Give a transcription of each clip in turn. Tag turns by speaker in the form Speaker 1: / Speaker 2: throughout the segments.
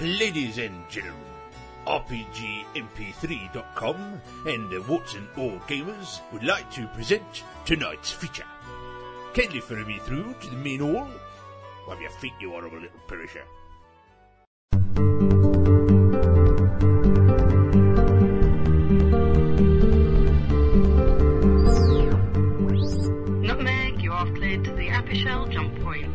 Speaker 1: Ladies and gentlemen, RPGMP3.com and the Watson All Gamers would like to present tonight's feature. Kindly follow me through to the main hall. Wipe your feet, you horrible little perisher.
Speaker 2: Nutmeg, you are cleared to the Abishel jump point.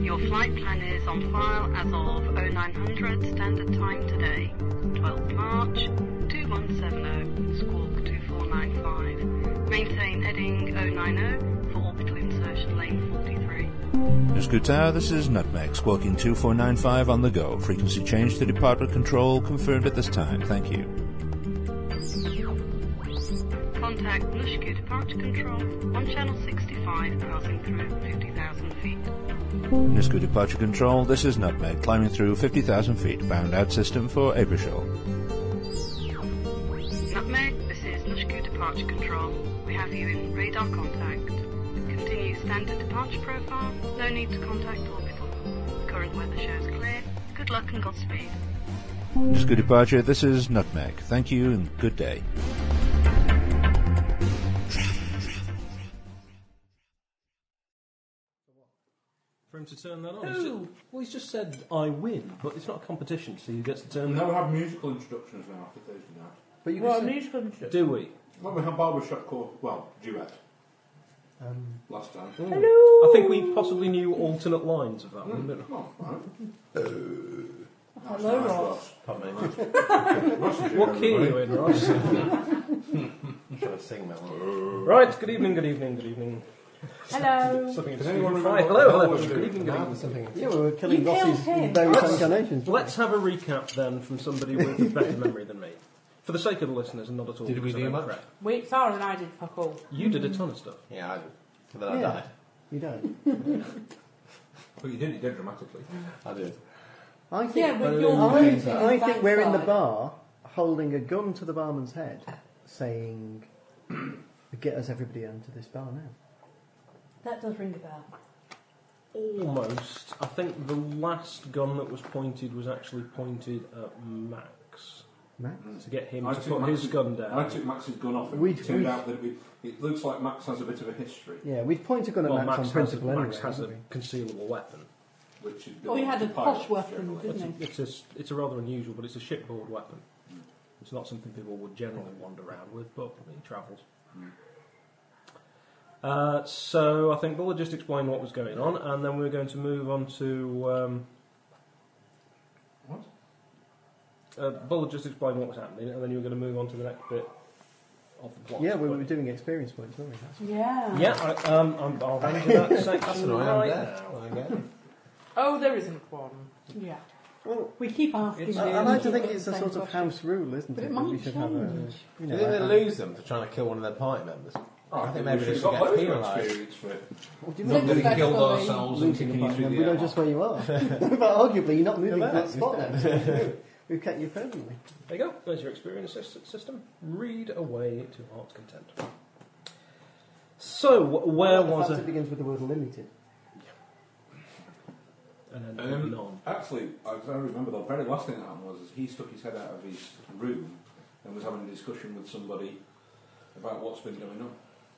Speaker 2: Your flight plan is on file as of 0900 Standard Time today, 12th March 2170, oh, Squawk 2495. Maintain heading 090 for orbital insertion lane 43.
Speaker 3: Escutar, this is Nutmeg, squawking 2495 on the go. Frequency change to department control, confirmed at this time. Thank you.
Speaker 2: Contact Nushku Departure Control on Channel 65, passing through 50,000 feet.
Speaker 3: Nisku departure control, this is Nutmeg, climbing through 50,000 feet, bound out system for Abershall.
Speaker 2: Nutmeg, this is Nushku Departure Control. We have you in radar contact. Continue standard departure profile. No need to contact orbital. Current weather shows clear. Good luck and Godspeed.
Speaker 3: Nisku departure, this is Nutmeg. Thank you and good day.
Speaker 4: For him to turn that on. he's ju- well, he's just said I win, but it's not a competition, so you get to turn
Speaker 5: Now
Speaker 4: that.
Speaker 5: we have musical instructions now after Thursday night.
Speaker 4: But you
Speaker 6: Well,
Speaker 4: can
Speaker 6: these hundred.
Speaker 4: do we?
Speaker 5: Well, we had barbershop call, well, duet.
Speaker 4: Um,
Speaker 5: Last time.
Speaker 4: Hello. I think we possibly knew alternate lines of that one, didn't we?
Speaker 5: Well, right.
Speaker 6: Hello,
Speaker 5: Nice,
Speaker 6: Ross.
Speaker 5: Ross.
Speaker 7: Pardon me.
Speaker 5: Nice to
Speaker 4: What key
Speaker 5: hear
Speaker 4: are you
Speaker 5: everybody.
Speaker 4: in, Ross?
Speaker 7: Should I sing that one?
Speaker 4: right. Good evening. Good evening. Good evening.
Speaker 6: Hello.
Speaker 4: Something
Speaker 5: Does anyone
Speaker 4: interesting.
Speaker 5: remember
Speaker 4: Hello. Hello.
Speaker 5: what
Speaker 4: Good
Speaker 5: we were
Speaker 4: evening. Good
Speaker 5: doing?
Speaker 4: evening. Something.
Speaker 8: Yeah, we were killing
Speaker 6: You killed
Speaker 8: bosses
Speaker 6: him.
Speaker 8: in various incarnations.
Speaker 4: Let's have a recap then from somebody with a better memory than me, for the sake of the listeners, and not at all.
Speaker 7: Did we
Speaker 4: because I
Speaker 7: do
Speaker 4: don't
Speaker 7: much?
Speaker 4: prep.
Speaker 6: We, Sarah and I did fuck all.
Speaker 4: You did a ton of stuff.
Speaker 7: Yeah, I did. And then I
Speaker 8: Yeah.
Speaker 7: died.
Speaker 8: You don't.
Speaker 5: But you did it dead dramatically.
Speaker 7: I did.
Speaker 8: I think,
Speaker 6: Yeah,
Speaker 8: I,
Speaker 6: but you're
Speaker 8: think-
Speaker 6: pointing
Speaker 8: I think
Speaker 6: at
Speaker 8: we're in the
Speaker 6: backside.
Speaker 8: bar holding a gun to the barman's head saying, Get us everybody into this bar now.
Speaker 6: That does ring a bell.
Speaker 4: Almost. I think the last gun that was pointed was actually pointed at Max
Speaker 8: Max?
Speaker 4: to get him
Speaker 5: I
Speaker 4: to
Speaker 5: took
Speaker 4: put his
Speaker 5: Max's-
Speaker 4: gun down.
Speaker 5: I took Max's gun off and
Speaker 8: We-
Speaker 5: it turned
Speaker 8: we-
Speaker 5: out that it, it looks like Max has a bit of a history.
Speaker 8: Yeah, we'd point a gun at
Speaker 4: Well,
Speaker 8: Max,
Speaker 4: Max,
Speaker 8: on
Speaker 4: has, a,
Speaker 8: principle anyway.
Speaker 4: Max has a
Speaker 8: wouldn't
Speaker 4: concealable weapon.
Speaker 5: Which is
Speaker 6: Well, he had a
Speaker 5: Pirates,
Speaker 6: posh weapon,
Speaker 5: generally.
Speaker 6: didn't
Speaker 4: It's a,
Speaker 6: Isn't
Speaker 4: it's, a, s- it's a rather unusual, but it's a shipboard weapon. It's not something people would generally wander around with, but I mean, it travels.
Speaker 5: Hmm.
Speaker 4: Uh, so I think Buller just explained what was going on, and then we were going to move on to. Um,
Speaker 5: What?
Speaker 4: uh, Buller just explained what was happening, and then you were going to move on to the next bit of the plot.
Speaker 8: we? Yeah, we were
Speaker 4: weren't you?
Speaker 8: doing experience points, weren't we? That's-
Speaker 6: Yeah.
Speaker 4: Yeah, I, um, I'm, I'll hand you that
Speaker 7: That's
Speaker 4: section
Speaker 7: annoying.
Speaker 4: right
Speaker 7: I'm
Speaker 4: now.
Speaker 7: dead. I'm dead.
Speaker 6: Oh, there isn't one. Yeah.
Speaker 8: Well,
Speaker 6: We keep asking.
Speaker 8: I,
Speaker 6: you
Speaker 8: I like to
Speaker 6: keep
Speaker 8: think
Speaker 6: getting
Speaker 8: it's
Speaker 6: the
Speaker 8: a
Speaker 6: same
Speaker 8: sort of
Speaker 6: question.
Speaker 8: house rule, isn't
Speaker 6: But
Speaker 8: it?
Speaker 6: it
Speaker 8: that
Speaker 6: might
Speaker 8: we should have a.
Speaker 6: change.
Speaker 8: You
Speaker 7: Did they
Speaker 8: know,
Speaker 7: lose them for trying to kill one of their party members?
Speaker 5: Oh,
Speaker 7: I think maybe
Speaker 5: we
Speaker 7: they should
Speaker 5: got
Speaker 7: get
Speaker 5: loads of
Speaker 7: penalised.
Speaker 5: experience for it.
Speaker 7: Not that we
Speaker 6: Respectfully.
Speaker 7: killed ourselves and
Speaker 8: losing
Speaker 7: continue
Speaker 8: department,
Speaker 7: through
Speaker 8: and
Speaker 7: the
Speaker 8: we know
Speaker 7: air.
Speaker 8: just where you are. but arguably, you're not moving
Speaker 7: Yeah,
Speaker 8: from that
Speaker 7: that's
Speaker 8: spot now. We've kept you permanently.
Speaker 4: There you go. There's your experience sys- system. Read away to heart's content. So, where
Speaker 8: Perhaps
Speaker 4: was
Speaker 8: it
Speaker 4: it?
Speaker 8: begins with the word limited.
Speaker 4: And then
Speaker 5: Um,
Speaker 4: on.
Speaker 5: Actually, I, I remember the very last thing that happened was he stuck his head out of his room and was having a discussion with somebody about what's been going on.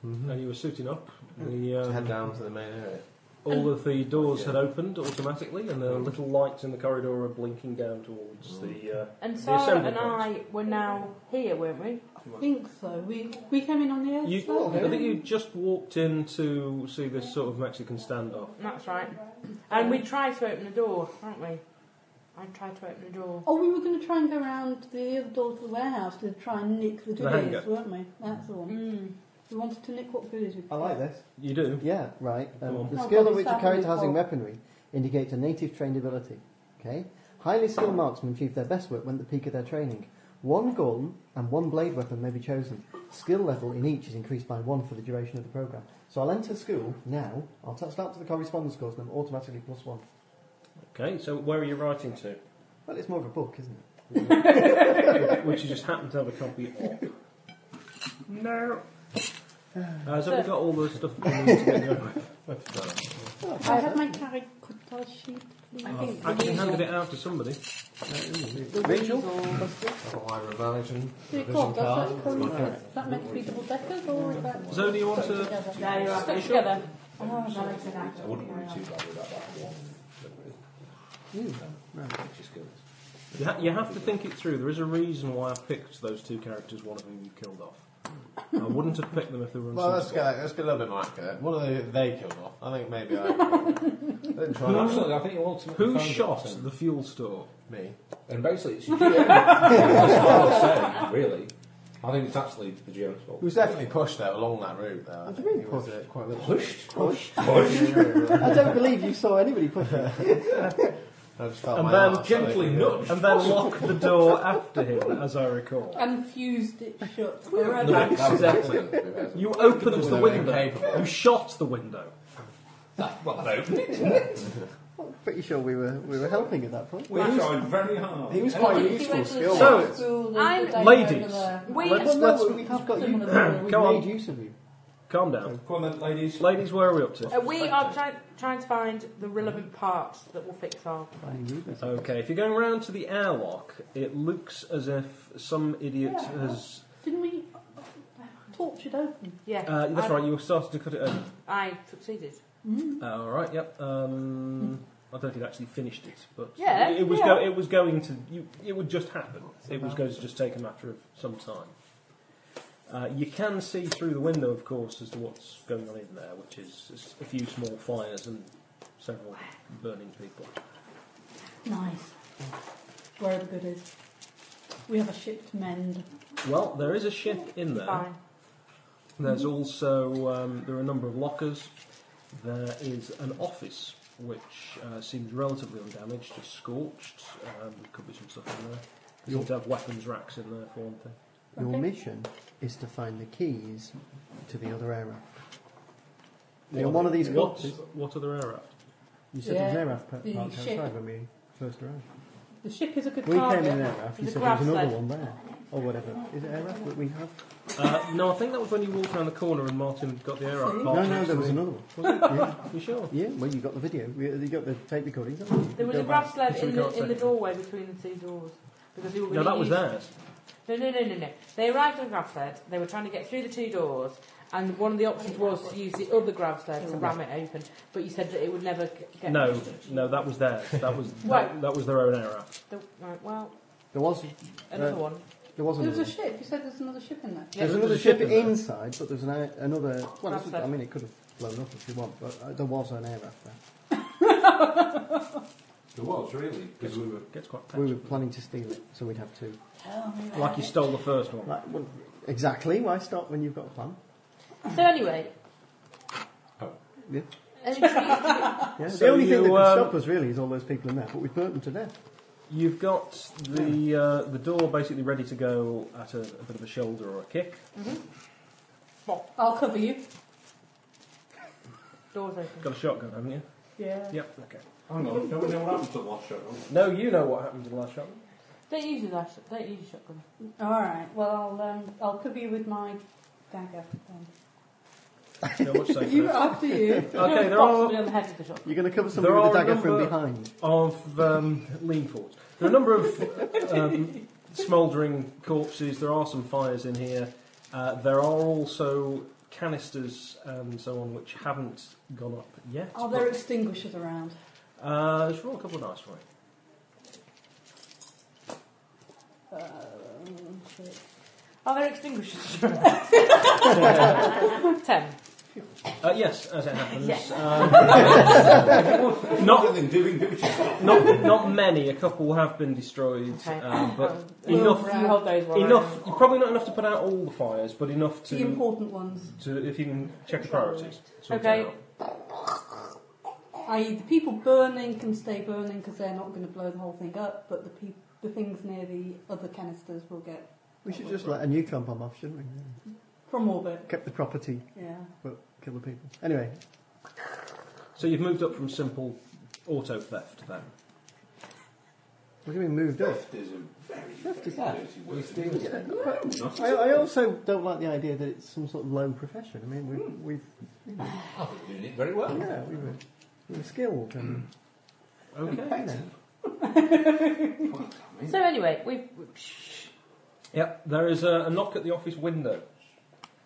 Speaker 4: And you were suiting up. The,
Speaker 7: To head
Speaker 4: um,
Speaker 7: down to the main area.
Speaker 4: all of the doors
Speaker 7: Yeah.
Speaker 4: had opened automatically, and the little lights in the corridor were blinking down towards the. Uh,
Speaker 9: And
Speaker 4: The
Speaker 9: Sarah
Speaker 4: assembly
Speaker 9: and I were now here, weren't we?
Speaker 6: I think so. We, we came in on the
Speaker 4: you,
Speaker 6: outside.
Speaker 4: I think you just walked in to see this sort of Mexican standoff.
Speaker 9: That's right. And we tried to open the door, haven't we? I tried to open the door.
Speaker 6: Oh, we were going to try and go round the other door to the warehouse to try and nick the
Speaker 4: The
Speaker 6: goodies,
Speaker 4: hangar.
Speaker 6: weren't we? That's the one.
Speaker 9: Mm.
Speaker 6: We wanted to nick what goodies we could.
Speaker 8: I like this.
Speaker 4: You do.
Speaker 8: Yeah, right.
Speaker 4: Go
Speaker 8: Um,
Speaker 4: on.
Speaker 8: the
Speaker 6: No,
Speaker 8: skill
Speaker 6: but
Speaker 8: at which
Speaker 6: it's
Speaker 8: a character
Speaker 6: happening
Speaker 8: has in
Speaker 6: before.
Speaker 8: weaponry indicates a native trained ability. Okay? Highly skilled marksmen achieve their best work when at the peak of their training. One gun and one blade weapon may be chosen. Skill level in each is increased by one for the duration of the program. So I'll enter school now. I'll touch that to the correspondence course, and I'm automatically plus one.
Speaker 4: Okay, so where are you writing to?
Speaker 8: Well, it's more of a book, isn't it?
Speaker 4: Which you just happen to have a copy of. No. Uh, so,
Speaker 9: So-
Speaker 4: we've got all the stuff that we need to get going with.
Speaker 6: I have my carry tell sheet, please?
Speaker 9: I think
Speaker 4: I actually
Speaker 9: the
Speaker 4: handed it
Speaker 9: weasel.
Speaker 4: out to somebody.
Speaker 9: The
Speaker 7: Rachel?
Speaker 9: weasel.
Speaker 7: Oh, Ira Valentine.
Speaker 6: Three
Speaker 7: Vision
Speaker 6: quarters,
Speaker 7: card.
Speaker 6: that's correct. Is that meant to be double deckers or is that
Speaker 4: Zodi, you want
Speaker 6: stuck
Speaker 4: to-
Speaker 6: together?
Speaker 9: No, you're right.
Speaker 6: Stuck together.
Speaker 9: Oh, that looks like
Speaker 7: I wouldn't worry too bad about that.
Speaker 8: You.
Speaker 7: Just good.
Speaker 4: You, ha- you have to think it through. There is a reason why I picked those two characters, one of whom you killed off. I wouldn't have picked them if they were
Speaker 7: Well, let's
Speaker 4: unsuitable.
Speaker 7: go. Let's be a little bit more accurate. What are they? They killed off. I think maybe I. I didn't try that.
Speaker 5: Absolutely, I think you ultimately
Speaker 4: Who
Speaker 5: found it.
Speaker 4: shot the fuel store?
Speaker 7: Me.
Speaker 5: And basically, it's your GM. That's what I was saying, really. I think it's actually the GM's fault.
Speaker 7: It was definitely pushed though along that route though. I
Speaker 8: What do
Speaker 7: think.
Speaker 8: you mean
Speaker 7: It was,
Speaker 8: pushed?
Speaker 7: uh, Quite a little.
Speaker 5: pushed? Pushed?
Speaker 8: I don't believe you saw anybody push it.
Speaker 7: I just felt
Speaker 4: And
Speaker 7: Oh, my
Speaker 4: then
Speaker 7: arse, I
Speaker 4: gently
Speaker 7: think,
Speaker 4: nudged, and then locked the door after him, as I recall.
Speaker 6: And fused it shut.
Speaker 7: yeah.
Speaker 6: Wherever.
Speaker 7: That was
Speaker 4: Exactly.
Speaker 7: excellent.
Speaker 4: You opened the
Speaker 7: They're
Speaker 4: window.
Speaker 7: incapable.
Speaker 4: You shot the window.
Speaker 5: Well, I opened it.
Speaker 8: Pretty sure we were we were helping at that point.
Speaker 5: We tried very hard.
Speaker 7: He was quite useful skill.
Speaker 4: So-
Speaker 9: I'm-
Speaker 4: Ladies.
Speaker 9: We,
Speaker 4: Let's-
Speaker 8: Well, no,
Speaker 4: let's-
Speaker 8: we have got you.
Speaker 6: Similar.
Speaker 8: We've
Speaker 4: Go on.
Speaker 8: made use of you.
Speaker 4: Calm down.
Speaker 5: Come on then, ladies.
Speaker 4: Ladies, where are we up to?
Speaker 9: uh, we are try- trying to find the relevant parts that will fix our plane.
Speaker 4: Okay, if you're going round to the airlock, it looks as if some idiot
Speaker 6: Yeah.
Speaker 4: has.
Speaker 6: Didn't we torch it open?
Speaker 9: Yeah.
Speaker 4: Uh, that's
Speaker 9: I,
Speaker 4: right, you started to cut it open.
Speaker 9: I succeeded.
Speaker 4: Alright, yep. Um, I don't think it actually finished it, but
Speaker 9: Yeah,
Speaker 4: it, it was
Speaker 9: yeah.
Speaker 4: Go, it was going to you, it would just happen. It was going to just take a matter of some time. Uh, you can see through the window, of course, as to what's going on in there, which is s- a few small fires and several burning people.
Speaker 6: Nice. Where the good is. We have a ship to mend.
Speaker 4: Well, there is a ship in there.
Speaker 9: Fine.
Speaker 4: There's also um, there are a number of lockers. There is an office which uh, seems relatively undamaged, just scorched. Um, there could be some stuff in there. They seem to have weapons racks in there for one thing.
Speaker 8: Your
Speaker 6: Okay.
Speaker 8: mission is to find the keys to the other aircraft.
Speaker 4: What
Speaker 8: You're
Speaker 4: are
Speaker 8: one
Speaker 4: the-
Speaker 8: of these
Speaker 4: what,
Speaker 8: boxes.
Speaker 4: what other aircraft?
Speaker 8: You said there
Speaker 6: Yeah,
Speaker 8: was an aircraft
Speaker 6: the
Speaker 8: parked outside
Speaker 6: ship.
Speaker 8: when we first arrived.
Speaker 6: The ship is a good
Speaker 8: We came
Speaker 6: target.
Speaker 8: in aircraft. You
Speaker 9: The
Speaker 8: said there was
Speaker 9: grass
Speaker 8: another
Speaker 9: led.
Speaker 8: one there, or whatever. Is it aircraft that we have?
Speaker 4: Uh, no, I think that was when you walked around the corner and Martin got the aircraft.
Speaker 6: See?
Speaker 8: No,
Speaker 4: parked
Speaker 8: no,
Speaker 4: next
Speaker 8: there
Speaker 4: to
Speaker 8: was
Speaker 4: me.
Speaker 8: another one. Yeah,
Speaker 4: You sure?
Speaker 8: yeah. Well, you got the video. We- You got the tape recording.
Speaker 9: There was
Speaker 8: Go
Speaker 9: a
Speaker 8: back.
Speaker 9: grab sled
Speaker 4: That's what
Speaker 9: in
Speaker 4: we
Speaker 9: the,
Speaker 4: can't
Speaker 9: in the
Speaker 4: say.
Speaker 9: doorway between the two doors. Because we were
Speaker 4: No,
Speaker 9: gonna
Speaker 4: that was
Speaker 9: use-
Speaker 4: theirs.
Speaker 9: No, no, no, no, no. They arrived on grab sled. They were trying to get through the two doors, and one of the options was to use the other grab sled to ram it open. But you said that it would never g- get.
Speaker 4: No, no, that was theirs. That was that,
Speaker 9: Right.
Speaker 4: that was their own aircraft.
Speaker 9: The, right, well,
Speaker 8: There was.
Speaker 9: another
Speaker 8: Uh,
Speaker 9: one.
Speaker 8: There was
Speaker 6: There
Speaker 8: another.
Speaker 6: was a
Speaker 8: one.
Speaker 6: ship. You said there's another ship in there.
Speaker 9: Yeah,
Speaker 8: There's
Speaker 4: there
Speaker 8: another
Speaker 4: was a ship
Speaker 8: ship
Speaker 4: in there.
Speaker 8: inside, but there's an, air- another. Well,
Speaker 9: Grab
Speaker 8: it's-
Speaker 9: sled.
Speaker 8: I mean, it could have blown up if you want, but uh, there was an aircraft there.
Speaker 5: There was, really. Because we were.
Speaker 4: Gets quite
Speaker 8: We were
Speaker 4: patchy.
Speaker 8: planning to steal it, so we'd have two.
Speaker 6: Tell me
Speaker 4: like you stole the first one.
Speaker 8: Like, well, exactly. Why stop when you've got a plan?
Speaker 9: So anyway,
Speaker 8: Yeah.
Speaker 9: anybody-
Speaker 8: Yeah,
Speaker 4: So
Speaker 8: the only thing
Speaker 4: you,
Speaker 8: that could
Speaker 4: um,
Speaker 8: stop us really is all those people in there, but we've burnt them to death.
Speaker 4: You've got the uh, the door basically ready to go at a, a bit of a shoulder or a kick.
Speaker 6: I'll cover you.
Speaker 9: doors open.
Speaker 4: Got a shotgun, haven't you?
Speaker 6: Yeah.
Speaker 4: Yep. Okay.
Speaker 5: Hang on, don't we know what happened to the last shot?
Speaker 4: No, you know what happened to the last shotgun.
Speaker 9: Don't use your lash. Don't use your shotgun.
Speaker 6: All right. Well, I'll um, I'll cover you with my dagger. Then.
Speaker 4: No, much safer.
Speaker 6: You after you.
Speaker 4: Okay, there
Speaker 9: Box
Speaker 4: are
Speaker 9: me on the head of the shotgun.
Speaker 8: You're going to cover somebody
Speaker 4: There
Speaker 8: with a
Speaker 4: are a
Speaker 8: dagger
Speaker 4: number-
Speaker 8: from behind.
Speaker 4: of um, lean forwards. There are a number of um, smouldering corpses. There are some fires in here. Uh, there are also canisters and so on which haven't gone up yet.
Speaker 6: Are there
Speaker 4: but-
Speaker 6: extinguishers around?
Speaker 4: uh, let's roll a couple of dice for it.
Speaker 6: Um, Uh, shit.
Speaker 9: Are there extinguishers? Ten.
Speaker 4: Uh, yes, as it happens.
Speaker 9: Yes.
Speaker 4: Um, not
Speaker 5: Nothing doing, do it yourself.
Speaker 4: not not many. A couple have been destroyed,
Speaker 9: Okay. Oh,
Speaker 4: um, but
Speaker 9: Well,
Speaker 4: enough.
Speaker 9: You hold those while I-
Speaker 4: Enough. Probably not enough to put out all the fires, but enough
Speaker 6: the
Speaker 4: to,
Speaker 6: important ones,
Speaker 4: to if you can check the priorities. sort it
Speaker 9: Okay.
Speaker 4: out.
Speaker 6: i.e., E, the people burning can stay burning because they're not going to blow the whole thing up, but the peop the things near the other canisters will get
Speaker 8: We should just let a neutron bomb off, shouldn't we?
Speaker 6: from orbit.
Speaker 8: Kept the property,
Speaker 6: Yeah.
Speaker 8: but kill the people. Anyway,
Speaker 4: So you've moved up from simple auto theft then.
Speaker 8: what do you mean moved up?
Speaker 5: Theft is a very,
Speaker 8: is
Speaker 5: very
Speaker 8: that.
Speaker 5: dirty
Speaker 7: We
Speaker 5: word.
Speaker 7: steal it.
Speaker 8: I, I also don't like the idea that it's some sort of low profession. I
Speaker 4: Hmm.
Speaker 8: mean, we, we've,
Speaker 5: I think we're doing it very well.
Speaker 8: yeah, we were, we were skilled and
Speaker 4: Okay.
Speaker 5: Petting. Well, I mean,
Speaker 9: So anyway, we've. Shh.
Speaker 4: Yep, there is a, a knock at the office window.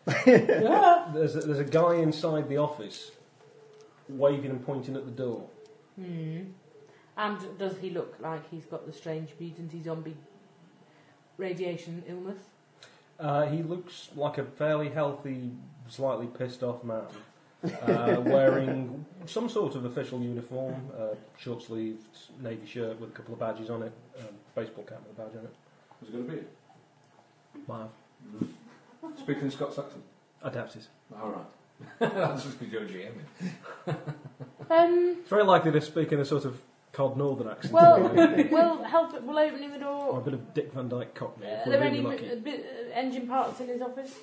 Speaker 4: There's a, there's a guy inside the office waving and pointing at the door.
Speaker 9: Hmm. And does he look like he's got the strange mutant zombie radiation illness?
Speaker 4: Uh, he looks like a fairly healthy, slightly pissed off man, uh, wearing some sort of official uniform, uh, short sleeved navy shirt with a couple of badges on it, um, baseball cap with a badge on it.
Speaker 5: was it going to be?
Speaker 4: Wow,
Speaker 5: Speaking in Scots accent.
Speaker 4: I doubt it.
Speaker 5: All right. That's just because you're GMing.
Speaker 9: Um.
Speaker 4: It's very likely to speak in a sort of cod northern accent.
Speaker 9: Well, we'll help. We'll opening the
Speaker 4: or a
Speaker 9: door.
Speaker 4: bit of Dick Van Dyke Cockney.
Speaker 9: Are
Speaker 4: if
Speaker 9: Uh, there
Speaker 4: we're really
Speaker 9: any
Speaker 4: lucky.
Speaker 9: uh, bit- uh, engine parts in his office?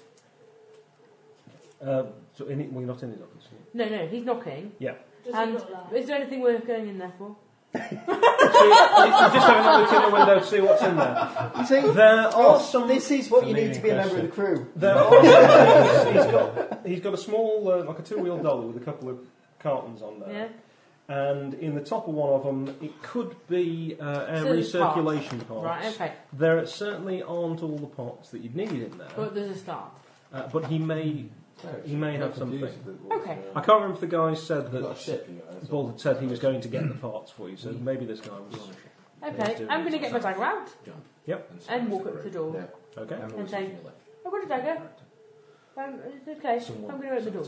Speaker 4: Uh, so in it, well, you're not in it, obviously.
Speaker 9: No, no, he's knocking.
Speaker 10: Does
Speaker 9: And-
Speaker 10: it look like?
Speaker 9: Is there anything worth going in there for?
Speaker 4: See, I'm just having a look in the window to see what's in there.
Speaker 8: You see,
Speaker 4: There are
Speaker 8: Oh,
Speaker 4: some.
Speaker 8: this is what you need to be a member of the crew.
Speaker 4: There are some he's got. He's got a small, uh, like a two-wheel dolly with a couple of cartons on there.
Speaker 9: Yeah.
Speaker 4: And in the top of one of them, it could be uh, air
Speaker 9: So there's parts.
Speaker 4: recirculation parts.
Speaker 9: Right. Okay.
Speaker 4: There certainly aren't all the parts that you'd need in there,
Speaker 9: But there's a start.
Speaker 4: uh, but he may. He may have something. I can't remember if the guy said
Speaker 7: You've got a
Speaker 4: that
Speaker 7: ship, you guys.
Speaker 4: Bald had said he was going to get the parts for you, so maybe this guy was. Let's
Speaker 9: Okay.
Speaker 4: do
Speaker 9: I'm
Speaker 4: it.
Speaker 9: going to get my dagger out and walk up to the door.
Speaker 5: Yeah.
Speaker 4: Okay.
Speaker 9: And say, I've got a dagger. Um, it's okay. I'm going to open the door.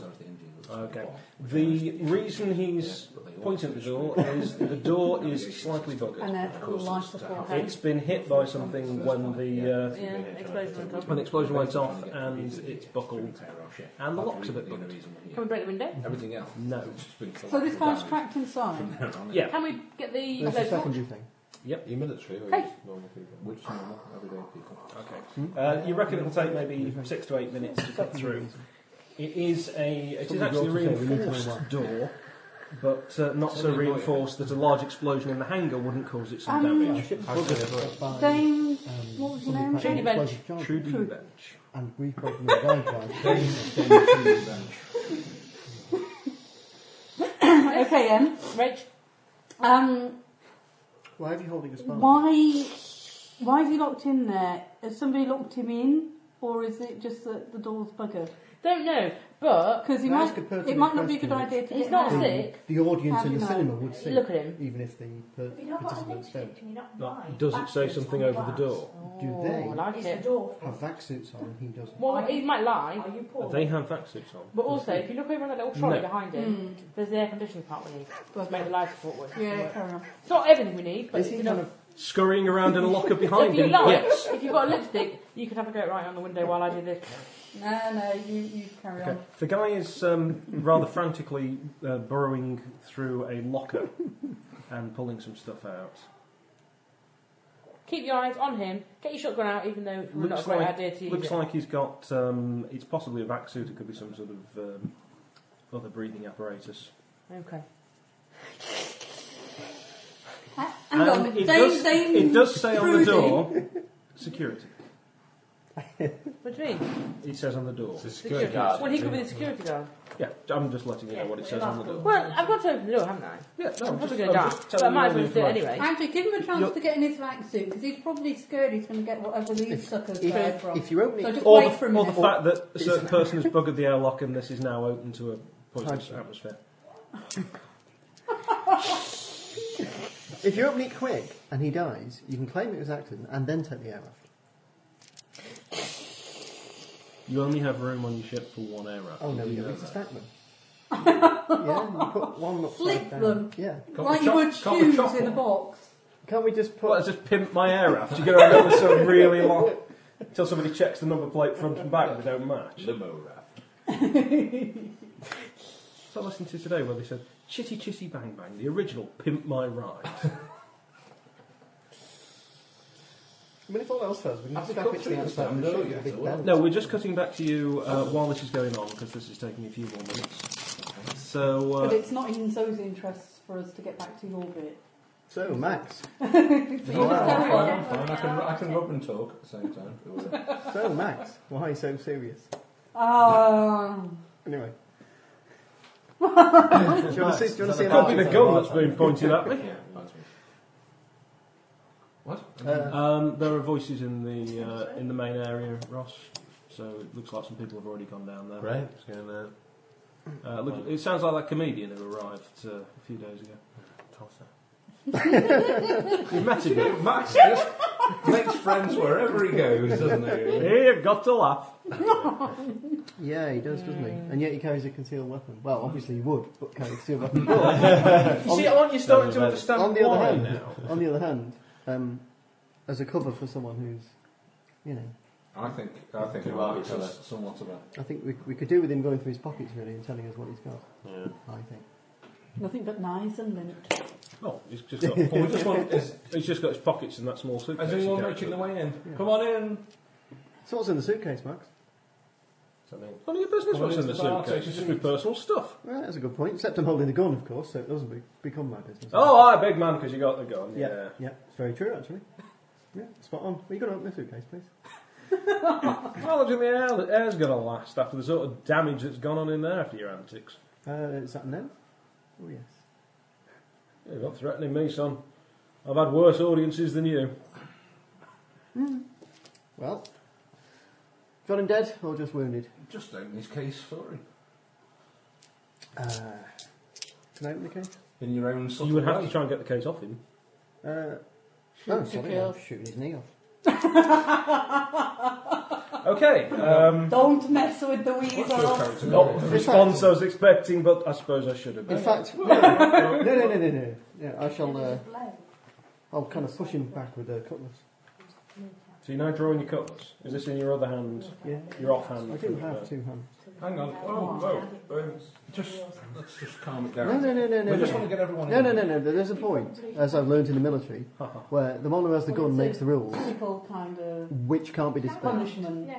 Speaker 4: Okay. The reason he's pointing at the door is the door is slightly
Speaker 6: And
Speaker 4: buggered.
Speaker 6: they're full life support.
Speaker 4: It's been hit by something when the uh,
Speaker 9: Yeah. Explosion on top.
Speaker 4: when the explosion went off and it's buckled and the locks a bit buggered.
Speaker 9: Can we break the window?
Speaker 5: Everything else.
Speaker 4: No.
Speaker 6: So this guy's trapped inside.
Speaker 4: Yeah.
Speaker 9: Can we get the
Speaker 8: There's a
Speaker 9: blow torch?
Speaker 8: secondary thing.
Speaker 7: You military or
Speaker 9: Hey.
Speaker 7: you just normal people?
Speaker 5: Which normal, everyday people.
Speaker 4: Okay. Uh, you reckon it'll take maybe six to eight minutes to cut through. It is a it is actually a reinforced door, but uh, not so reinforced that a large explosion in the hangar wouldn't cause it some
Speaker 6: Um,
Speaker 4: damage.
Speaker 6: Jane,
Speaker 8: Um,
Speaker 6: what was your
Speaker 8: something
Speaker 6: name?
Speaker 8: quite
Speaker 9: Bench.
Speaker 8: explosive charge
Speaker 4: Trudy Bench.
Speaker 8: And brief problem with guide
Speaker 6: okay, then.
Speaker 9: Reg,
Speaker 6: Um,
Speaker 8: Why are you holding a spark?
Speaker 6: why, why is he locked in there? Has somebody locked him in? Or is it just that the door's buggered?
Speaker 9: don't know, but
Speaker 6: Because it
Speaker 8: That's
Speaker 6: might,
Speaker 8: a pertinent
Speaker 6: it might not be a
Speaker 8: question,
Speaker 6: good idea to
Speaker 9: he's
Speaker 6: get
Speaker 9: not
Speaker 6: out.
Speaker 9: sick.
Speaker 8: The audience
Speaker 6: How do
Speaker 8: in the
Speaker 6: you know?
Speaker 8: cinema would see,
Speaker 9: Look at him.
Speaker 8: even if the per-
Speaker 10: But you know what I
Speaker 8: participants
Speaker 10: think?
Speaker 8: don't.
Speaker 10: Can you not
Speaker 4: No,
Speaker 10: buy
Speaker 4: does it say
Speaker 10: backwards
Speaker 4: something
Speaker 10: on
Speaker 4: over the
Speaker 10: glass?
Speaker 4: door?
Speaker 8: Do
Speaker 9: Oh, I
Speaker 8: they
Speaker 9: like
Speaker 10: Is the
Speaker 9: it.
Speaker 10: door?
Speaker 8: have vac suits on? He doesn't.
Speaker 9: Well, he might
Speaker 10: Are
Speaker 9: lie.
Speaker 10: you poor?
Speaker 4: They have vaccines on.
Speaker 9: But also, if you look over on that little trolley
Speaker 4: No.
Speaker 9: behind it,
Speaker 6: Mm.
Speaker 9: there's the air conditioning part we need to make the
Speaker 6: Buggered.
Speaker 9: life support work.
Speaker 6: Yeah,
Speaker 9: work.
Speaker 6: carry on.
Speaker 9: It's not everything we need, but
Speaker 8: Is
Speaker 9: it's
Speaker 8: he
Speaker 9: enough.
Speaker 8: kind of
Speaker 4: Scurrying around in a locker behind
Speaker 9: if you
Speaker 4: him.
Speaker 9: like,
Speaker 4: Yes.
Speaker 9: if you've got a lipstick, you can have a go right on the window while I do this.
Speaker 6: No, no, you, you carry
Speaker 4: Okay.
Speaker 6: on.
Speaker 4: The guy is um, rather frantically uh, burrowing through a locker and pulling some stuff out.
Speaker 9: Keep your eyes on him. Get your shotgun out, even though it's not a
Speaker 4: Looks
Speaker 9: great
Speaker 4: like-
Speaker 9: idea to use
Speaker 4: Looks
Speaker 9: it.
Speaker 4: like he's got. Um, it's possibly a vac suit. It could be some sort of um, other breathing apparatus.
Speaker 9: Okay.
Speaker 6: Ha- Hang on,
Speaker 4: it,
Speaker 6: Dane,
Speaker 4: does,
Speaker 6: Dane,
Speaker 4: it does say on the
Speaker 6: Rudy.
Speaker 4: door security.
Speaker 9: What do you mean?
Speaker 4: It says on the door.
Speaker 9: Security.
Speaker 7: guard.
Speaker 9: Well, he could be the security guard.
Speaker 4: Yeah, I'm just letting you know
Speaker 10: Yeah,
Speaker 4: what it
Speaker 10: we're
Speaker 4: says on the
Speaker 10: not-
Speaker 4: door.
Speaker 9: Well, I've got to open the door, haven't I?
Speaker 4: Yeah, no,
Speaker 9: I'm
Speaker 4: I'm
Speaker 9: probably
Speaker 4: just,
Speaker 9: going
Speaker 4: I'm
Speaker 9: to die,
Speaker 4: just
Speaker 9: but I
Speaker 4: telling you
Speaker 9: might
Speaker 4: all
Speaker 9: as
Speaker 4: the
Speaker 9: well do it
Speaker 4: information.
Speaker 9: anyway.
Speaker 6: Andrew, give him a chance
Speaker 4: You're-
Speaker 6: to get in his vac suit because he's probably scared he's going to get whatever these
Speaker 8: If-
Speaker 6: suckers
Speaker 8: if-
Speaker 6: there from.
Speaker 8: if you open
Speaker 6: so
Speaker 8: it-
Speaker 6: just
Speaker 4: Or
Speaker 6: wait for a
Speaker 4: the, or the fact
Speaker 6: minute.
Speaker 4: that a certain person has buggered the airlock and this is now open to a poisonous
Speaker 8: Hydrogen.
Speaker 4: atmosphere.
Speaker 8: If you open it quick and he dies, you can claim it was accident and then take the air raft.
Speaker 4: You only have room on your ship for one air raft.
Speaker 8: Oh no,
Speaker 4: you
Speaker 8: you
Speaker 4: know
Speaker 8: don't. It's a
Speaker 4: that.
Speaker 8: stack them. yeah, you put one upside
Speaker 6: Flip
Speaker 8: down.
Speaker 6: them.
Speaker 8: Yeah.
Speaker 6: like you would shoes in a box.
Speaker 8: Can't we just put?
Speaker 4: Well, let's just pimp my air raft. You're going to have it some really long. Until somebody checks the number plate front and back, they don't match.
Speaker 5: Limo raft.
Speaker 4: So I listened to today where they said, Chitty Chitty Bang Bang, the original Pimp My Ride.
Speaker 8: I mean, if all else fails, we can
Speaker 7: Have
Speaker 8: just
Speaker 7: the
Speaker 8: strap it to the
Speaker 7: culture
Speaker 8: outside of
Speaker 7: in
Speaker 8: the
Speaker 7: the
Speaker 8: ship. with
Speaker 7: sand,
Speaker 8: a
Speaker 7: though,
Speaker 8: big
Speaker 7: yeah,
Speaker 8: belt.
Speaker 4: No, we're just cutting back to you uh, while this is going on because this is taking a few more minutes. So,
Speaker 6: But
Speaker 4: uh,
Speaker 6: it's not in Zoe's interests for us to get back to your bit.
Speaker 8: So Max,
Speaker 6: So you just carry on.
Speaker 5: Fine, I can, I can rub and talk at the same time. It was a-
Speaker 8: so Max, why so serious?
Speaker 6: Um,
Speaker 8: Anyway, Do you want to see, do you want to see an
Speaker 4: Could be the
Speaker 8: artifact?
Speaker 4: gun that's been pointed at me.
Speaker 7: Yeah, reminds me. What?
Speaker 8: Uh,
Speaker 4: Um, there are voices in the uh, in the main area, Ross. So it looks like some people have already gone down there.
Speaker 7: Right. It's going to
Speaker 4: Uh, look, it sounds like that comedian who arrived uh, a few days ago.
Speaker 7: Tulsa.
Speaker 4: You met him.
Speaker 5: Yeah, Max just makes friends wherever he goes, doesn't he?
Speaker 4: Hey, I've got to laugh.
Speaker 8: yeah, he does, doesn't he? And yet he carries a concealed weapon. Well, obviously he would, but carries a concealed weapon.
Speaker 4: You see, aren't you starting to
Speaker 7: no, no.
Speaker 4: understand
Speaker 8: on the other
Speaker 4: why
Speaker 8: hand,
Speaker 4: now?
Speaker 8: on the other hand, um, as a cover for someone who's, you know,
Speaker 5: I think I think
Speaker 7: Could well
Speaker 5: it
Speaker 7: be
Speaker 5: tells
Speaker 7: colour.
Speaker 5: somewhat about.
Speaker 8: I think we, we could do with him going through his pockets really and telling us what he's got.
Speaker 7: Yeah.
Speaker 8: I think.
Speaker 6: Nothing but knives and lint.
Speaker 4: Oh, he's just got. well, we just want. His, he's just got his pockets in that small suitcase.
Speaker 5: Has
Speaker 4: he
Speaker 5: anyone
Speaker 4: carries
Speaker 5: making the
Speaker 4: with
Speaker 5: way in?
Speaker 8: Yeah.
Speaker 5: Come on in.
Speaker 8: So what's in the suitcase, Max?
Speaker 4: him. So I mean, None of your business
Speaker 5: Well,
Speaker 4: what's in the
Speaker 5: it's about-
Speaker 4: suitcase. It's just my personal stuff.
Speaker 8: Well, that's a good point. Except I'm holding the gun, of course, so it doesn't be, become my business.
Speaker 4: Oh, aye, big man, because you got the gun.
Speaker 8: yeah,
Speaker 4: Yeah.
Speaker 8: yeah, It's very true, actually. Yeah, spot on. Well, you got to open the suitcase, please.
Speaker 4: Well, the air, the air's going to last after the sort of damage that's gone on in there after your antics.
Speaker 8: Uh, is that no? Oh yes.
Speaker 4: You're not threatening me, son. I've had worse audiences than you.
Speaker 8: Well, got him dead or just wounded?
Speaker 5: Just open his case for him.
Speaker 8: Uh, can I open the case?
Speaker 5: In your own subtle
Speaker 4: You would have
Speaker 5: way.
Speaker 4: to try and get the case off him.
Speaker 8: Uh, oh,
Speaker 6: to
Speaker 8: sorry,
Speaker 6: kill.
Speaker 8: I'm shooting his knee off.
Speaker 4: Okay. Um,
Speaker 6: Don't mess with the weasel.
Speaker 4: not the response I was expecting, but I suppose I should have.
Speaker 8: In
Speaker 4: been.
Speaker 8: fact, no, no, no, no, no, no. Oh, Yeah, I shall. Uh,
Speaker 6: Blade.
Speaker 8: I'll kind of push him back with the cutlass.
Speaker 4: So you're now drawing your cutlass. Is this in your other hand?
Speaker 8: Yeah,
Speaker 4: Your offhand?
Speaker 8: I do have two hands.
Speaker 5: Hang on. Oh, whoa. Um, just let's just calm it down.
Speaker 8: No, no, no, no, no.
Speaker 5: we just
Speaker 8: no.
Speaker 5: want to get everyone.
Speaker 8: No,
Speaker 5: in.
Speaker 8: no, no, no. There's a point, as I've learned in the military, where the one who has the gun makes the rules,
Speaker 6: Typical kind of
Speaker 8: which can't be dispensed.
Speaker 6: punishment.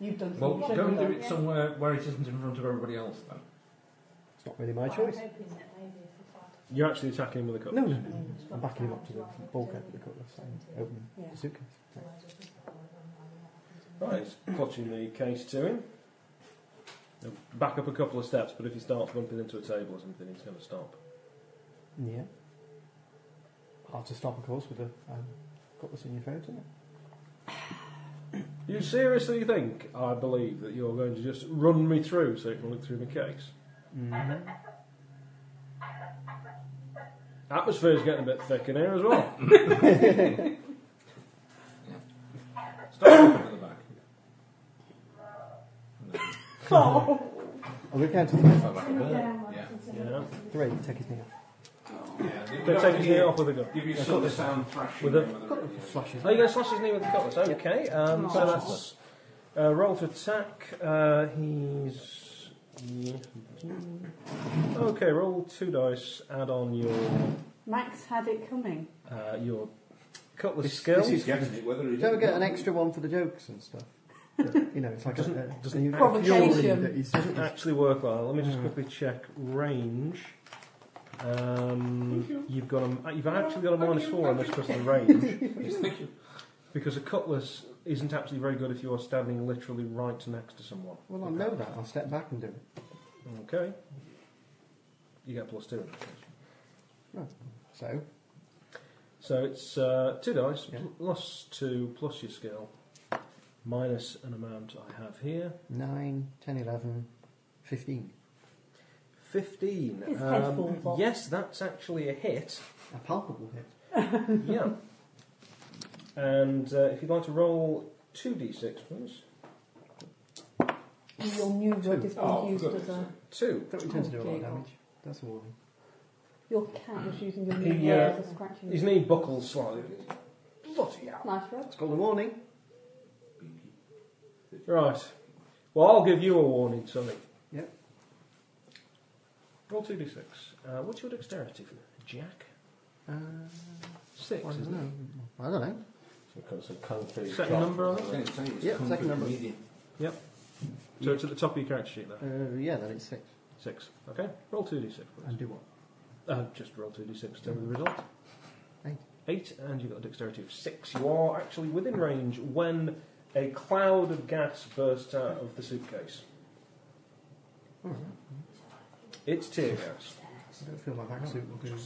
Speaker 6: You've done
Speaker 5: Well,
Speaker 6: something.
Speaker 5: go and do it somewhere where it isn't in front of everybody else. Then.
Speaker 8: It's not really my choice.
Speaker 4: You're actually attacking him with a cutlass.
Speaker 8: No, no, no. no. I'm backing him up to the bulkhead with the cutlass and open
Speaker 6: Yeah.
Speaker 8: the suitcase.
Speaker 4: Right, he's clutching the case to him. He'll back up a couple of steps, but if he starts bumping into a table or something, he's going to stop.
Speaker 8: Yeah. Hard to stop, of course, with a um, cutlass in your throat, isn't it?
Speaker 4: You seriously think I believe that you're going to just run me through so you can look through my case? Atmosphere's getting a bit thick in here as well.
Speaker 5: Start at the back.
Speaker 8: I'll go count to three.
Speaker 5: Start back at the back. Yeah.
Speaker 4: yeah.
Speaker 8: Oh, Three, take his knee off.
Speaker 4: Go take his knee off with a gun.
Speaker 5: Give you sort of sound thrashing.
Speaker 4: With a-
Speaker 5: whether it-
Speaker 8: Slashes.
Speaker 4: Oh, you're going to slash his knee with the cutlass? Okay. Um, so that's uh, roll to attack. Uh, he's. yeah. Okay, roll two dice, add on your
Speaker 6: Max had it coming.
Speaker 4: uh, your cutlass
Speaker 8: This-
Speaker 4: skill.
Speaker 8: this
Speaker 5: He's getting it, whether he
Speaker 8: You don't get an extra one for the jokes and stuff. you know, it's like
Speaker 4: Doesn't-
Speaker 8: a, uh, a,
Speaker 4: doesn't
Speaker 8: a
Speaker 6: provocation.
Speaker 8: fury that he's
Speaker 4: doesn't actually work well. Let me just quickly check range. Um, you've got a, you've actually got a minus four on this because of the range, because a cutlass isn't actually very good if you are standing literally right next to someone.
Speaker 8: Well, I know that. I'll step back and do it.
Speaker 4: Okay. You get plus two.
Speaker 8: So,
Speaker 4: So it's uh, two dice
Speaker 8: Yeah.
Speaker 4: pl- plus two plus your skill minus an amount I have here.
Speaker 8: 9, 10, 11, 15.
Speaker 4: 15.
Speaker 6: His head falls off.
Speaker 4: Um, yes, that's actually a hit.
Speaker 8: A palpable hit.
Speaker 4: yeah. And uh, if you'd like to roll 2d6, please.
Speaker 6: Your new word is
Speaker 5: Oh,
Speaker 6: being used
Speaker 5: good.
Speaker 6: as a.
Speaker 4: Two.
Speaker 8: Don't we tend to do a lot of
Speaker 6: Okay.
Speaker 8: damage? That's a warning.
Speaker 6: Your cat was using your
Speaker 4: He,
Speaker 6: new
Speaker 4: uh,
Speaker 6: word as a scratching.
Speaker 4: His knee buckles slightly. Bloody hell.
Speaker 6: Nice word.
Speaker 8: It's called a warning.
Speaker 4: Right. Well, I'll give you a warning, Sonny.
Speaker 8: Yep.
Speaker 4: Roll 2d6. Uh, what's your dexterity, Jack?
Speaker 8: Uh,
Speaker 4: Six,
Speaker 8: I don't
Speaker 4: isn't
Speaker 8: know. I don't know.
Speaker 7: So it comes to Kung Fu.
Speaker 4: it? Second
Speaker 7: Shop.
Speaker 4: number on it?
Speaker 5: Second thing is
Speaker 8: Yeah,
Speaker 5: comfort
Speaker 8: second number.
Speaker 5: comedian.
Speaker 4: Yep. So it's at the top of your character sheet there.
Speaker 8: Uh, yeah, then it's six.
Speaker 4: Six. Okay. Roll 2d6, please.
Speaker 8: And do what?
Speaker 4: Uh, just roll 2d6 tell me the result.
Speaker 8: Eight.
Speaker 4: Eight, and you've got a dexterity of six. You are actually within range when a cloud of gas bursts out of the suitcase. It's tear gas.
Speaker 8: I don't feel my vac suit will do.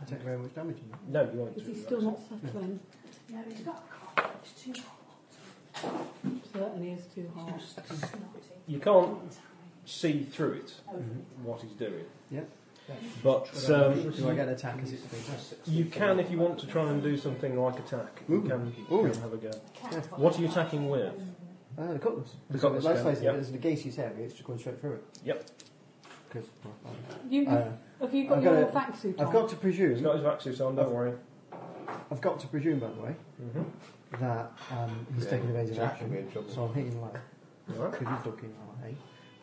Speaker 8: I take very much damage in that.
Speaker 4: No, you won't.
Speaker 6: Is
Speaker 4: do
Speaker 6: he
Speaker 4: that.
Speaker 6: still not settling?
Speaker 2: No, he's got a cough. It's too
Speaker 6: Certainly is too hard.
Speaker 2: snotty.
Speaker 4: You can't see through it what he's doing.
Speaker 8: Yeah.
Speaker 4: But um,
Speaker 8: do I get an attack as it's been?
Speaker 4: you can, if you want to try and do something like attack, you can, you
Speaker 8: Ooh.
Speaker 4: can have a go. What are you attacking with?
Speaker 8: Uh, the cutlass.
Speaker 4: The
Speaker 8: So
Speaker 4: cutlass
Speaker 8: Let's
Speaker 4: gun,
Speaker 8: face it,
Speaker 4: yep.
Speaker 8: if it's a gaseous area, it's just going straight through it.
Speaker 4: Yep.
Speaker 8: Because
Speaker 6: You,
Speaker 8: uh,
Speaker 6: have you got
Speaker 8: I've got
Speaker 6: your
Speaker 8: a-
Speaker 6: fact suit on?
Speaker 8: I've got to
Speaker 4: He's
Speaker 8: presume.
Speaker 4: got his vaccine on, don't worry.
Speaker 8: I've got to presume, by the way,
Speaker 4: Mm-hmm.
Speaker 8: that um, he's
Speaker 7: Yeah,
Speaker 8: taking evasive
Speaker 7: Jack will be in
Speaker 8: action.
Speaker 7: trouble.
Speaker 8: So I'm hitting light.
Speaker 4: Right.
Speaker 8: Because he's ducking light.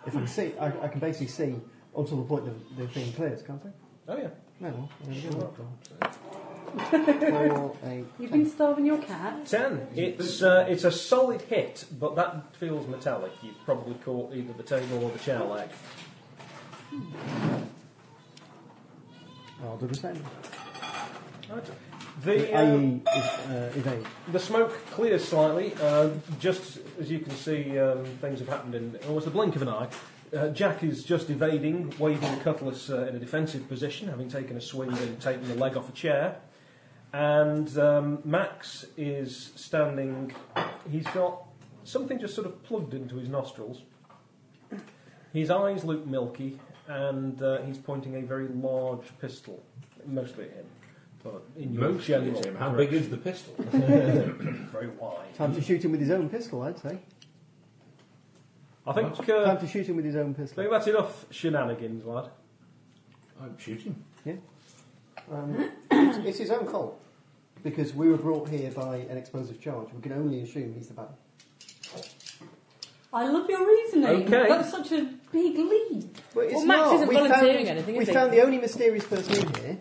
Speaker 8: If I can see, I, I can basically see until the point the, the thing clears, can't I?
Speaker 4: Oh, yeah.
Speaker 8: No, no. I'm gonna
Speaker 4: Sure.
Speaker 8: do it. Four, eight,
Speaker 6: You've
Speaker 8: ten.
Speaker 6: been starving your cat.
Speaker 4: Ten. It's uh, it's a solid hit, but that feels metallic. You've probably caught either the table or the chair leg.
Speaker 8: I'll do the same.
Speaker 4: The uh,
Speaker 8: I.e., if, uh, evade.
Speaker 4: the smoke clears slightly. Uh, just as you can see, um, things have happened in almost the blink of an eye. Uh, Jack is just evading, waving the cutlass uh, in a defensive position, having taken a swing and taken the leg off a chair. And um, Max is standing. He's got something just sort of plugged into his nostrils. His eyes look milky, and uh, he's pointing a very large pistol, mostly at him. But in your
Speaker 5: Most
Speaker 4: general
Speaker 5: of him. How big
Speaker 4: direction
Speaker 5: is the pistol?
Speaker 4: very wide.
Speaker 8: Time to shoot him with his own pistol, I'd say.
Speaker 4: I think
Speaker 8: Time
Speaker 4: uh,
Speaker 8: to shoot him with his own
Speaker 4: I
Speaker 8: pistol.
Speaker 4: think that's enough shenanigans, lad.
Speaker 5: I'm shooting.
Speaker 8: Um, it's, it's his own fault because we were brought here by an explosive charge. We can only assume he's the bad.
Speaker 6: I love your reasoning.
Speaker 4: Okay.
Speaker 6: That's such a big leap.
Speaker 8: But it's
Speaker 9: Well, Max
Speaker 8: not.
Speaker 9: isn't
Speaker 8: we
Speaker 9: volunteering
Speaker 8: found,
Speaker 9: anything,
Speaker 8: We
Speaker 9: is he?
Speaker 8: found the only mysterious person in here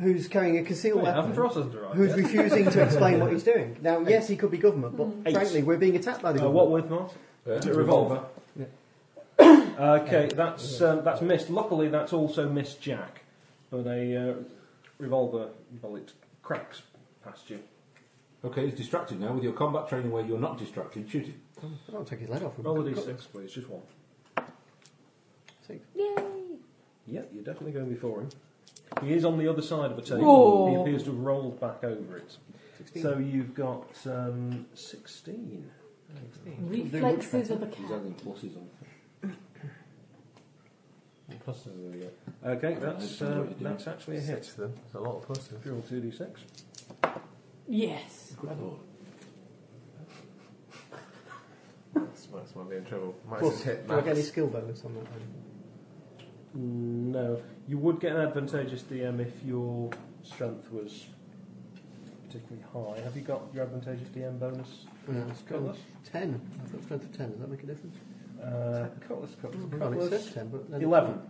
Speaker 8: who's carrying a concealed
Speaker 4: Wait, Hmm. haven't
Speaker 8: weapon.
Speaker 4: Ross's arrived
Speaker 8: Who's
Speaker 4: yet?
Speaker 8: refusing to explain what he's doing? Now, yes, he could be government, but
Speaker 4: Eight.
Speaker 8: frankly, we're being attacked by the
Speaker 4: Uh, what
Speaker 8: government.
Speaker 4: with, Mark?
Speaker 5: Uh,
Speaker 4: revolver. Okay, that's um, that's missed. Luckily, that's also missed Jack, but a uh, revolver bullet cracks past you.
Speaker 5: Okay, he's distracted now. With your combat training where you're not distracted, shoot him.
Speaker 8: I'll take his lead off.
Speaker 4: Roll a d6, please, just one.
Speaker 8: Six.
Speaker 9: Yay!
Speaker 4: Yeah, you're definitely going before him. He is on the other side of the table.
Speaker 6: Oh.
Speaker 4: He appears to have rolled back over it.
Speaker 8: 16.
Speaker 4: So you've got um, 16.
Speaker 6: Reflexes of a
Speaker 5: He's
Speaker 6: cat.
Speaker 5: adding pluses on.
Speaker 7: Pluses we get.
Speaker 4: Okay,
Speaker 5: I don't
Speaker 4: that's,
Speaker 5: understand
Speaker 4: uh,
Speaker 5: what you're doing.
Speaker 4: that's actually a hit.
Speaker 7: Six of them. That's a lot of pluses.
Speaker 4: Roll 2d6.
Speaker 6: Yes.
Speaker 5: Good lord.
Speaker 7: That's, that's might be in trouble. Max has hit
Speaker 8: do I
Speaker 7: Max.
Speaker 8: get any skill bonus on that?
Speaker 4: Uh,
Speaker 8: Then?
Speaker 4: No. You would get an advantageous DM if your strength was particularly high. Have you got your advantageous DM bonus?
Speaker 8: No, it's
Speaker 4: Got
Speaker 8: gone. Ten. I've got strength of ten. Does that make a difference?
Speaker 4: Uh, cutlass, cutlass,
Speaker 8: Well, it
Speaker 4: cutlass.
Speaker 8: says ten, but then-
Speaker 4: Eleven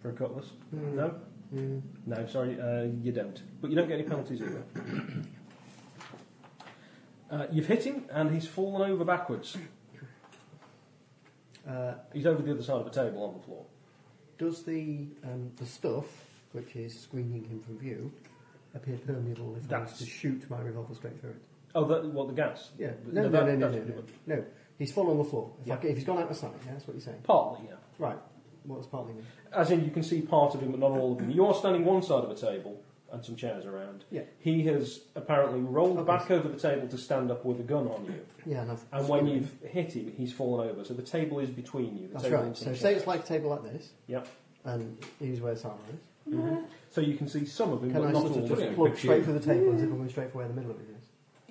Speaker 4: for a cutlass.
Speaker 8: Mm.
Speaker 4: No,
Speaker 8: Mm.
Speaker 4: no, sorry, uh, you don't. But you don't get any penalties either. Uh, you've hit him, and he's fallen over backwards.
Speaker 8: Uh,
Speaker 4: He's over the other side of the table on the floor.
Speaker 8: does the um, the stuff, which is screening him from view, appear permeable if I was
Speaker 4: That's-
Speaker 8: to shoot my revolver straight through it?
Speaker 4: Oh, that, what the gas?
Speaker 8: Yeah. No,
Speaker 4: No, that-
Speaker 8: no, no, no, no,
Speaker 4: that's
Speaker 8: no,
Speaker 4: pretty
Speaker 8: no. No. He's fallen on the floor. If, I
Speaker 4: Yeah.
Speaker 8: get- if he's gone out my side, yeah, that's what you're saying.
Speaker 4: Partly, yeah.
Speaker 8: Right. What does partly mean?
Speaker 4: As in, you can see part of him, but not all of him. You're standing one side of a table and some chairs around.
Speaker 8: Yeah.
Speaker 4: He has apparently rolled
Speaker 8: Okay.
Speaker 4: back over the table to stand up with a gun on you.
Speaker 8: Yeah, and I've.
Speaker 4: And when you've hit him, he's fallen over. So the table is between you. The
Speaker 8: That's
Speaker 4: table
Speaker 8: right.
Speaker 4: and some
Speaker 8: So say
Speaker 4: chairs.
Speaker 8: it's like a table like this,
Speaker 4: Yep.
Speaker 8: and here's where Sarah is.
Speaker 4: Mhm. So you can see some of him,
Speaker 8: Can
Speaker 4: but
Speaker 8: I
Speaker 4: not
Speaker 8: sort
Speaker 4: all
Speaker 8: of
Speaker 4: of
Speaker 8: just
Speaker 4: him.
Speaker 5: it.
Speaker 8: plug
Speaker 5: Big
Speaker 8: straight
Speaker 5: shield.
Speaker 8: for the table as if I'm going straight for where the middle of it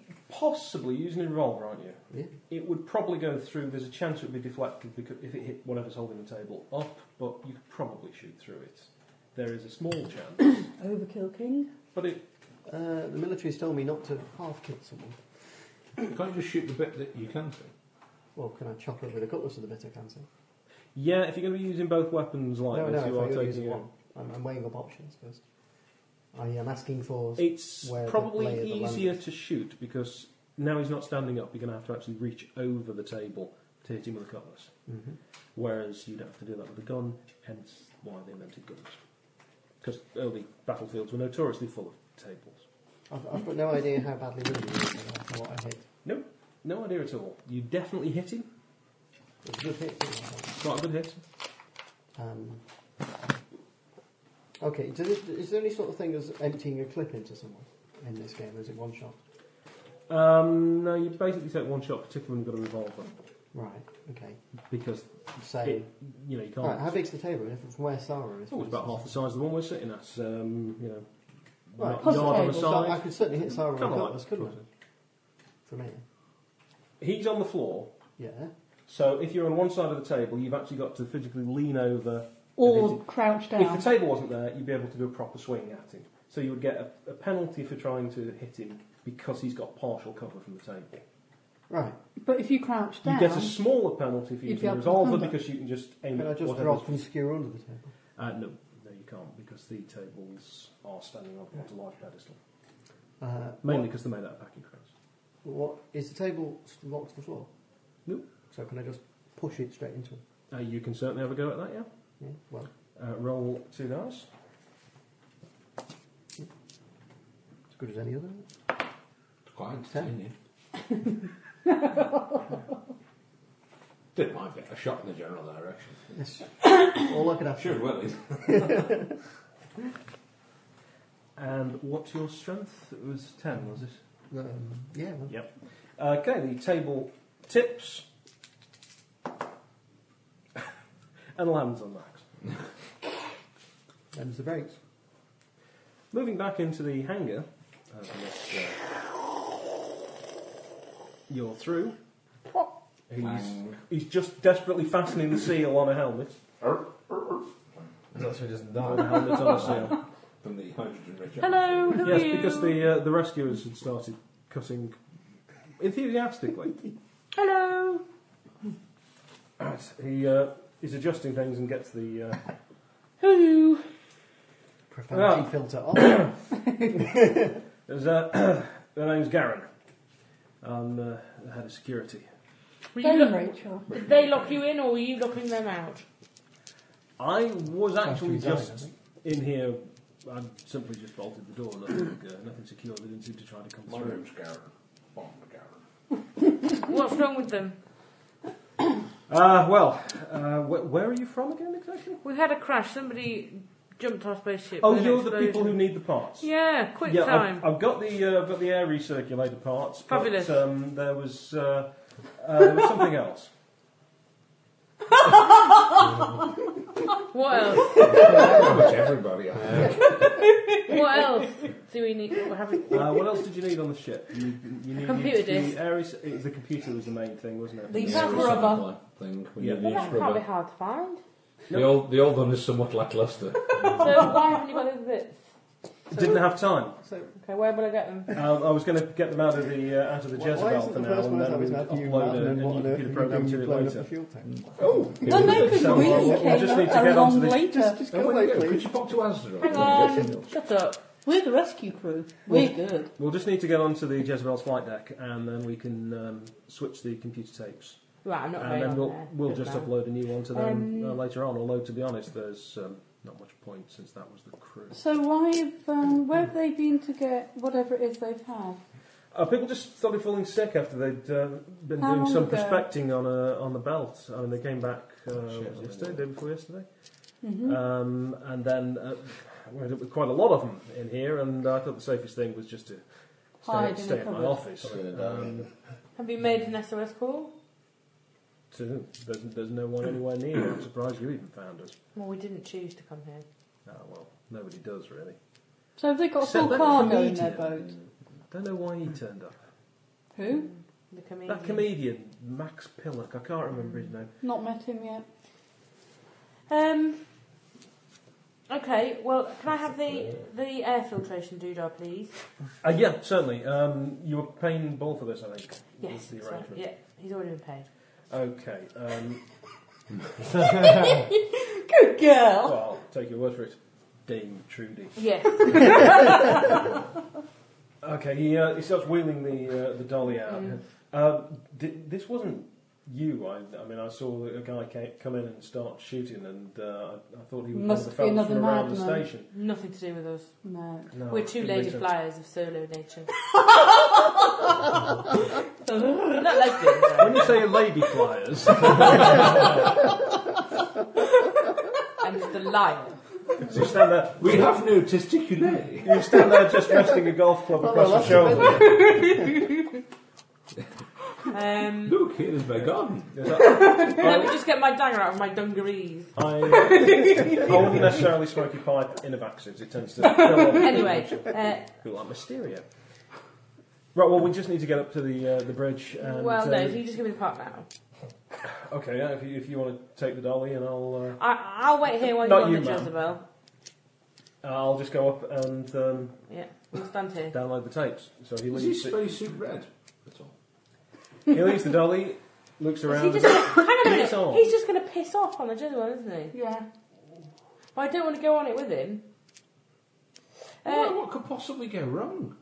Speaker 8: is?
Speaker 4: Possibly using a revolver, aren't you?
Speaker 8: Yeah.
Speaker 4: It would probably go through. There's a chance it would be deflected because if it hit whatever's holding the table up, but you could probably shoot through it. There is a small chance,
Speaker 6: Overkill King.
Speaker 4: but it.
Speaker 8: Uh, the military's told me not to half kill someone.
Speaker 5: You can't just shoot the bit that you can see.
Speaker 8: Well, can I chop it with a cutlass of the better cancer?
Speaker 4: Yeah, if you're going to be using both weapons like
Speaker 8: No, no,
Speaker 4: this,
Speaker 8: if
Speaker 4: you
Speaker 8: I
Speaker 4: are
Speaker 8: only use
Speaker 4: taking a-
Speaker 8: one. I'm, I'm weighing up options first. I am asking for.
Speaker 4: It's
Speaker 8: where the lay
Speaker 4: probably
Speaker 8: of the land
Speaker 4: easier
Speaker 8: is.
Speaker 4: to shoot because now he's not standing up. You're going to have to actually reach over the table to hit him with a cutlass.
Speaker 8: Mhm.
Speaker 4: Whereas you don't have to do that with a gun, hence why they invented guns. Because early battlefields were notoriously full of tables.
Speaker 8: I've, I've got no idea how badly wounded he is and after what I hit.
Speaker 4: No, no idea at all. You definitely hit him.
Speaker 8: It was a good hit. wasn't it?
Speaker 4: Quite a good hit.
Speaker 8: Um, Okay, does it, is there any sort of thing as emptying a clip into someone in this game, or is it one shot?
Speaker 4: Um, no, you basically take one shot, particularly when you've got a revolver,
Speaker 8: Right, okay.
Speaker 4: because
Speaker 8: Same.
Speaker 4: it, you know you can't.
Speaker 8: Right, how big's the table? Different from where Sarah is?
Speaker 4: it's always
Speaker 8: for
Speaker 4: about half the
Speaker 8: instance?
Speaker 4: size of the one we're sitting at. Um, you know,
Speaker 8: Right,
Speaker 4: yard
Speaker 6: puzzle
Speaker 4: on the
Speaker 6: table,
Speaker 8: So I
Speaker 4: side.
Speaker 8: could certainly hit Sarah with a
Speaker 4: Come on,
Speaker 8: cutlass, couldn't I? From here.
Speaker 4: He's on the floor, Mm.
Speaker 8: Yeah.
Speaker 4: so if you're on one side of the table, you've actually got to physically lean over.
Speaker 6: Or crouch down.
Speaker 4: If the table wasn't there, you'd be able to do a proper swing at him. So you would get a, a penalty for trying to hit him because he's got partial cover from the table.
Speaker 8: Right.
Speaker 6: but if you crouch
Speaker 4: You
Speaker 6: down,
Speaker 4: get a smaller penalty for using
Speaker 6: You'd be
Speaker 4: a
Speaker 6: able to
Speaker 4: revolver
Speaker 6: combat.
Speaker 4: because you can just aim
Speaker 8: Can I
Speaker 4: at
Speaker 8: just
Speaker 4: whatever's
Speaker 8: drop and skewer under the table?
Speaker 4: Uh, no, no, you can't because the tables are standing on quite a large pedestal.
Speaker 8: Uh,
Speaker 4: Mainly because they're made out of packing crates.
Speaker 8: What, what is the table locked to the floor?
Speaker 4: Nope.
Speaker 8: So can I just push it straight into it?
Speaker 4: Uh, you can certainly have a go at that, yeah.
Speaker 8: Yeah. Well,
Speaker 4: Uh, roll two dice.
Speaker 8: as good as any other.
Speaker 5: It's quite entertaining. Didn't mind getting a shot in the general direction.
Speaker 8: Yes. All I could have.
Speaker 5: Sure, well, it's
Speaker 4: And what's your strength? It was 10, was it?
Speaker 8: Um, yeah. Well,
Speaker 4: Yep. Okay, the table tips and lands on Max.
Speaker 8: them's the breaks.
Speaker 4: Moving back into the hangar, uh, unless, uh, you're through. He's,
Speaker 5: Bang.
Speaker 4: he's just desperately fastening the seal on a helmet.
Speaker 7: That's what he doesn't
Speaker 4: On a
Speaker 7: die.
Speaker 4: helmet on a seal.
Speaker 5: from the hydrogen rich.
Speaker 9: Hello, who are
Speaker 4: yes,
Speaker 9: you?
Speaker 4: because the uh, the rescuers had started cussing enthusiastically.
Speaker 9: Hello.
Speaker 4: Right, he uh, is adjusting things and gets the. Uh,
Speaker 9: Hello.
Speaker 8: Profanity
Speaker 4: Ah.
Speaker 8: filter on.
Speaker 4: there's uh, their name's Garen. I'm uh, the head of security.
Speaker 9: Were you
Speaker 6: then
Speaker 9: lo-
Speaker 6: Rachel.
Speaker 9: did they lock you in or were you locking them out?
Speaker 4: I was actually
Speaker 8: Sounds
Speaker 4: just
Speaker 8: pretty
Speaker 4: in here. I simply just bolted the door. Nothing, uh, nothing secure. They didn't seem to try to come
Speaker 5: My
Speaker 4: through.
Speaker 5: name's Garen. Bomb Garen.
Speaker 9: What's wrong with them?
Speaker 4: Uh, well, uh, wh- where are you from again exactly?
Speaker 9: We had a crash. Somebody jumped our spaceship.
Speaker 4: Oh,
Speaker 9: with an
Speaker 4: you're the people who
Speaker 9: explosion.
Speaker 4: need the parts.
Speaker 9: Yeah, quick
Speaker 4: yeah, oh.
Speaker 9: time.
Speaker 4: I've, I've got the uh, got the air recirculator parts. but,
Speaker 9: Fabulous.
Speaker 4: um, there was uh, uh, there was something else.
Speaker 9: What else?
Speaker 5: Pretty much everybody. I think.
Speaker 9: What else do we need? What we're having?
Speaker 4: Uh, what else did you need on the ship? You, you needed
Speaker 9: Computer
Speaker 4: the
Speaker 9: disk.
Speaker 4: air rec- it was the computer was the main thing, wasn't it?
Speaker 6: The
Speaker 4: Yeah.
Speaker 5: Yeah,
Speaker 6: That's rubber.
Speaker 5: recycler Thing. We
Speaker 4: Yeah.
Speaker 5: need to use
Speaker 9: Well, that can't be
Speaker 5: rubber.
Speaker 9: hard to find.
Speaker 4: No.
Speaker 5: The old, the old one is somewhat lacklustre.
Speaker 9: So why haven't you got those bits?
Speaker 4: Didn't have time.
Speaker 8: so
Speaker 9: Okay, where will I get them?
Speaker 4: Um, I was going to get them out of the uh, out of the
Speaker 8: why, why
Speaker 4: Jezebel
Speaker 8: isn't
Speaker 4: for now,
Speaker 8: the first
Speaker 4: and
Speaker 8: one
Speaker 4: then
Speaker 8: that
Speaker 4: we
Speaker 8: was
Speaker 4: would
Speaker 8: now you, Matt,
Speaker 4: upload
Speaker 8: and
Speaker 4: it,
Speaker 8: then
Speaker 4: and
Speaker 8: what
Speaker 4: you
Speaker 8: on
Speaker 4: could
Speaker 8: earth
Speaker 4: get a
Speaker 8: are you
Speaker 4: program to
Speaker 8: doing? You're
Speaker 4: it
Speaker 8: blowing up the
Speaker 4: later. Mm.
Speaker 8: fuel tank.
Speaker 5: oh,
Speaker 6: No, no, because
Speaker 4: So,
Speaker 6: we
Speaker 4: well,
Speaker 6: came
Speaker 4: what- we just need to
Speaker 6: a
Speaker 4: get onto
Speaker 6: long
Speaker 4: this-
Speaker 6: later.
Speaker 8: Just, just
Speaker 5: oh,
Speaker 8: go
Speaker 5: where
Speaker 8: away,
Speaker 5: you go? Could
Speaker 8: please.
Speaker 5: you pop to Asda?
Speaker 9: Hang on. Shut up.
Speaker 6: We're the rescue crew. We're good.
Speaker 4: We'll just need to get onto the Jezebel's flight deck, and then we can um, switch the computer tapes,
Speaker 9: Right, I'm not
Speaker 4: and
Speaker 9: going
Speaker 4: then
Speaker 9: on
Speaker 4: we'll
Speaker 9: there.
Speaker 4: we'll
Speaker 9: Good
Speaker 4: just
Speaker 9: man.
Speaker 4: upload a new one to them
Speaker 6: Um,
Speaker 4: uh, later on. Although, to be honest, there's um, not much point since that was the crew.
Speaker 6: So why have um, where have they been to get whatever it is they've had?
Speaker 4: Uh, people just started falling sick after they'd uh, been
Speaker 6: How
Speaker 4: doing
Speaker 6: long
Speaker 4: some
Speaker 6: ago?
Speaker 4: prospecting on a, on the belt. I mean, they came back uh,
Speaker 5: Oh, shit,
Speaker 4: was it
Speaker 5: I
Speaker 4: yesterday,
Speaker 5: don't
Speaker 4: day before yesterday,
Speaker 6: Mm-hmm.
Speaker 4: um, and then uh, we ended up with quite a lot of them in here. And I thought the safest thing was just to stay,
Speaker 6: Hide in
Speaker 4: stay
Speaker 6: a
Speaker 4: at my
Speaker 6: cupboard.
Speaker 4: office.
Speaker 5: Stay in a
Speaker 4: Um,
Speaker 9: Have you made an SOS call?
Speaker 4: to, there's, there's no one anywhere near. I'm surprised you even found us.
Speaker 9: Well, we didn't choose to come here.
Speaker 4: Oh, well, nobody does really.
Speaker 6: So have they got
Speaker 4: Except
Speaker 6: full
Speaker 4: that
Speaker 6: cargo in their
Speaker 4: comedian.
Speaker 6: boat?
Speaker 4: Don't know why he turned up.
Speaker 6: Who?
Speaker 9: The comedian.
Speaker 4: That comedian Max Pillock. I can't remember his name.
Speaker 6: Not met him yet.
Speaker 9: Um. Okay. Well, can I have the the air filtration doodah, please?
Speaker 4: Uh, yeah, certainly. Um, you were paying ball for this, I think.
Speaker 9: Yes.
Speaker 4: was the
Speaker 9: that's right.
Speaker 4: arrangement.
Speaker 9: Yeah, he's already been paid.
Speaker 4: Okay. Um,
Speaker 6: Good
Speaker 9: Oh.
Speaker 6: girl.
Speaker 4: well, I'll take your word for it. Dame Trudy.
Speaker 9: Yes.
Speaker 4: Okay, he, uh, he starts wheeling the uh, the dolly out.
Speaker 9: Mm.
Speaker 4: Um, di- this wasn't you. I, I mean, I saw a guy ca- come in and start shooting, and uh, I I thought he was
Speaker 6: Must be
Speaker 4: one of the fellas
Speaker 6: another
Speaker 4: from around the
Speaker 6: madman.
Speaker 4: station.
Speaker 9: Nothing to do with us.
Speaker 6: No.
Speaker 4: No,
Speaker 9: We're two
Speaker 4: didn't
Speaker 9: lady
Speaker 4: make sense.
Speaker 9: flyers of solo nature. Not lesbians.
Speaker 4: When
Speaker 9: though.
Speaker 4: you say lady flyers,
Speaker 9: I'm just a liar.
Speaker 4: So you stand there,
Speaker 5: We have no testiculae.
Speaker 4: you stand there just resting a golf club
Speaker 8: Well,
Speaker 4: across your
Speaker 8: that's a bit-
Speaker 4: shoulder.
Speaker 9: Um,
Speaker 5: Look, here is my garden.
Speaker 4: Is that-
Speaker 9: let me just get my dagger out of my dungarees.
Speaker 4: I, I wouldn't necessarily smoke your pipe in a vaccine. It tends to. kill off
Speaker 9: Anyway,
Speaker 4: people
Speaker 9: uh,
Speaker 4: who are Mysterio. Right. Well, we just need to get up to the uh, the bridge. And,
Speaker 9: well,
Speaker 4: uh,
Speaker 9: no, if you just give me the part now.
Speaker 4: okay. Yeah, if you if you want to take the dolly, and I'll
Speaker 9: I, I'll wait here while
Speaker 4: Not
Speaker 9: you're
Speaker 4: you,
Speaker 9: on the
Speaker 4: ma'am.
Speaker 9: Jezebel.
Speaker 4: uh, I'll just go up and um,
Speaker 9: Yeah, we'll stand here.
Speaker 4: download the tapes. So he
Speaker 5: Is
Speaker 4: leaves.
Speaker 5: his
Speaker 4: The,
Speaker 5: spacesuit red? That's all.
Speaker 4: he leaves the dolly, looks
Speaker 9: Is he
Speaker 4: around.
Speaker 9: just gonna, hang on a
Speaker 4: Piss
Speaker 9: minute.
Speaker 4: off.
Speaker 9: He's just going to piss off on the Jezebel, isn't he?
Speaker 6: Yeah.
Speaker 9: But I don't want to go on it with him.
Speaker 5: Well,
Speaker 9: Uh,
Speaker 5: what could possibly go wrong?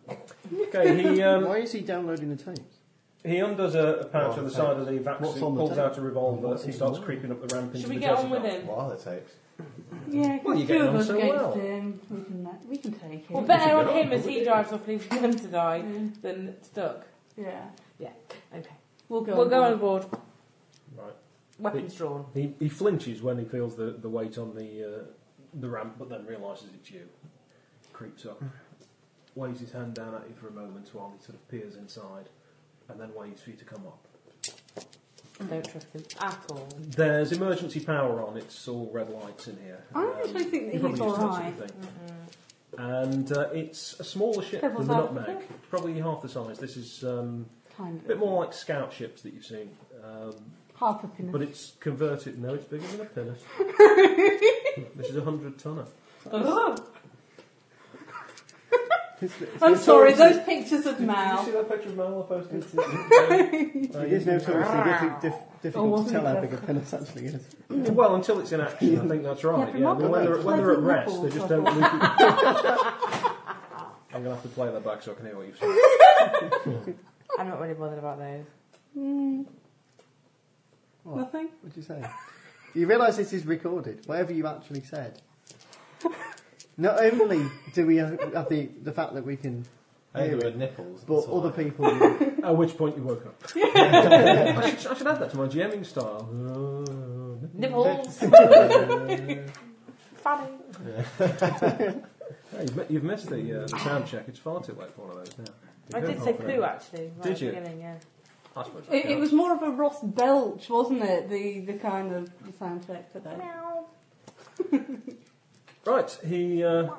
Speaker 4: okay. He um,
Speaker 8: Why is he downloading the tapes?
Speaker 4: he undoes a, a pouch
Speaker 7: What's
Speaker 4: on the
Speaker 7: on
Speaker 4: side of the vac
Speaker 8: Oh, What's
Speaker 4: suit,
Speaker 8: on the
Speaker 4: pulls
Speaker 8: tape?
Speaker 4: out a revolver,
Speaker 8: What's
Speaker 4: and
Speaker 8: he
Speaker 4: starts
Speaker 8: doing?
Speaker 4: creeping up the ramp into
Speaker 9: Uh, should we
Speaker 4: the
Speaker 9: get on
Speaker 4: Jezebel.
Speaker 9: with him?
Speaker 7: What are the tapes?
Speaker 6: Yeah, 'cause
Speaker 4: Well, you're
Speaker 6: two
Speaker 4: getting
Speaker 6: of
Speaker 4: on
Speaker 6: us
Speaker 4: so
Speaker 6: against
Speaker 4: well.
Speaker 6: him. We can, uh, we can take him.
Speaker 9: Well, better
Speaker 5: get
Speaker 9: on
Speaker 5: on
Speaker 9: him
Speaker 5: with
Speaker 9: as he drives off, leaving them to die,
Speaker 6: Mm,
Speaker 9: than stuck.
Speaker 6: yeah.
Speaker 9: Okay,
Speaker 6: We'll go.
Speaker 9: we'll
Speaker 6: on
Speaker 9: go
Speaker 6: board.
Speaker 9: on board.
Speaker 4: Right.
Speaker 9: Weapons drawn.
Speaker 4: He, he flinches when he feels the, the weight on the uh, the ramp, but then realises it's you. Creeps up, waves his hand down at you for a moment while he sort of peers inside, and then waits for you to come up.
Speaker 9: Don't trust him at all.
Speaker 4: There's emergency power on. It's all red lights in here. Um,
Speaker 6: I actually think that
Speaker 4: you
Speaker 6: he's
Speaker 4: probably used to that
Speaker 6: alright.
Speaker 4: sort of thing. And uh, it's a smaller ship
Speaker 6: Devil's
Speaker 4: than the
Speaker 6: Advocate?
Speaker 4: Nutmeg, probably half the size. This is um,
Speaker 6: Kind
Speaker 4: a
Speaker 6: of.
Speaker 4: bit more like scout ships that you've seen, um,
Speaker 6: Half a pinnace.
Speaker 4: but it's converted. No, it's bigger than a pinnace. this is a hundred tonner.
Speaker 6: I'm sorry, those pictures of
Speaker 4: Did you
Speaker 6: Mal.
Speaker 4: see that picture of Mal I posted?
Speaker 8: It is notoriously diffi- diff-
Speaker 6: Oh,
Speaker 8: difficult to
Speaker 6: wasn't
Speaker 8: tell
Speaker 6: it
Speaker 8: how
Speaker 6: the-
Speaker 8: big a penis actually is.
Speaker 4: Well, until it's in action, I think that's
Speaker 6: Yeah,
Speaker 4: right.
Speaker 6: but
Speaker 4: Yeah,
Speaker 6: not
Speaker 4: but when, they're,
Speaker 6: like
Speaker 4: when they're at
Speaker 6: pleasant
Speaker 4: rest, they
Speaker 6: nipples,
Speaker 4: just
Speaker 6: I
Speaker 4: don't.
Speaker 6: thought.
Speaker 4: Look at... I'm gonna have to play that back so I can hear what you've said.
Speaker 9: I'm not really bothered about those.
Speaker 4: Oh.
Speaker 8: What?
Speaker 6: Mm. Nothing?
Speaker 8: What'd you say? Do you realise this is recorded? Whatever you actually said. Not only do we have, have the, the fact that we can,
Speaker 7: I think
Speaker 8: Yeah.
Speaker 7: they were nipples.
Speaker 8: but
Speaker 7: that's all
Speaker 8: other
Speaker 7: I-
Speaker 8: people.
Speaker 4: At which point you woke up. I, should, I should add that to my GMing style. Uh,
Speaker 9: Nipples. Fanny.
Speaker 4: hey, you've, mi- you've missed the, uh, the sound check. It's far too late for one of those now.
Speaker 9: I did say poo actually. Right
Speaker 4: Did
Speaker 9: at the
Speaker 4: you?
Speaker 9: beginning, yeah.
Speaker 4: I suppose that
Speaker 6: It, it was
Speaker 4: counts.
Speaker 6: more of a Ross belch, wasn't it? The the kind of the sound effect today.
Speaker 4: right. He uh,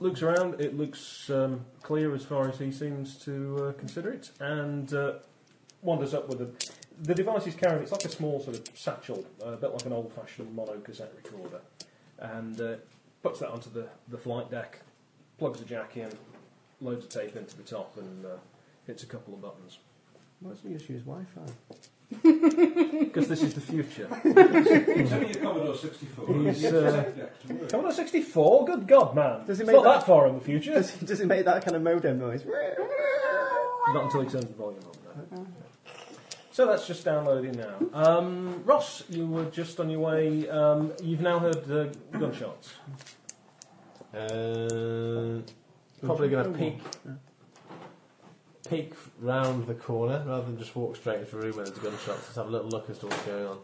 Speaker 4: looks around. It looks um, clear as far as he seems to uh, consider it, and uh, wanders up with the the device he's carrying. It's like a small sort of satchel, uh, a bit like an old-fashioned mono cassette recorder, and uh, puts that onto the, the flight deck, plugs the jack in, loads of tape into the top, and uh, hits a couple of buttons.
Speaker 8: Why doesn't he just use Wi-Fi?
Speaker 4: Because this is the future.
Speaker 5: It's only a Commodore 64.
Speaker 4: He's,
Speaker 5: It's
Speaker 4: uh,
Speaker 5: exact next to it.
Speaker 4: Commodore 64? Good God, man.
Speaker 8: Does it
Speaker 4: it's
Speaker 8: make
Speaker 4: not that,
Speaker 8: that-
Speaker 4: far in the future.
Speaker 8: Does, does it make that kind of modem noise?
Speaker 7: Uh,
Speaker 4: Not until he turns the volume on. No. So that's just downloading now. Um, Ross, you were just on your way. Um, you've now heard uh, gunshots.
Speaker 7: Um, probably going to peek, peek round the corner rather than just walk straight into a room where there's gunshots. Let's have a little look as to what's going on.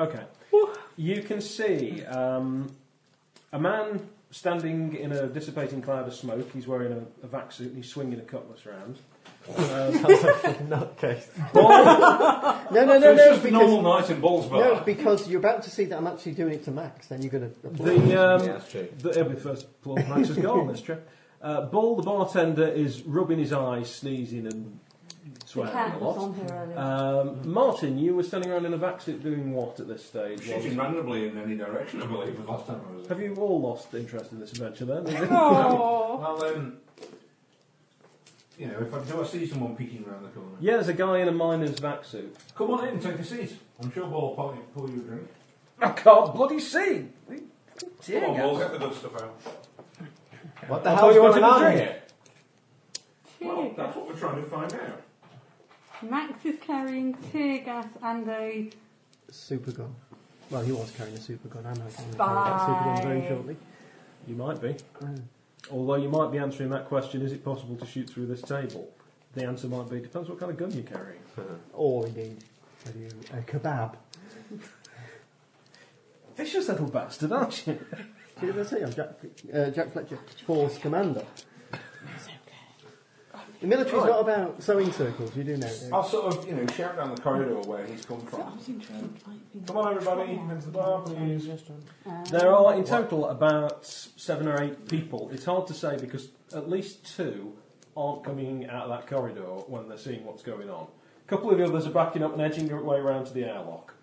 Speaker 4: Okay. You can see um, a man standing in a dissipating cloud of smoke. He's wearing a, a vac suit and he's swinging a cutlass round.
Speaker 7: Sounds like a nutcase.
Speaker 4: Bald-
Speaker 8: No,
Speaker 5: So
Speaker 8: no, no,
Speaker 5: it's
Speaker 8: no.
Speaker 5: just a normal
Speaker 8: Because,
Speaker 5: night in
Speaker 8: no,
Speaker 5: Ballsbar.
Speaker 8: because you're about to see that I'm actually doing it to Max. Then you're going to.
Speaker 4: the, um,
Speaker 7: yeah, that's true.
Speaker 4: The, it'll be the first applause match has gone, that's true. Uh, Bull, the bartender, is rubbing his eyes, sneezing and
Speaker 6: The
Speaker 4: swearing a
Speaker 6: cat was
Speaker 4: lot.
Speaker 6: on here earlier.
Speaker 4: Um, Martin, you were standing around in a vac suit doing what at this stage?
Speaker 5: Shooting randomly in any direction, I believe, was last time I was
Speaker 4: Have you all lost interest in this adventure then?
Speaker 9: Oh.
Speaker 5: Well, um, you know, if I do, I see someone peeking around the corner.
Speaker 4: yeah, there's a guy in a miner's vac suit.
Speaker 5: Come on in, take a seat. I'm sure Ball will probably pour you a drink.
Speaker 4: I can't bloody see!
Speaker 5: Come on, Ball, get the good stuff out.
Speaker 7: What the
Speaker 4: I
Speaker 7: hell's
Speaker 4: thought you wanted
Speaker 7: going
Speaker 4: a
Speaker 7: on
Speaker 4: drink.
Speaker 7: here?
Speaker 5: Well, that's what we're trying to find out.
Speaker 6: Max is carrying tear gas and a
Speaker 8: Super gun. Well, he was carrying a super gun. I'm going to carry that
Speaker 6: Bye.
Speaker 8: super gun very shortly.
Speaker 4: You might be. Although you might be answering that question, is it possible to shoot through this table? The answer might be, depends what kind of gun you're carrying.
Speaker 8: Or indeed, whether you a kebab.
Speaker 4: Vicious little bastard, aren't you?
Speaker 8: See what they say? I'm Jack, uh, Jack Fletcher, Force Commander. The military's not about sewing circles, you do know. don't you?
Speaker 5: I'll sort of, you know, shout down the corridor where he's come from. Come on, everybody, into the bar, please.
Speaker 4: There are in total about seven or eight people. It's hard to say because at least two aren't coming out of that corridor when they're seeing what's going on. A couple of the others are backing up and edging their way around to the airlock.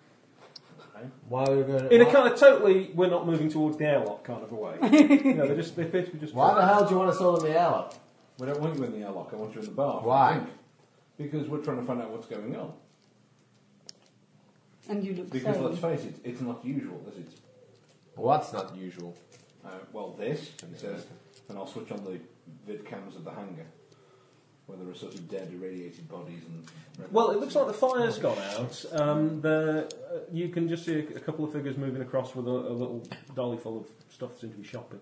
Speaker 7: Why are we going?
Speaker 4: In a
Speaker 7: why-
Speaker 4: kind of totally, we're not moving towards the airlock kind of a way. you know, they just they appear to be just.
Speaker 7: Why the hell do you want us all in the airlock?
Speaker 5: We don't want you in the airlock, I want you in the bar. I
Speaker 7: Why?
Speaker 5: think. Because we're trying to find out what's going on.
Speaker 6: And you look
Speaker 5: Because
Speaker 6: sane.
Speaker 5: let's face it, it's not usual, is it?
Speaker 7: Well, that's not usual.
Speaker 5: Uh, well, this, it says, and I'll switch on the vid cams of the hangar, where there are sort of dead, irradiated bodies and.
Speaker 4: Well, it looks like the fire's gone out. Um, the, uh, you can just see a, a couple of figures moving across with a, a little dolly full of stuff that seems to be shopping.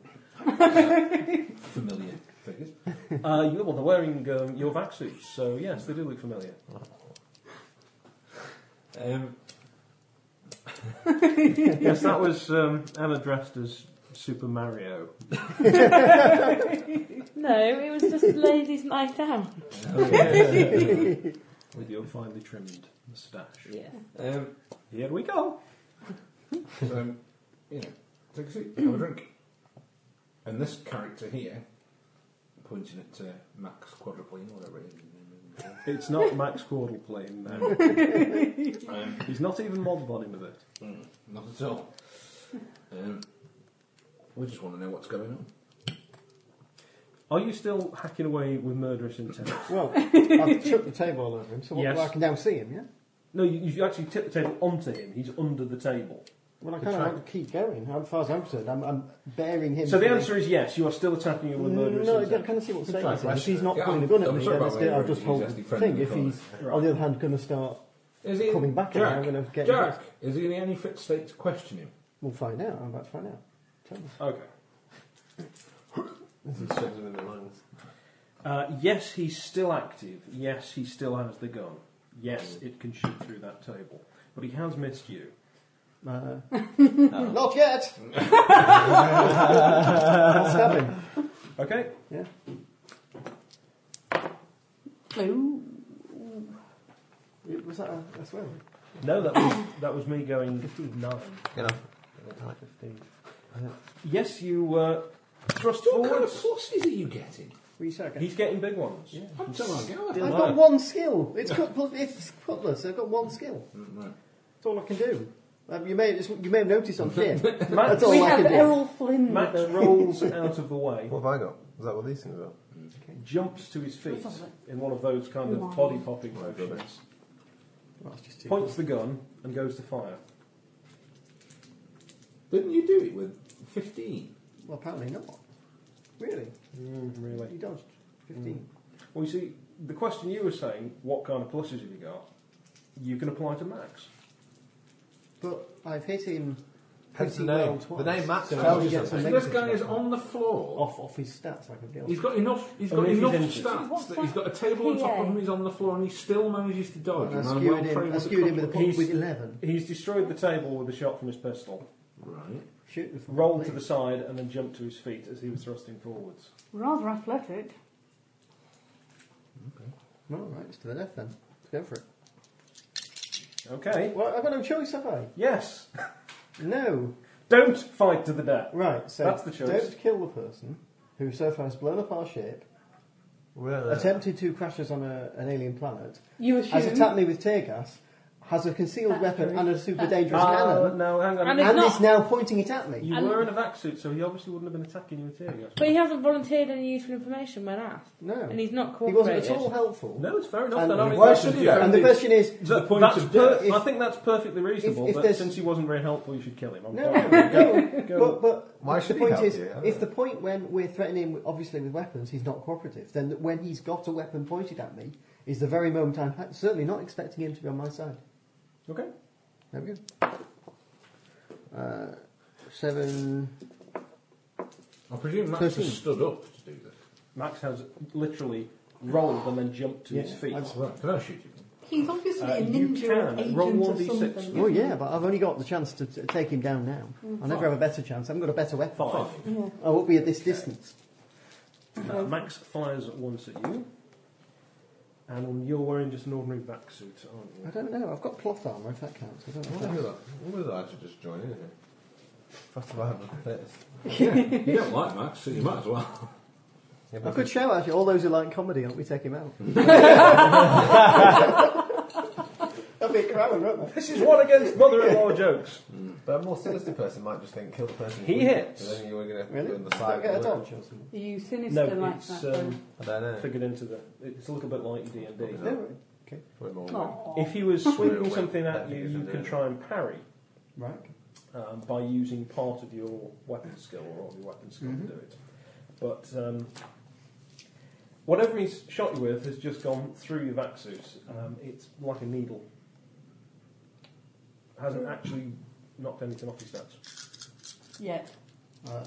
Speaker 5: familiar figures.
Speaker 4: Uh, you, well, they're wearing um, your vac suits, so yes, they do look familiar.
Speaker 7: Um,
Speaker 4: yes, that was um, Emma dressed as Super Mario.
Speaker 10: No, it was just ladies' night out.
Speaker 4: With your finely trimmed moustache.
Speaker 10: Yeah.
Speaker 7: um,
Speaker 4: Here we go.
Speaker 5: So, you know, take a seat, have a drink. And this character here, pointing at uh, Max Quadriplegic, whatever it is. uh, his name
Speaker 4: It's not Max Quadruplane now.
Speaker 5: is. Um,
Speaker 4: He's not even mod bodying with it.
Speaker 5: mm, not at all. Um, we just want to know what's going on.
Speaker 4: Are you still hacking away with murderous intent?
Speaker 8: Well, I've chucked the table all over him, so what,
Speaker 4: Yes.
Speaker 8: well, I can now see him, yeah?
Speaker 4: no, you, you actually tipped the table onto him. He's under the table.
Speaker 8: Well, I
Speaker 4: The
Speaker 8: kind of
Speaker 4: track.
Speaker 8: have to keep going. As far as I'm concerned, I'm, I'm bearing him.
Speaker 4: So the
Speaker 8: to
Speaker 4: answer is yes. You are still attacking him with murderous
Speaker 8: Mm-hmm. No, I
Speaker 4: intent.
Speaker 8: kind of see what
Speaker 7: Good try,
Speaker 8: Satan's saying. If
Speaker 7: question.
Speaker 8: he's not
Speaker 5: Yeah,
Speaker 8: pulling a
Speaker 5: I'm-
Speaker 8: gun at
Speaker 5: I'm
Speaker 8: me,
Speaker 5: sorry
Speaker 8: then
Speaker 5: about
Speaker 8: it's- I'll
Speaker 5: where
Speaker 8: just
Speaker 5: he's
Speaker 8: hold the
Speaker 5: actually friendly
Speaker 8: thing. If
Speaker 5: corner.
Speaker 8: he's, on the other hand, going to start.
Speaker 5: Is he
Speaker 8: Coming back and
Speaker 5: Jack,
Speaker 8: I'm gonna get-
Speaker 5: Jack, is he in any fit state to question him?
Speaker 8: We'll find out. I'm about to find out. Tell me.
Speaker 4: Okay.
Speaker 7: this is shivers in the lungs.
Speaker 4: Uh, yes, he's still active. Yes, he still has the gun. Yes,
Speaker 8: Mm.
Speaker 4: it can shoot through that table. But he has missed you.
Speaker 8: Uh, not yet! I'll stab him.
Speaker 4: Okay.
Speaker 8: Yeah.
Speaker 6: Ooh.
Speaker 8: Was that uh, a, a swear word?
Speaker 4: No, that was that was me going nine.
Speaker 7: Get off.
Speaker 4: Yes, you uh, thrust forwards.
Speaker 5: pluses are you getting?
Speaker 8: Were you second?
Speaker 4: He's getting big ones.
Speaker 5: I'm so
Speaker 8: I've
Speaker 4: Right.
Speaker 8: got one skill. It's cutl- it's cutlass. I've got one skill. That's all I can do. Um, you may it's, you may have noticed on here.
Speaker 4: Max,
Speaker 8: That's all
Speaker 6: We
Speaker 8: I
Speaker 6: have
Speaker 8: can do.
Speaker 6: Errol Flynn
Speaker 4: Max
Speaker 6: with us.
Speaker 4: rolls out of the way,
Speaker 7: What have I got? Is that what these things are?
Speaker 4: jumps to his feet in one of those kind of
Speaker 6: Wow.
Speaker 4: body popping
Speaker 8: Oh
Speaker 4: motions,
Speaker 8: Well, it's just too-
Speaker 4: points the gun, and goes to fire.
Speaker 5: Didn't you do it with 15?
Speaker 8: well, apparently not. Really,
Speaker 4: really?
Speaker 8: you dodged fifteen.
Speaker 5: Mm.
Speaker 4: Well, you see, the question you were saying, what kind of pluses have you got? You can apply to Max.
Speaker 8: But I've hit him.
Speaker 7: Hence the
Speaker 8: pretty
Speaker 7: name.
Speaker 8: well
Speaker 7: the
Speaker 8: twice.
Speaker 7: name Max
Speaker 8: So
Speaker 7: tells
Speaker 8: he
Speaker 7: you
Speaker 8: gets a
Speaker 7: something.
Speaker 5: this guy
Speaker 8: negative
Speaker 5: is
Speaker 8: one.
Speaker 5: on the floor.
Speaker 8: off off his stats. I can deal.
Speaker 5: He's got enough. He's got
Speaker 4: Only if he's
Speaker 5: enough
Speaker 4: injured.
Speaker 5: stats
Speaker 10: What's
Speaker 5: that he's
Speaker 10: that
Speaker 5: got a table on top
Speaker 10: PA?
Speaker 5: of him. He's on the floor, and he still manages to dodge.
Speaker 8: And I
Speaker 5: and I'm
Speaker 8: skewered
Speaker 5: well
Speaker 8: him.
Speaker 5: trained
Speaker 8: I
Speaker 5: with a
Speaker 8: skewered him with a
Speaker 5: couple
Speaker 8: point
Speaker 4: He's-
Speaker 8: with eleven.
Speaker 4: He's destroyed the table with a shot from his pistol,
Speaker 5: Right.
Speaker 8: Shoot with
Speaker 4: rolled to the side, and then jumped to his feet as he was thrusting forwards.
Speaker 6: Rather athletic.
Speaker 8: All right, it's to the left then. Let's go for it.
Speaker 4: Okay.
Speaker 8: Well, I've got no choice, have I?
Speaker 4: Yes.
Speaker 8: No.
Speaker 4: Don't fight to the death.
Speaker 8: Right. So
Speaker 4: That's the choice.
Speaker 8: Don't kill the person who so far has blown up our ship,
Speaker 7: Well, uh,
Speaker 8: attempted to crash us on a, an alien planet,
Speaker 6: You
Speaker 8: has attacked
Speaker 6: assume.
Speaker 8: me with tear gas, has a concealed
Speaker 6: That's
Speaker 8: weapon
Speaker 6: true.
Speaker 8: and a super
Speaker 6: That's
Speaker 8: dangerous
Speaker 4: Uh,
Speaker 8: cannon,
Speaker 4: no, hang on.
Speaker 10: And
Speaker 8: and
Speaker 10: It's
Speaker 8: is now pointing it at me.
Speaker 4: You
Speaker 10: And-
Speaker 4: were in a vac suit, so he obviously wouldn't have been attacking you with tear gas.
Speaker 10: But he hasn't volunteered any useful information when asked.
Speaker 8: No,
Speaker 10: And he's not
Speaker 8: he
Speaker 10: cooperated.
Speaker 8: wasn't at all helpful.
Speaker 4: no, it's fair enough.
Speaker 8: And
Speaker 4: There are
Speaker 5: why
Speaker 4: exceptions
Speaker 5: should he
Speaker 4: to
Speaker 5: though?
Speaker 8: And the
Speaker 4: everything.
Speaker 8: question is,
Speaker 4: That-
Speaker 5: point
Speaker 4: that's
Speaker 5: of
Speaker 4: per-
Speaker 8: death.
Speaker 4: I think that's perfectly reasonable,
Speaker 8: if
Speaker 4: but
Speaker 8: there's-
Speaker 4: since he wasn't very helpful, you should kill him. I'm
Speaker 8: no,
Speaker 4: fine.
Speaker 8: no,
Speaker 4: Go.
Speaker 8: but, but
Speaker 7: Why
Speaker 8: the
Speaker 7: should he
Speaker 8: point
Speaker 7: help
Speaker 8: is,
Speaker 7: you? I don't
Speaker 8: if
Speaker 7: know.
Speaker 8: the point when we're threatening, him, obviously with weapons, he's not cooperative. Then when he's got a weapon pointed at me, is the very moment I'm ha- certainly not expecting him to be on my side.
Speaker 4: Okay.
Speaker 8: There we go. Uh, seven.
Speaker 5: I presume Max
Speaker 8: Thirteen.
Speaker 5: has stood up to do this.
Speaker 4: Max has literally rolled and then jumped to his
Speaker 8: Yeah,
Speaker 4: feet.
Speaker 8: I've-
Speaker 5: Right. Can I shoot him?
Speaker 6: He's obviously
Speaker 4: Uh,
Speaker 6: a
Speaker 4: you
Speaker 6: ninja
Speaker 4: can
Speaker 6: agent
Speaker 4: roll
Speaker 6: or
Speaker 4: 1d6.
Speaker 6: something.
Speaker 8: Oh
Speaker 6: isn't
Speaker 8: yeah, but I've only got the chance to t- take him down now.
Speaker 6: Mm.
Speaker 8: I'll never have a better chance. I haven't got a better weapon.
Speaker 4: Five.
Speaker 6: he? Yeah.
Speaker 8: I won't be at this distance.
Speaker 4: Uh, Max fires once at you. And um, you're wearing just an ordinary back suit, aren't you?
Speaker 8: I don't know. I've got cloth armour if that counts. I don't know. if that-
Speaker 5: One of the lads should just join in here.
Speaker 7: First of all, I have a look at this.
Speaker 5: Yeah, you don't like Max, so you might as well.
Speaker 7: Yeah,
Speaker 8: A
Speaker 7: but
Speaker 8: good show actually. All those who like comedy, aren't we take him out? That'd be a crowd, wouldn't
Speaker 4: This is one against mother-in-law jokes.
Speaker 7: but a more sinister person might just think kill the person.
Speaker 4: He
Speaker 7: who-
Speaker 4: hits.
Speaker 7: and Then you were going to
Speaker 8: Really?
Speaker 7: go in the
Speaker 8: Does that
Speaker 7: side.
Speaker 8: get a
Speaker 7: and work.
Speaker 8: dodge or something?
Speaker 6: Are you
Speaker 4: No,
Speaker 6: sinister like
Speaker 4: it's
Speaker 6: that
Speaker 4: um,
Speaker 6: then?
Speaker 7: I don't know.
Speaker 4: figured into the. It's a little bit like D and D.
Speaker 8: Yeah, right.
Speaker 7: We're more
Speaker 6: Aw.
Speaker 4: If he was swinging
Speaker 7: Real
Speaker 4: something
Speaker 7: weapon.
Speaker 4: at you,
Speaker 7: That'd be
Speaker 4: you
Speaker 7: good,
Speaker 4: can
Speaker 7: yeah.
Speaker 4: try and parry
Speaker 8: Right.
Speaker 4: um, by using part of your weapon skill or all your weapon skill to do it. But um, whatever he's shot you with has just gone through your vac suit. Um, it's like a needle. Hasn't actually knocked anything off his stats.
Speaker 6: Yeah.
Speaker 8: Uh,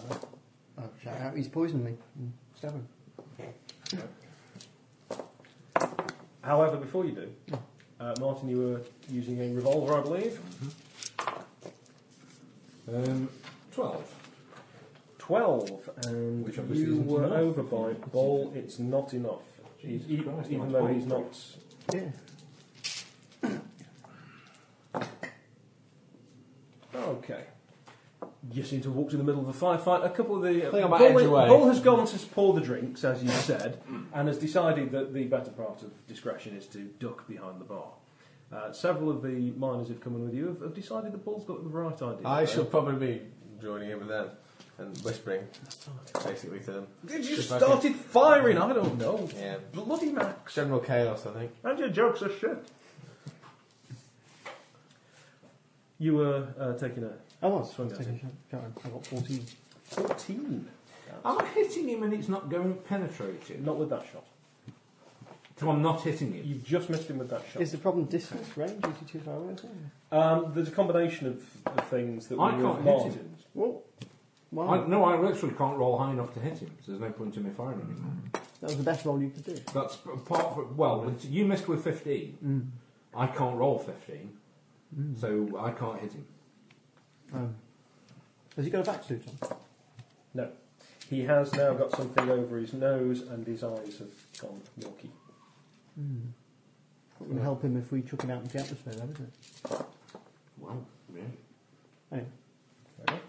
Speaker 8: oh, shout out. He's poisoned me. Mm, Stab him.
Speaker 4: However, before you do, uh, Martin, you were using a revolver, I believe.
Speaker 5: Um, 12.
Speaker 4: 12, and
Speaker 5: Which obviously
Speaker 4: you
Speaker 5: isn't
Speaker 4: were
Speaker 5: enough.
Speaker 4: over by Ball. It's not enough.
Speaker 5: Jesus
Speaker 4: He's- e-
Speaker 5: Christ,
Speaker 4: even
Speaker 5: I'm
Speaker 4: though
Speaker 5: twelve.
Speaker 4: he's not.
Speaker 8: Yeah.
Speaker 4: Okay. You seem to have walked in the middle of a firefight. A couple of the.
Speaker 7: I think I might
Speaker 4: Ball,
Speaker 7: edge away.
Speaker 4: Ball has gone to pour the drinks, as you said, and has decided that the better part of discretion is to duck behind the bar. Uh, several of the miners who've come in with you have, have decided that Ball's got the right idea.
Speaker 7: I
Speaker 4: though.
Speaker 7: shall probably be joining in with them and whispering, basically to them.
Speaker 4: Did you
Speaker 7: If I
Speaker 4: started firing? I don't know.
Speaker 7: Yeah.
Speaker 4: Bloody Max.
Speaker 7: General chaos, I think.
Speaker 4: And your jokes are shit. You were uh, taking a
Speaker 8: I was.
Speaker 4: Swing at
Speaker 8: taking
Speaker 4: him.
Speaker 8: a shot. Shot him. I got 14.
Speaker 4: 14.
Speaker 5: Am I hitting him and it's not going penetrating?
Speaker 4: Not with that shot.
Speaker 5: So I'm not hitting him.
Speaker 4: You've just missed him with that shot.
Speaker 8: Is the problem distance, range? Is he too far away? or something?
Speaker 4: Um, there's a combination of, of things that we
Speaker 5: I
Speaker 4: were
Speaker 5: can't
Speaker 4: marked.
Speaker 5: hit him.
Speaker 8: Well, why?
Speaker 5: I, no, I literally can't roll high enough to hit him. So there's no point in me firing anymore.
Speaker 8: That was the best roll you could do.
Speaker 5: That's p- apart from well, it's- you missed with 15. I can't roll 15, so I can't hit him.
Speaker 8: Um, has he got a back suit on?
Speaker 4: No. He has now got something over his nose and his eyes have gone milky.
Speaker 8: It wouldn't help him if we took him out into the atmosphere, though, would it?
Speaker 5: Well, yeah.
Speaker 8: Anyway,
Speaker 4: Okay.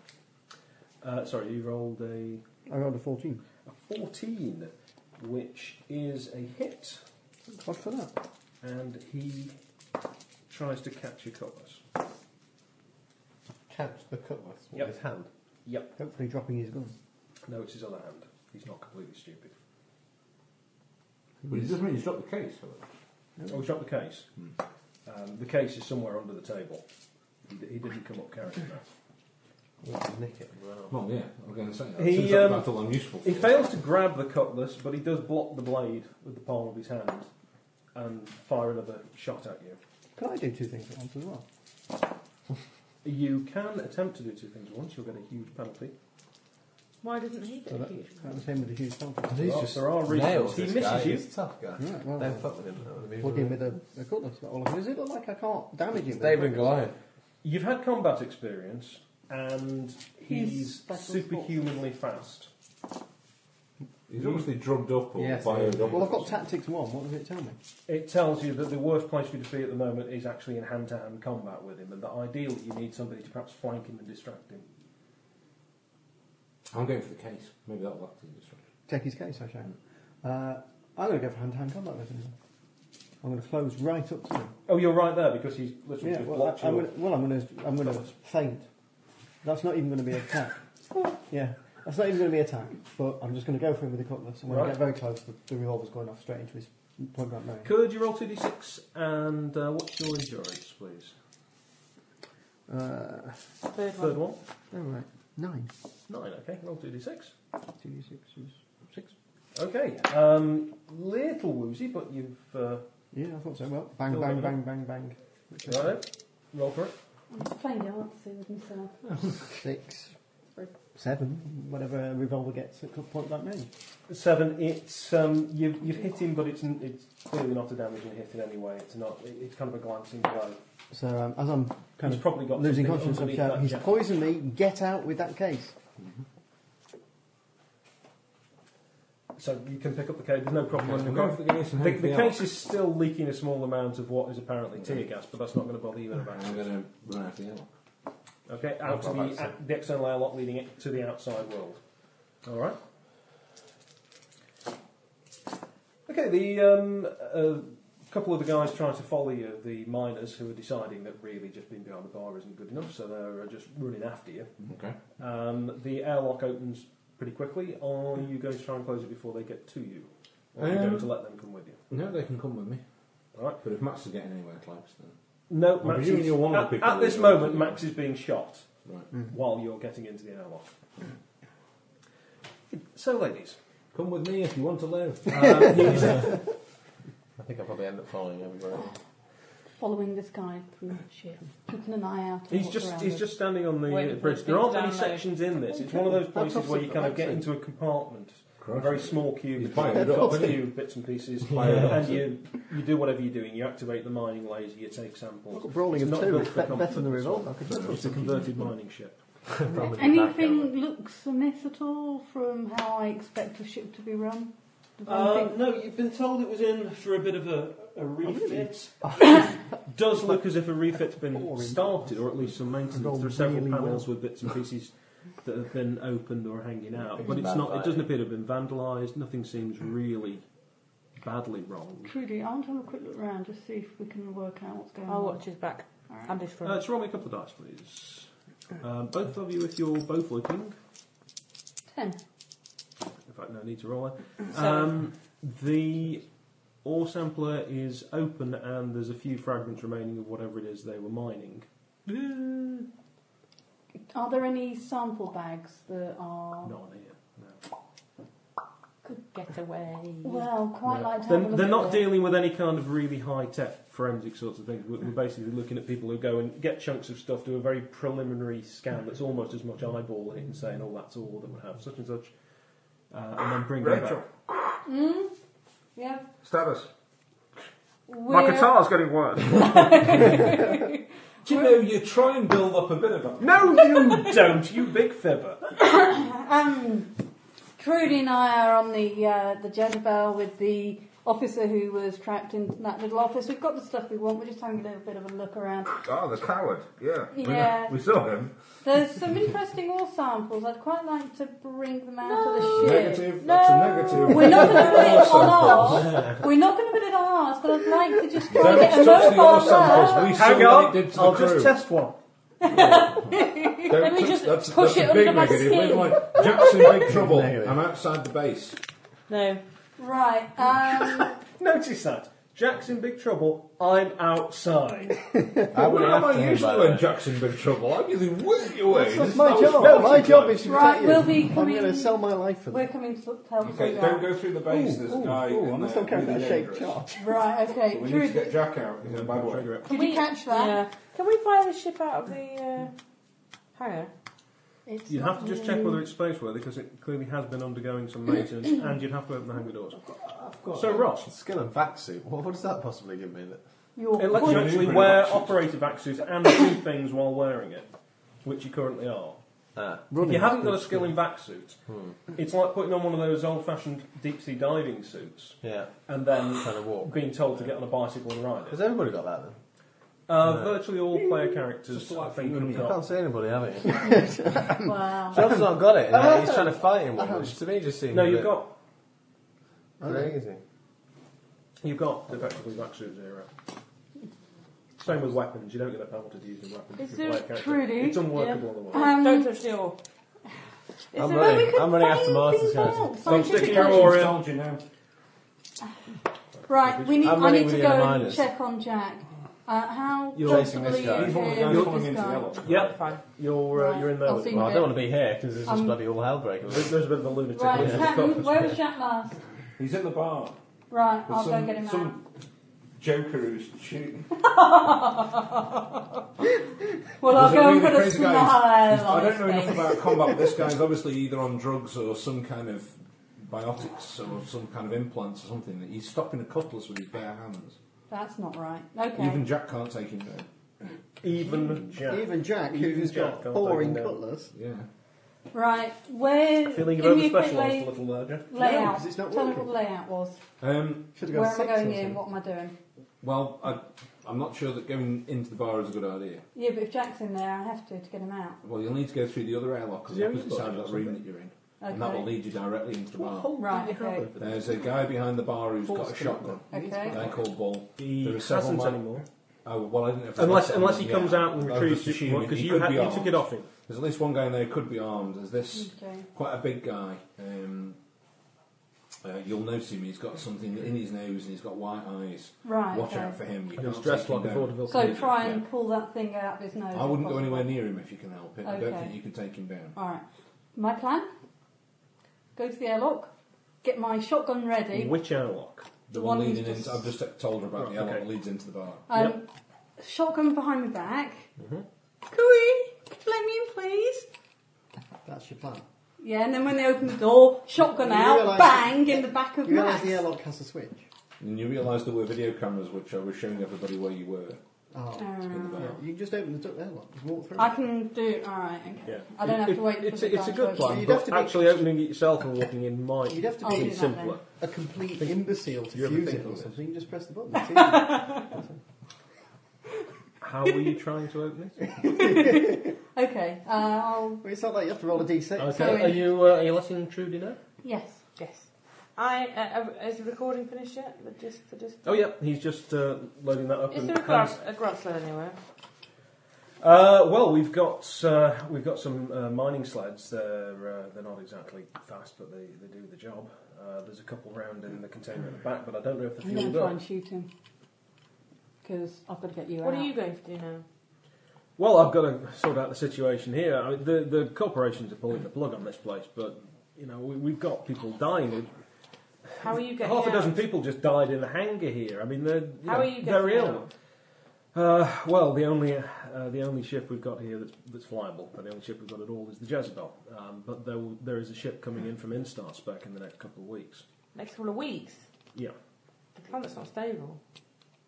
Speaker 4: Uh, sorry, you rolled a,
Speaker 8: I rolled a 14.
Speaker 4: a 14, which is a hit,
Speaker 8: What for that?
Speaker 4: and he tries to catch your cutlass.
Speaker 7: Catch the cutlass with
Speaker 4: Yep.
Speaker 7: his hand.
Speaker 4: Yep.
Speaker 8: Hopefully dropping his gun.
Speaker 4: No, it's his other hand. He's not completely stupid.
Speaker 5: But it doesn't mean he's dropped the case. however.
Speaker 4: Oh, he's dropped the case.
Speaker 5: Hmm.
Speaker 4: Um, the case is somewhere under the table. He, d- he didn't come up carrying that.
Speaker 7: We'll just nick it. and run off.
Speaker 5: Well, yeah, I'm going to say that.
Speaker 4: He,
Speaker 5: Since that
Speaker 4: um,
Speaker 5: battle, I'm useful.
Speaker 4: He
Speaker 5: for.
Speaker 4: fails to grab the cutlass, but he does block the blade with the palm of his hand and fire another shot at you.
Speaker 8: Can I do two things at once as well?
Speaker 4: You can attempt to do two things at once. You'll get a huge penalty.
Speaker 10: Why doesn't he get
Speaker 8: So
Speaker 10: a
Speaker 8: that,
Speaker 10: huge
Speaker 8: that was him with a huge
Speaker 7: And
Speaker 8: penalty.
Speaker 7: he's
Speaker 4: Well,
Speaker 7: just
Speaker 4: there are reasons.
Speaker 7: nails
Speaker 4: He
Speaker 7: this
Speaker 4: misses
Speaker 7: guy.
Speaker 4: you.
Speaker 7: He's a tough guy.
Speaker 8: Right, well,
Speaker 7: Don't fuck with him. that would be
Speaker 8: plug him
Speaker 7: rude.
Speaker 8: with a, a cutlass. Not all of it. Does it look like I can't damage him? with a
Speaker 7: David and
Speaker 8: cutlass?
Speaker 7: Goliath.
Speaker 4: You've had combat experience, and he's
Speaker 6: He's special
Speaker 4: superhumanly fast.
Speaker 5: He's obviously drugged up or
Speaker 7: Yes,
Speaker 5: by
Speaker 7: yeah.
Speaker 8: Well, I've got tactics one. What does it tell me?
Speaker 4: It tells you that the worst place for you to be at the moment is actually in hand-to-hand combat with him, and that ideally you need somebody to perhaps flank him and distract him.
Speaker 5: I'm going for the case. Maybe that'll act as a distraction.
Speaker 8: Take his case, I shall. Uh, I'm going to go for hand-to-hand combat with him. I'm going to close right up to him.
Speaker 4: Oh, you're right there because he's literally
Speaker 8: Yeah,
Speaker 4: just
Speaker 8: well,
Speaker 4: blocked
Speaker 8: I, I'm
Speaker 4: you.
Speaker 8: gonna, well, I'm going to, I'm going to
Speaker 4: Cutlass.
Speaker 8: faint. That's not even going to be an attack. yeah, that's not even going to be an attack. But I'm just going to go for him with the cutlass. And when
Speaker 4: Right.
Speaker 8: I get very close, the, the revolver's going off straight into his point blank range.
Speaker 4: Could you roll 2d6 and uh, what's your endurance, please?
Speaker 8: Uh,
Speaker 9: Third
Speaker 4: Third
Speaker 9: one.
Speaker 4: one.
Speaker 8: all right, nine,
Speaker 4: Nine, okay. Roll 2d6.
Speaker 8: two, six, six.
Speaker 4: Okay. Um, little woozy, but you've. Uh,
Speaker 8: Yeah, I thought so. Well, bang,
Speaker 4: Still
Speaker 8: bang,
Speaker 4: going
Speaker 8: bang, bang, bang. Which is
Speaker 4: right. Roll for it.
Speaker 6: I'm just playing the artsy with myself.
Speaker 8: Six. seven, whatever a revolver gets at point blank range.
Speaker 4: Seven. It's um, you've you've hit him, but it's n- it's clearly not a damaging hit in any way. It's not. it- It's kind of a glancing blow.
Speaker 8: So um, as I'm kind
Speaker 4: He's
Speaker 8: of
Speaker 4: probably got
Speaker 8: losing
Speaker 4: something
Speaker 8: consciousness, I
Speaker 4: underneath
Speaker 8: shout,
Speaker 4: that
Speaker 8: "He's
Speaker 4: jacket."
Speaker 8: poisoned me. Get out with that case."
Speaker 4: So you can pick up the case. There's no problem.
Speaker 5: Okay,
Speaker 4: with the
Speaker 5: we'll go
Speaker 4: case.
Speaker 5: for the case and
Speaker 4: the,
Speaker 5: hope
Speaker 4: the
Speaker 5: they
Speaker 4: case
Speaker 5: are.
Speaker 4: is still leaking a small amount of what is apparently tear gas, but that's not going to bother you in a
Speaker 5: I'm
Speaker 4: vacuum.
Speaker 5: going to run out of the airlock.
Speaker 4: Okay,
Speaker 5: I'll
Speaker 4: out to
Speaker 5: go
Speaker 4: the,
Speaker 5: outside.
Speaker 4: the external airlock leading it to the outside world. All right. Okay, the um, uh, couple of the guys trying to follow you, the miners who are deciding that really just being behind the bar isn't good enough, so they're uh, just running after you.
Speaker 5: Mm-hmm. Okay.
Speaker 4: Um, the airlock opens pretty quickly. Or are you going to try and close it before they get to you? Or are you
Speaker 5: Um,
Speaker 4: going to let them come with you?
Speaker 5: No, they can come with me.
Speaker 4: All right.
Speaker 5: But if Max is getting anywhere close, then.
Speaker 4: No,
Speaker 5: I'm
Speaker 4: Max
Speaker 5: presuming
Speaker 4: is,
Speaker 5: you're one of the
Speaker 4: at,
Speaker 5: people
Speaker 4: at this
Speaker 5: who-
Speaker 4: moment, Max is being shot
Speaker 5: Right.
Speaker 8: Hmm.
Speaker 4: while you're getting into the airlock. So, ladies,
Speaker 5: Come with me if you want to live.
Speaker 4: um, you-
Speaker 7: I think I'll probably end up following everybody.
Speaker 6: Following this guy through shit, keeping an eye out. on
Speaker 4: He's
Speaker 6: what's
Speaker 4: just
Speaker 6: around
Speaker 4: he's
Speaker 6: him.
Speaker 4: just standing on the
Speaker 9: Wait,
Speaker 4: uh,
Speaker 9: the
Speaker 4: bridge.
Speaker 9: first
Speaker 4: There aren't
Speaker 9: thing's
Speaker 4: any
Speaker 9: down there. Oh,
Speaker 4: sections in this. It's one of those places where you kind of get into a compartment, a very small cube,
Speaker 5: He's
Speaker 4: you've
Speaker 5: fired
Speaker 4: got
Speaker 5: up,
Speaker 4: a
Speaker 5: isn't he?
Speaker 4: few bits and pieces,
Speaker 5: Fired up,
Speaker 4: and
Speaker 5: isn't
Speaker 4: you you do whatever you're doing. You activate the mining laser, you take
Speaker 8: I've
Speaker 4: samples.
Speaker 8: got
Speaker 4: It's
Speaker 8: brawling of
Speaker 4: not
Speaker 8: two.
Speaker 4: built
Speaker 8: It's
Speaker 4: for
Speaker 8: be- better than the
Speaker 4: comfort,
Speaker 8: revolver. I could
Speaker 5: so-
Speaker 8: just-
Speaker 4: It's a converted mining ship.
Speaker 7: Probably back
Speaker 6: Anything looks amiss at all from how I expect a ship to be run? Does
Speaker 4: Um,
Speaker 11: Uh,
Speaker 6: anything-
Speaker 11: no, you've been told it was in for a bit of a,
Speaker 8: Oh,
Speaker 11: a refit.
Speaker 4: does look as if a refit's been
Speaker 8: Boring.
Speaker 4: started, or at least some maintenance.
Speaker 8: Rolled
Speaker 4: There are several
Speaker 8: really
Speaker 4: panels with bits and pieces that have been opened or hanging out, but
Speaker 7: It's
Speaker 4: it's not. It
Speaker 7: vandalised.
Speaker 4: doesn't appear to have been vandalised. Nothing seems really badly wrong.
Speaker 6: Trudy, I want to have a quick look around just see if we can work out what's going
Speaker 9: I'll
Speaker 6: on.
Speaker 9: watch his back
Speaker 6: All right.
Speaker 9: and his
Speaker 4: Uh,
Speaker 9: front.
Speaker 4: let's roll me a couple of dice, please. Um, both of you, if you're both looking.
Speaker 6: Ten.
Speaker 4: In fact, no need to roll it.
Speaker 9: Seven.
Speaker 4: Um, the ore sampler is open, and there's a few fragments remaining of whatever it is they were mining.
Speaker 6: Are there any sample bags that are
Speaker 4: Not on here. No.
Speaker 9: Get away.
Speaker 6: well quite
Speaker 4: No.
Speaker 6: like to have a
Speaker 4: They're,
Speaker 6: look
Speaker 4: they're
Speaker 6: at
Speaker 4: not
Speaker 6: it.
Speaker 4: dealing with any kind of really high tech forensic sorts of things. We're, we're basically looking at people who go and get chunks of stuff, do a very preliminary scan that's almost as much eyeball in it and saying, oh, that's all that would have such and such, uh, and then bring that
Speaker 5: Rachel.
Speaker 4: back.
Speaker 9: Yeah.
Speaker 5: Stab us.
Speaker 6: We're-
Speaker 5: getting worse.
Speaker 11: Do you know, you try and build up a bit of a...
Speaker 4: No, you don't, you big fibber.
Speaker 6: Um, Trudy and I are on the uh, the Jezebel with the officer who was trapped in that little office. We've got the stuff we want. We're just having a little bit of a look around.
Speaker 5: Ah, the coward. Yeah. We know-
Speaker 6: Yeah.
Speaker 5: We saw him.
Speaker 6: There's some interesting ore samples. I'd quite like to bring them out of the ship.
Speaker 5: Negative. That's a negative.
Speaker 6: We're not going to put it on ours. We're not going to put it on ours, but I'd like to just try and
Speaker 5: Don't
Speaker 6: get a
Speaker 5: touch the
Speaker 6: mobile
Speaker 5: ore samples.
Speaker 6: first.
Speaker 5: We saw what it did to the
Speaker 4: I'll
Speaker 5: crew.
Speaker 4: just test one.
Speaker 5: Don't
Speaker 9: Let me
Speaker 5: touch-
Speaker 9: just
Speaker 5: that's,
Speaker 9: push
Speaker 5: that's a
Speaker 9: it
Speaker 5: big
Speaker 9: under my
Speaker 5: negative.
Speaker 9: skin.
Speaker 5: We're like, Jack's in big trouble.
Speaker 8: Negative.
Speaker 5: I'm outside the base.
Speaker 9: No.
Speaker 6: Right. Um,
Speaker 4: Notice that. Jack's in big trouble, I'm outside.
Speaker 7: I
Speaker 5: Where
Speaker 7: wouldn't
Speaker 5: am
Speaker 7: have to
Speaker 5: I
Speaker 7: know
Speaker 5: usually
Speaker 7: about
Speaker 5: when
Speaker 7: that.
Speaker 5: Jack's in big trouble? I'm usually way away.
Speaker 8: That's
Speaker 5: This-
Speaker 8: my
Speaker 5: that was
Speaker 8: job.
Speaker 5: melting
Speaker 8: My job
Speaker 5: point.
Speaker 8: is to
Speaker 6: right.
Speaker 8: protect you.
Speaker 6: We'll be
Speaker 8: I'm going to
Speaker 6: coming.
Speaker 8: sell my life for
Speaker 6: We're
Speaker 8: that.
Speaker 6: coming to help
Speaker 5: Okay,
Speaker 6: you
Speaker 5: don't
Speaker 6: out.
Speaker 5: go through the base. There's a guy.
Speaker 8: Ooh,
Speaker 5: in
Speaker 8: I'm
Speaker 5: there,
Speaker 8: still carrying
Speaker 5: really
Speaker 8: that shaped
Speaker 5: dangerous.
Speaker 8: charge.
Speaker 6: Right. Okay.
Speaker 5: We need to
Speaker 6: Trudy,
Speaker 5: get Jack out. He's in a bad way.
Speaker 6: did you catch that?
Speaker 9: Yeah. Can we fire the ship out of the uh, hangar?
Speaker 6: It's
Speaker 4: You'd
Speaker 6: not
Speaker 4: have to just check whether it's spaceworthy because it clearly has been undergoing some maintenance, and you'd have to open the hangar doors.
Speaker 7: I've got
Speaker 4: So, Ross.
Speaker 7: skill and vac suit. What, what does that possibly give me? That
Speaker 6: your
Speaker 4: It lets you
Speaker 6: point.
Speaker 4: actually wear operator back suits and do things while wearing it, which you currently are.
Speaker 7: uh,
Speaker 4: If you haven't got a skill in vac suit, it's like putting on one of those old fashioned deep sea diving suits
Speaker 7: yeah,
Speaker 4: and then
Speaker 7: trying to walk.
Speaker 4: being told to get on a bicycle and ride it.
Speaker 7: Has everybody got that then?
Speaker 4: Uh, Virtually all player characters, I think, have
Speaker 7: I can't
Speaker 4: got.
Speaker 7: see anybody having it.
Speaker 6: Wow.
Speaker 7: John's not got it. and he's trying to fight him one, which to me just seems
Speaker 4: No,
Speaker 7: a
Speaker 4: you've
Speaker 7: bit
Speaker 4: got
Speaker 7: crazy.
Speaker 4: You've got effectively back suit zero. Same with weapons. You don't get a penalty to using weapons. if
Speaker 6: Is
Speaker 4: you play
Speaker 6: there
Speaker 4: a character.
Speaker 6: Trudy?
Speaker 4: It's unworkable otherwise.
Speaker 6: Um,
Speaker 9: Don't touch the oar.
Speaker 6: is
Speaker 7: I'm running.
Speaker 6: there- well, we could
Speaker 7: I'm running after
Speaker 6: find
Speaker 7: Martha's
Speaker 6: things
Speaker 7: house.
Speaker 6: out
Speaker 4: Don't stick
Speaker 6: scientifically.
Speaker 4: your oar in.
Speaker 5: Told you now.
Speaker 6: Right, we need,
Speaker 7: I'm
Speaker 6: I
Speaker 7: running
Speaker 6: need to
Speaker 7: with
Speaker 6: go
Speaker 7: the
Speaker 6: and
Speaker 7: other miners.
Speaker 6: check on Jack. Uh, how
Speaker 4: You're
Speaker 7: chasing this
Speaker 6: possibly
Speaker 7: guy.
Speaker 6: is
Speaker 5: He's one of the guys
Speaker 6: he with
Speaker 5: following
Speaker 6: this
Speaker 5: into the
Speaker 6: guy?
Speaker 5: airlock.
Speaker 4: Yep,
Speaker 9: Fine.
Speaker 4: you're, uh,
Speaker 6: Right,
Speaker 4: you're in there
Speaker 6: I'll
Speaker 4: with
Speaker 6: see
Speaker 4: it.
Speaker 6: you
Speaker 7: Well, I
Speaker 6: there.
Speaker 7: don't want to be here because it's just
Speaker 6: Um,
Speaker 7: bloody all hell breaking
Speaker 4: There's
Speaker 7: loose.
Speaker 4: there's a bit of a lunatic
Speaker 6: Right,
Speaker 4: in
Speaker 6: it's
Speaker 4: there.
Speaker 6: happened. where was Jack last?
Speaker 5: He's in the bar.
Speaker 6: Right,
Speaker 5: There's
Speaker 6: I'll go
Speaker 5: some-
Speaker 6: get him
Speaker 5: some
Speaker 6: out.
Speaker 5: Joker who's shooting.
Speaker 6: Well, I'll
Speaker 5: Was it
Speaker 6: go and
Speaker 5: really
Speaker 6: put a
Speaker 5: crazy guys?
Speaker 6: smile
Speaker 5: I
Speaker 6: on his
Speaker 5: don't know enough
Speaker 6: face.
Speaker 5: about combat. This guy's obviously either on drugs or some kind of biotics or some kind of implants or something. that He's stopping a cutlass with his bare hands.
Speaker 6: That's not right. Okay.
Speaker 5: Even Jack can't take him down.
Speaker 4: Even Jack.
Speaker 8: Even Jack,
Speaker 4: Even
Speaker 8: who's
Speaker 4: Jack
Speaker 8: got
Speaker 4: can't
Speaker 8: boring
Speaker 4: take him down.
Speaker 8: cutlass.
Speaker 5: Yeah.
Speaker 6: Right, where.
Speaker 4: Feeling
Speaker 6: give
Speaker 4: you've
Speaker 6: me a quick
Speaker 4: overspecialised
Speaker 6: lay-
Speaker 4: a little there, Jack?
Speaker 8: No,
Speaker 6: Layout.
Speaker 8: 'cause it's not
Speaker 6: Tell me
Speaker 8: working.
Speaker 6: what the layout was.
Speaker 5: Um,
Speaker 6: Where am I going in? What am I doing?
Speaker 5: well, I, I'm not sure that going into the bar is a good idea.
Speaker 6: Yeah, but if Jack's in there, I have to to get him out.
Speaker 5: Well, you'll need to go through the other airlock on
Speaker 4: Is there
Speaker 5: the
Speaker 4: a
Speaker 5: opposite
Speaker 4: use
Speaker 5: side of
Speaker 4: box
Speaker 5: that
Speaker 4: or
Speaker 5: room
Speaker 4: something?
Speaker 5: that you're in. And that will
Speaker 6: Okay.
Speaker 5: lead you directly into the
Speaker 4: What
Speaker 5: bar.
Speaker 4: hole
Speaker 6: Right,
Speaker 4: do you have
Speaker 6: okay.
Speaker 4: over there?
Speaker 5: There's a guy behind the bar who's got a
Speaker 4: False
Speaker 5: shotgun.
Speaker 6: Okay.
Speaker 5: A guy called Ball.
Speaker 4: He
Speaker 5: There are several
Speaker 4: hasn't
Speaker 5: man-
Speaker 4: anymore.
Speaker 5: Oh, well, I didn't know if it was
Speaker 4: Unless,
Speaker 5: that
Speaker 4: unless
Speaker 5: one,
Speaker 4: he
Speaker 5: yeah.
Speaker 4: comes out and
Speaker 5: I was
Speaker 4: retrieves
Speaker 5: just
Speaker 4: it,
Speaker 5: assuming
Speaker 4: because
Speaker 5: he
Speaker 4: you,
Speaker 5: could
Speaker 4: had,
Speaker 5: be
Speaker 4: you took it
Speaker 5: armed.
Speaker 4: off him.
Speaker 5: There's at least one guy in there who could be armed. There's this
Speaker 6: Okay.
Speaker 5: quite a big guy. Um, uh, you'll notice him. He's got something in his nose and he's got white eyes.
Speaker 6: Right,
Speaker 5: Watch
Speaker 6: okay.
Speaker 5: out for him. You
Speaker 4: And
Speaker 5: can't
Speaker 4: he's dressed
Speaker 5: take
Speaker 4: like
Speaker 5: him
Speaker 4: a
Speaker 5: down.
Speaker 4: vaudeville
Speaker 6: So
Speaker 4: comedian.
Speaker 6: try and pull that thing out of his nose.
Speaker 5: I wouldn't go anywhere near him if you can help it. I don't
Speaker 6: Okay.
Speaker 5: think you can take him down.
Speaker 6: Alright. My plan? Go to the airlock, get my shotgun ready.
Speaker 4: Which airlock?
Speaker 5: The one
Speaker 6: One
Speaker 5: leading
Speaker 6: is
Speaker 5: into,
Speaker 6: just-
Speaker 5: I've just told her about
Speaker 4: Right,
Speaker 5: the airlock
Speaker 4: okay.
Speaker 5: that leads into the bar.
Speaker 6: Um, Shotgun behind my back. Cooey, could you let me in, please?
Speaker 8: That's your plan.
Speaker 6: Yeah, and then when they open the door, shotgun
Speaker 8: You
Speaker 6: out,
Speaker 8: realise-
Speaker 6: bang, in the back of
Speaker 8: You realise
Speaker 6: Max.
Speaker 8: the airlock has a switch?
Speaker 5: And you realise there were video cameras which I was showing everybody where you were
Speaker 8: Oh.
Speaker 5: in the
Speaker 6: Uh,
Speaker 5: bar.
Speaker 8: Yeah, you can just open the duck airlock, just walk through.
Speaker 6: I can do alright, okay.
Speaker 4: Yeah.
Speaker 6: I don't have
Speaker 4: It-
Speaker 6: to wait
Speaker 4: it- It's,
Speaker 6: for the
Speaker 4: a, it's a
Speaker 6: guy
Speaker 4: good
Speaker 6: to open
Speaker 4: plan,
Speaker 8: You'd
Speaker 4: but
Speaker 8: have to be-
Speaker 4: actually opening it yourself and walking in might
Speaker 8: You'd have to
Speaker 6: I'll
Speaker 8: be
Speaker 6: do
Speaker 4: be
Speaker 6: that
Speaker 4: simpler.
Speaker 8: a complete imbecile to
Speaker 5: You ever
Speaker 8: fuse
Speaker 5: think
Speaker 8: it
Speaker 5: of
Speaker 8: or
Speaker 5: it?
Speaker 8: something. You just press the button. It's easy.
Speaker 4: How were you trying to open it?
Speaker 6: Okay, uh, I'll.
Speaker 8: Well, it's not like you have to roll a d6.
Speaker 4: Okay. Are you, uh, are you letting Trudy know?
Speaker 6: Yes.
Speaker 9: Yes. I uh, uh, is the recording finished yet? The just the just.
Speaker 4: Oh, yeah, he's just uh, loading that up.
Speaker 9: Is
Speaker 4: and
Speaker 9: there a
Speaker 4: hands-
Speaker 9: grab a grab sled anywhere?
Speaker 4: Uh, well, we've got uh, we've got some uh, mining sleds. They're uh, they're not exactly fast, but they, they do the job. Uh, there's a couple round in the container at the back, but I don't know if they're fueled
Speaker 6: I'm going to try
Speaker 4: up.
Speaker 6: and shoot him. Because I've got to get you
Speaker 9: What
Speaker 6: out.
Speaker 9: are you going to do now?
Speaker 4: Well, I've got to sort out the situation here. I mean, the the corporations are pulling the plug on this place, but you know we, we've got people dying.
Speaker 9: How are you getting
Speaker 4: Half a
Speaker 9: out?
Speaker 4: dozen people just died in the hangar here. I mean, they're you
Speaker 9: How
Speaker 4: know,
Speaker 9: are you getting
Speaker 4: they're ill.
Speaker 9: out?
Speaker 4: Uh, well, the only uh, the only ship we've got here that's, that's flyable, and the only ship we've got at all is the Jezebel. Um, but there, will, there is a ship coming in from Instar spec in the next couple of weeks.
Speaker 9: Next couple of weeks.
Speaker 4: Yeah.
Speaker 9: The planet's not stable.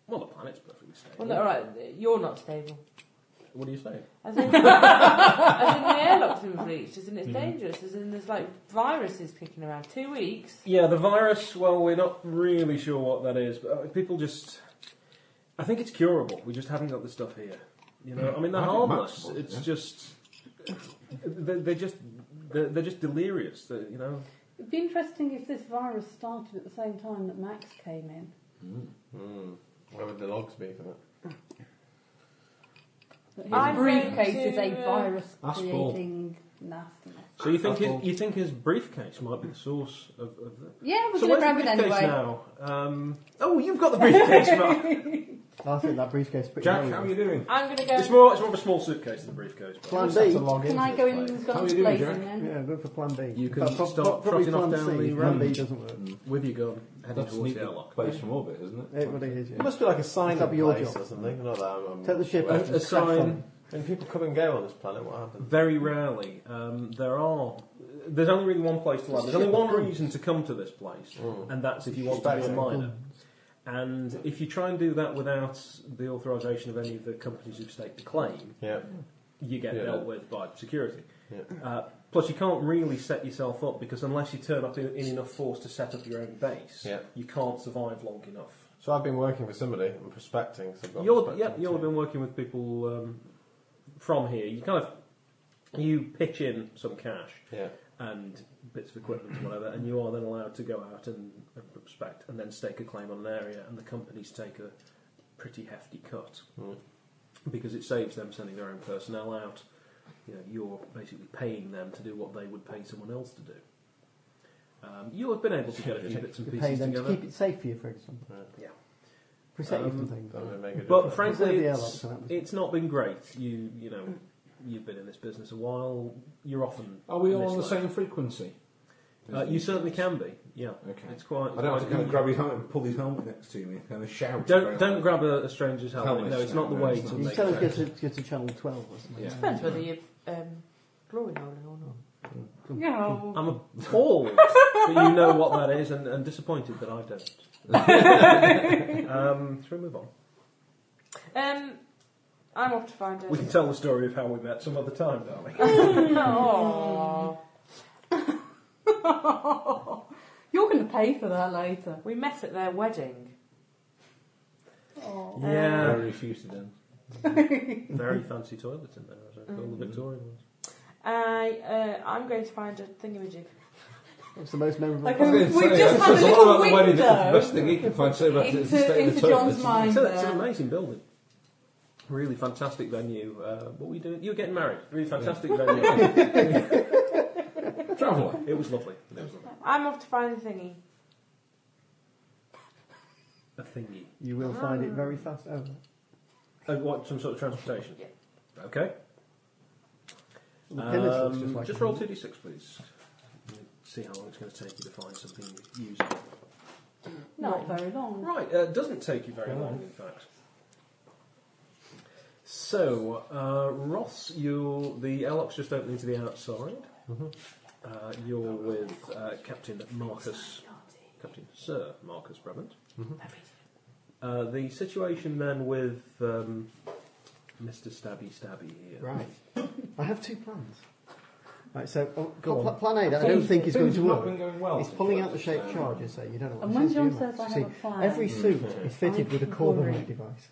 Speaker 4: Well, the planet's perfectly stable.
Speaker 9: Well, no, all right, you're not stable.
Speaker 4: What do you say?
Speaker 9: As in, as in the airlock's been breached. As in
Speaker 4: Mm-hmm.
Speaker 9: it's dangerous. As in there's like viruses kicking around. Two weeks.
Speaker 4: Yeah, the virus. Well, we're not really sure what that is, but uh, people just. I think it's curable. We just haven't got the stuff here. You know, I mean, they're
Speaker 5: I think
Speaker 4: harmless.
Speaker 5: Maxwell,
Speaker 4: It's
Speaker 5: Hmm. yeah.
Speaker 4: just they're, they're just they're, they're just delirious. They're, you know.
Speaker 6: It'd be interesting if this virus started at the same time that Max came in.
Speaker 7: Where would the logs be for that?
Speaker 6: That
Speaker 9: I'm
Speaker 6: his
Speaker 9: going
Speaker 6: briefcase is a
Speaker 9: to, uh,
Speaker 6: virus
Speaker 5: ask Paul.
Speaker 6: creating nastiness.
Speaker 4: So you think his,
Speaker 5: Apple.
Speaker 4: you think his briefcase might be the source of, of that?
Speaker 6: Yeah, we're
Speaker 4: so
Speaker 6: going to
Speaker 4: where's the
Speaker 6: grab it
Speaker 4: briefcase
Speaker 6: anyway.
Speaker 4: now? Um, oh, you've got the briefcase, Mark.
Speaker 8: I think that briefcase is pretty
Speaker 5: Jack,
Speaker 8: handy.
Speaker 5: how are you doing?
Speaker 9: I'm going to go.
Speaker 4: it's more it's more of a small suitcase than a briefcase. But.
Speaker 8: Plan
Speaker 7: Just have
Speaker 8: B.
Speaker 7: to log
Speaker 6: Can
Speaker 7: into
Speaker 6: I
Speaker 7: this
Speaker 6: go in
Speaker 7: place.
Speaker 6: and got
Speaker 5: How
Speaker 6: his
Speaker 5: are you doing,
Speaker 6: place in there?
Speaker 8: Yeah, go for plan B.
Speaker 4: You can
Speaker 8: But pro-
Speaker 4: start
Speaker 8: pro- probably
Speaker 4: trotting off
Speaker 8: plan
Speaker 4: down
Speaker 8: C,
Speaker 4: the
Speaker 8: if
Speaker 4: ramp.
Speaker 8: Plan B doesn't work.
Speaker 4: With your gun, heading
Speaker 5: That's
Speaker 4: towards
Speaker 5: neat
Speaker 4: the airlock.
Speaker 5: place from orbit, isn't it?
Speaker 8: It really is,
Speaker 7: It
Speaker 8: yeah.
Speaker 7: must be like a sign
Speaker 8: That'd
Speaker 7: up
Speaker 8: be your
Speaker 7: place
Speaker 8: job.
Speaker 7: or something. Not that I'm, I'm
Speaker 8: Take the ship
Speaker 7: aware.
Speaker 8: out.
Speaker 4: A, a sign.
Speaker 7: When people come and go on this planet, what happens?
Speaker 4: Very rarely. Um, there are. There's only really one place to land. There's only one reason to come to this place,
Speaker 7: Mm.
Speaker 4: and that's if you want to be a miner. And if you try and do that without the authorisation of any of the companies who've staked a claim,
Speaker 7: Yeah.
Speaker 4: you get
Speaker 7: Yeah.
Speaker 4: dealt with by security.
Speaker 7: Yeah.
Speaker 4: Uh, plus, you can't really set yourself up because unless you turn up in, in enough force to set up your own base,
Speaker 7: Yeah.
Speaker 4: you can't survive long enough.
Speaker 7: So I've been working with somebody and prospecting. So I've got
Speaker 4: You're, yeah,
Speaker 7: prospecting
Speaker 4: you'll have
Speaker 7: too.
Speaker 4: been working with people um, from here. You kind of you pitch in some cash
Speaker 7: Yeah.
Speaker 4: and bits of equipment and whatever, and you are then allowed to go out and, and prospect and then stake a claim on an area, and the companies take a pretty hefty cut
Speaker 7: Mm.
Speaker 4: because it saves them sending their own personnel out. You know, you're basically paying them to do what they would pay someone else to do. Um, you'll have been able to get a few bits and
Speaker 8: You're paying
Speaker 4: pieces
Speaker 8: them to
Speaker 4: together, Uh,
Speaker 8: keep it safe for you, for example.
Speaker 4: Yeah.
Speaker 8: For safe
Speaker 4: Um,
Speaker 8: and things.
Speaker 7: That would make a
Speaker 4: but
Speaker 7: difference.
Speaker 4: frankly,
Speaker 8: Reserve the
Speaker 4: it's,
Speaker 8: airlock, so that was-
Speaker 4: it's not been great. You you know, you've been in this business a while. You're often
Speaker 5: Are we all on the
Speaker 4: misled.
Speaker 5: same frequency?
Speaker 4: Uh, you certainly can be. Yeah. Okay. It's quite.
Speaker 5: I don't have to
Speaker 4: quite
Speaker 5: kind of grab his helmet, pull his helmet next to me, and kind of shout.
Speaker 4: Don't don't grab a, a stranger's helmet. No, it's not the way to
Speaker 8: You
Speaker 4: make.
Speaker 8: tell us get
Speaker 4: it.
Speaker 8: to, get to channel 12 or something.
Speaker 4: Yeah.
Speaker 9: Depends whether you're um, glory holding or not. No.
Speaker 4: I'm appalled that you know what that is, and, and disappointed that I don't. um, shall we move on?
Speaker 9: Um, I'm off to find
Speaker 4: We can
Speaker 9: it.
Speaker 4: tell the story of how we met some other time, darling.
Speaker 9: Aw.
Speaker 6: You're going to pay for that later.
Speaker 9: we met at their wedding.
Speaker 6: Oh.
Speaker 4: Yeah.
Speaker 5: I refuse to then.
Speaker 4: Very fancy toilets in there, as I recall, the Victorian ones.
Speaker 9: I uh, I'm going to find a thingamajig.
Speaker 8: It's the most memorable.
Speaker 6: Like,
Speaker 8: part.
Speaker 6: we- we just had a little window
Speaker 5: best thing he can find so about it is to
Speaker 6: into-
Speaker 5: stay in the
Speaker 6: into
Speaker 5: toilet.
Speaker 6: John's mind
Speaker 4: So it's an
Speaker 6: there.
Speaker 4: amazing building. Really fantastic venue. Uh, what were you doing? You were getting married. Really fantastic venue.
Speaker 5: Traveller.
Speaker 4: It was lovely.
Speaker 9: I'm off to find a thingy.
Speaker 4: A thingy.
Speaker 8: You will find it very
Speaker 7: Ah.
Speaker 8: fast. Oh,
Speaker 4: Oh, what, some sort of transportation?
Speaker 9: Yeah.
Speaker 4: Okay.
Speaker 8: the pillars looks
Speaker 4: Um,
Speaker 8: just like
Speaker 4: just
Speaker 8: a-
Speaker 4: roll 2d6, please. See how long it's going to take you to find something usable.
Speaker 6: Not very long.
Speaker 4: Right, uh, doesn't take you very long, in fact. So, uh, Ross, you're the airlock's just opening to the outside.
Speaker 5: Mm-hmm.
Speaker 4: Uh, you're with uh, Captain Marcus, Captain Sir Marcus Brabant. Uh, the situation then with um, Mr. Stabby Stabby here.
Speaker 8: Right. I have two plans. Right, so oh,
Speaker 4: Go
Speaker 8: pl-
Speaker 4: on.
Speaker 8: plan A that I don't think is going
Speaker 5: Things
Speaker 8: to
Speaker 5: have not
Speaker 8: work.
Speaker 5: been going well.
Speaker 8: It's pulling out the
Speaker 4: Um,
Speaker 8: shaped charger, so you don't know what
Speaker 6: And
Speaker 8: to
Speaker 6: when
Speaker 8: do,
Speaker 6: John
Speaker 8: do you?
Speaker 6: says I
Speaker 8: See,
Speaker 6: have a plan-
Speaker 8: Every
Speaker 4: Hmm.
Speaker 8: suit is fitted with a
Speaker 6: I'm
Speaker 8: Corbomite
Speaker 6: worried.
Speaker 8: device.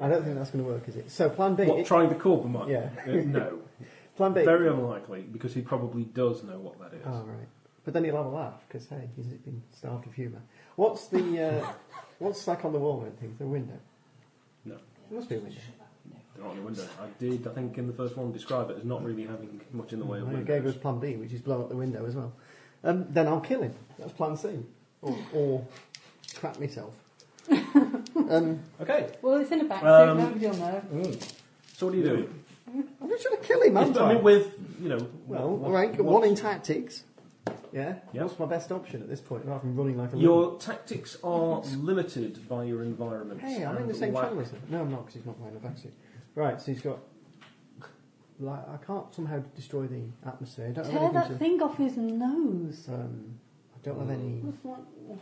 Speaker 8: I don't think that's going to work, is it? So plan B.
Speaker 4: What,
Speaker 8: it-
Speaker 4: trying the Corbomite?
Speaker 8: Yeah.
Speaker 4: Uh, no.
Speaker 8: plan B.
Speaker 4: Very unlikely, because he probably does know what that is.
Speaker 8: Oh, right. But then he'll have a laugh because hey, he's been starved of humour. What's the uh, what's like on the wall or anything? The window.
Speaker 4: No.
Speaker 8: There must be a window.
Speaker 4: They're on the window. I did, I think, in the first one, describe it as not really having much in the way of
Speaker 8: Well, he
Speaker 4: windows.
Speaker 8: gave us plan B, which is blow up the window as well. Um, then I'll kill him. That's plan C. Or, or crap myself. um,
Speaker 4: Okay,
Speaker 6: Well, it's in a back
Speaker 4: Um,
Speaker 6: seat, nobody'll know.
Speaker 4: so what do you do?
Speaker 8: I'm just trying to kill him,
Speaker 4: I
Speaker 8: aren't I?
Speaker 4: mean, with you know,
Speaker 8: well,
Speaker 4: what-
Speaker 8: all Oh, right, got
Speaker 4: what-
Speaker 8: one in tactics. Yeah?
Speaker 4: Yeah.
Speaker 8: What's my best option at this point, rather than running like a little-
Speaker 4: your tactics are limited by your environment.
Speaker 8: Hey, I'm in
Speaker 4: and
Speaker 8: the same
Speaker 4: lack-
Speaker 8: channel as him. No, I'm not, because he's not wearing a vaccine. Right, so he's got... Like, I can't somehow destroy the atmosphere. I don't have
Speaker 6: Tear
Speaker 8: anything
Speaker 6: that
Speaker 8: to...
Speaker 6: thing off his nose.
Speaker 8: Um, I don't have any...
Speaker 4: Hmm.
Speaker 6: It's like-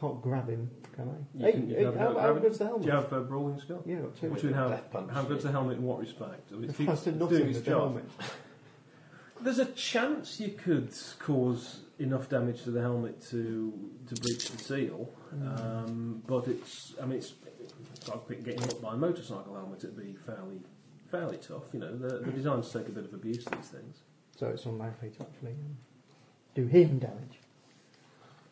Speaker 8: I can't grab him, can I?
Speaker 4: You
Speaker 8: hey,
Speaker 4: can- you
Speaker 8: hey,
Speaker 4: have
Speaker 8: how,
Speaker 4: no
Speaker 8: how
Speaker 4: gravity.
Speaker 8: good's the helmet?
Speaker 4: Do you have a brawling skill?
Speaker 8: Yeah, got two.
Speaker 4: Which would have
Speaker 5: Death punch.
Speaker 4: how good's the helmet in what respect? I mean, if
Speaker 8: That's
Speaker 4: it's
Speaker 8: the nut
Speaker 4: doing
Speaker 8: in
Speaker 4: its
Speaker 8: the
Speaker 4: job.
Speaker 8: helmet.
Speaker 4: There's a chance you could cause enough damage to the helmet to to breach the seal, um, but it's I mean it's, it's like getting hit by a motorcycle helmet. It'd be fairly fairly tough. You know, they're, they're designed to take a bit of abuse. These things.
Speaker 8: So it's unlikely to actually um, do him damage.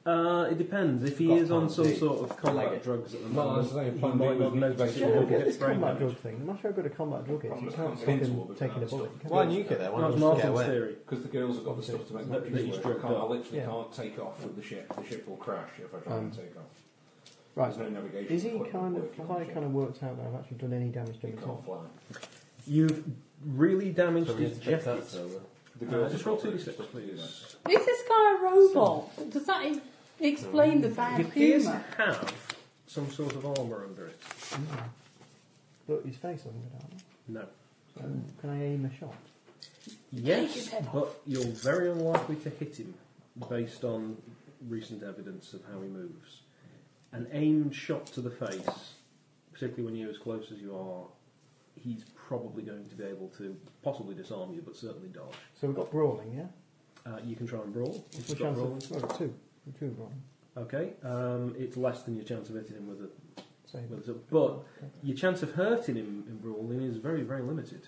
Speaker 4: Uh, it depends. If he
Speaker 5: Got
Speaker 4: is on
Speaker 5: plan
Speaker 4: some
Speaker 5: B.
Speaker 4: sort of combat
Speaker 5: Leg it.
Speaker 4: drugs at the
Speaker 5: No,
Speaker 4: moment,
Speaker 5: that's the thing,
Speaker 4: he
Speaker 5: plan B
Speaker 4: might not
Speaker 5: was
Speaker 4: notice
Speaker 5: basically
Speaker 4: it or
Speaker 8: Yeah,
Speaker 5: what
Speaker 8: look at
Speaker 4: gets
Speaker 8: this
Speaker 4: brain
Speaker 8: combat
Speaker 4: damage.
Speaker 8: drug thing. No matter how good a combat drug is,
Speaker 5: Problem
Speaker 8: you can't
Speaker 5: is
Speaker 8: stop him
Speaker 5: invincible, but
Speaker 8: taking a
Speaker 5: that's
Speaker 8: bullet.
Speaker 5: not-
Speaker 8: can
Speaker 7: Why
Speaker 8: you?
Speaker 7: didn't you get there? Why
Speaker 4: That was
Speaker 7: didn't you just get
Speaker 4: Martin's
Speaker 7: away?
Speaker 4: theory.
Speaker 5: Because the girls have got the stuff to make
Speaker 4: That-
Speaker 5: that
Speaker 4: that he's
Speaker 5: work. I,
Speaker 4: drugged
Speaker 5: can't, I
Speaker 4: up.
Speaker 5: literally
Speaker 8: Yeah.
Speaker 5: can't take off with the ship. The ship will crash if I try
Speaker 4: Um,
Speaker 5: and take off.
Speaker 8: Right.
Speaker 5: There's no navigation.
Speaker 8: Is he
Speaker 5: equipment
Speaker 8: kind of?
Speaker 5: working
Speaker 8: Have
Speaker 5: on
Speaker 8: I
Speaker 5: the
Speaker 8: kind of worked out that I've actually done any damage to
Speaker 5: ship. He
Speaker 8: him at all?
Speaker 5: can't fly.
Speaker 4: You've really damaged
Speaker 7: So we
Speaker 4: his
Speaker 7: need to fix
Speaker 4: jacket.
Speaker 7: that, so,
Speaker 5: The
Speaker 4: Uh, just roll
Speaker 5: have got the
Speaker 4: 2d6,
Speaker 5: stuff to do that.
Speaker 4: please.
Speaker 6: Is this guy a robot? Does that e- explain the
Speaker 4: He
Speaker 6: bad
Speaker 4: appears to
Speaker 6: humour?
Speaker 4: have some sort of armour under it.
Speaker 8: Look, his face hasn't got armor.
Speaker 4: No.
Speaker 8: So can I aim a shot?
Speaker 6: his
Speaker 4: Yes,
Speaker 6: head off.
Speaker 4: but you're very unlikely to hit him based on recent evidence of how he moves. An aimed shot to the face, particularly when you're as close as you are, he's probably going to be able to possibly disarm you, but certainly dodge.
Speaker 8: So we've got brawling, yeah.
Speaker 4: Uh, you can try and brawl. if
Speaker 8: What's
Speaker 4: you've got
Speaker 8: the chance
Speaker 4: brawling.
Speaker 8: of? Oh, two. Two brawling.
Speaker 4: Okay, um, it's less than your chance of hitting him with a
Speaker 8: Save.
Speaker 4: Well, so- but your chance of hurting him in brawling is very, very limited.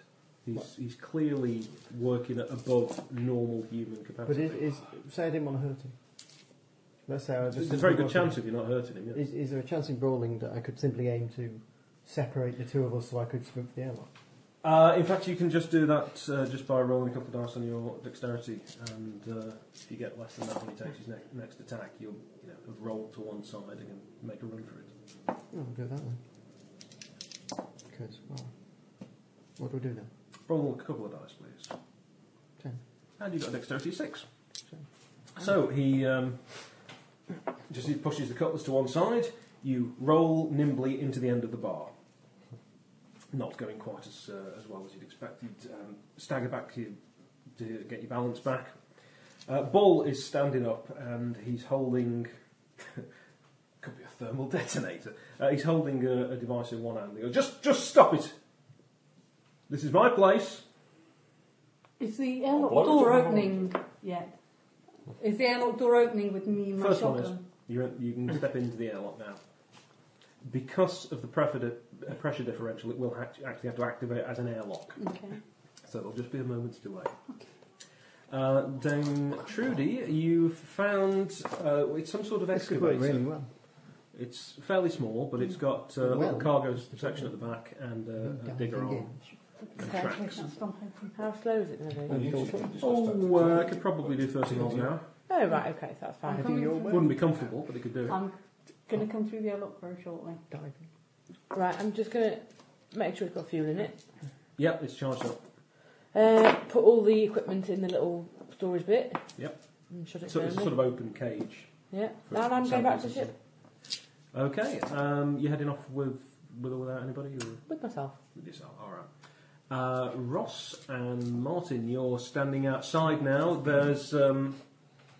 Speaker 4: He's, he's clearly working at above normal human
Speaker 8: But
Speaker 4: capacity.
Speaker 8: is, is say I didn't want to hurt him. Let's say I just.
Speaker 4: There's a very good chance if you're not hurting him. Yeah.
Speaker 8: Is, is there a chance in brawling that I could simply aim to separate the two of us so I could spook the airlock?
Speaker 4: Uh, in fact, you can just do that uh, just by rolling a couple of dice on your dexterity, and uh, if you get less than that when he takes his ne- next attack, you'll you know, have rolled to one side and make a run for it.
Speaker 8: Oh, we'll do that then. Because, well, what do we do now?
Speaker 4: Roll a couple of dice, please.
Speaker 8: Ten.
Speaker 4: And you got a dexterity six.
Speaker 8: Ten.
Speaker 4: So he um, just he pushes the cutlass to one side. You roll nimbly into the end of the bar. Not going quite as uh, as well as you'd expected. Um, stagger back to, to get your balance back. Uh, Bull is standing up and he's holding. could be a thermal detonator. Uh, he's holding a, a device in one hand. He goes, "Just, just stop it. This is my place."
Speaker 6: Is the airlock door opening yet? Is the airlock door opening with me and my
Speaker 4: First one is
Speaker 6: shotgun?
Speaker 4: you're, in- you can step into the airlock now. Because of the pressure, di- uh, pressure differential, it will act- actually have to activate as an airlock.
Speaker 6: Okay.
Speaker 4: So it'll just be a moment's delay. Uh, Dame Trudy, you've found uh, it's some sort of
Speaker 8: This is
Speaker 4: excavator.
Speaker 8: going really well.
Speaker 4: It's fairly small, but it's got uh, a
Speaker 8: Well. Mm,
Speaker 4: little cargo section at the back and uh, a digger
Speaker 8: Dunking
Speaker 4: arm. Tracks.
Speaker 9: How slow is it
Speaker 5: Mm.
Speaker 9: going to be?
Speaker 4: Oh, uh, I could probably do 30 miles an hour.
Speaker 9: Oh, right, okay, so that's
Speaker 6: I'm
Speaker 9: fine.
Speaker 6: coming
Speaker 4: Wouldn't be comfortable, but it could do it.
Speaker 8: Um,
Speaker 6: I'm going to come through the airlock very shortly.
Speaker 9: Right, I'm just going to make sure it's got fuel in it.
Speaker 4: Yep, it's charged up.
Speaker 9: Uh, put all the equipment in the little storage bit.
Speaker 4: Yep.
Speaker 9: And shut it
Speaker 4: So
Speaker 9: down.
Speaker 4: it's a sort of open cage.
Speaker 9: Yeah.
Speaker 4: for
Speaker 9: Now I'm going back to
Speaker 4: samples
Speaker 9: the
Speaker 4: and
Speaker 9: ship
Speaker 4: stuff. Okay, um, you heading off with, with or without anybody? Or?
Speaker 9: with myself.
Speaker 4: With yourself, alright. Uh, Ross and Martin, you're standing outside now. There's um,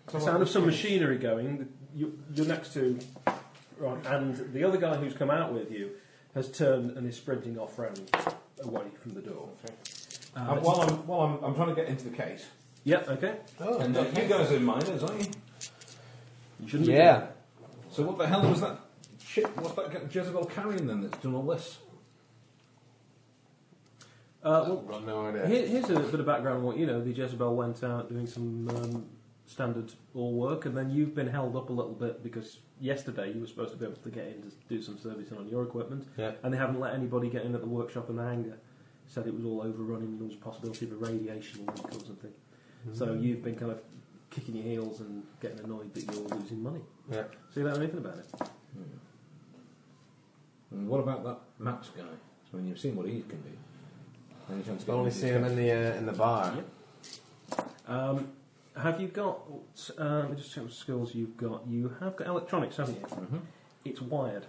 Speaker 4: the sound of some machinery going. You, you're next to. Right, and the other guy who's come out with you has turned and is sprinting off round away from the door.
Speaker 5: Uh,
Speaker 4: Uh,
Speaker 5: while I'm, while I'm, I'm trying to get into the case.
Speaker 4: yep, okay.
Speaker 7: Oh,
Speaker 5: and uh, you guys are miners, aren't you?
Speaker 4: You shouldn't be
Speaker 7: Yeah.
Speaker 4: doing
Speaker 5: So what the hell was that shit? What's that got Jezebel carrying then that's done all this?
Speaker 4: that. Uh, well,
Speaker 7: I've got no idea.
Speaker 4: Here, here's a bit of background on what you know. The Jezebel went out doing some um, standard all work, and then you've been held up a little bit because yesterday you were supposed to be able to get in to do some servicing on your equipment,
Speaker 7: Yeah.
Speaker 4: and they haven't let anybody get in at the workshop and the hangar. Said it was all overrunning and there was a possibility of a radiation leak or something.
Speaker 7: Hmm.
Speaker 4: So you've been kind of kicking your heels and getting annoyed that you're losing money.
Speaker 7: Yeah.
Speaker 4: So you don't know anything about it.
Speaker 5: And what about that Max guy? I mean, you've seen what he can do. Any chance of getting
Speaker 7: Only
Speaker 5: into
Speaker 7: see
Speaker 5: his
Speaker 7: him
Speaker 5: case?
Speaker 7: in the uh, in the bar.
Speaker 4: Yep. Um, have you got? Uh, let me just check what skills you've got. You have got electronics, haven't you?
Speaker 7: Mm-hmm.
Speaker 5: Mhm.
Speaker 4: It's wired,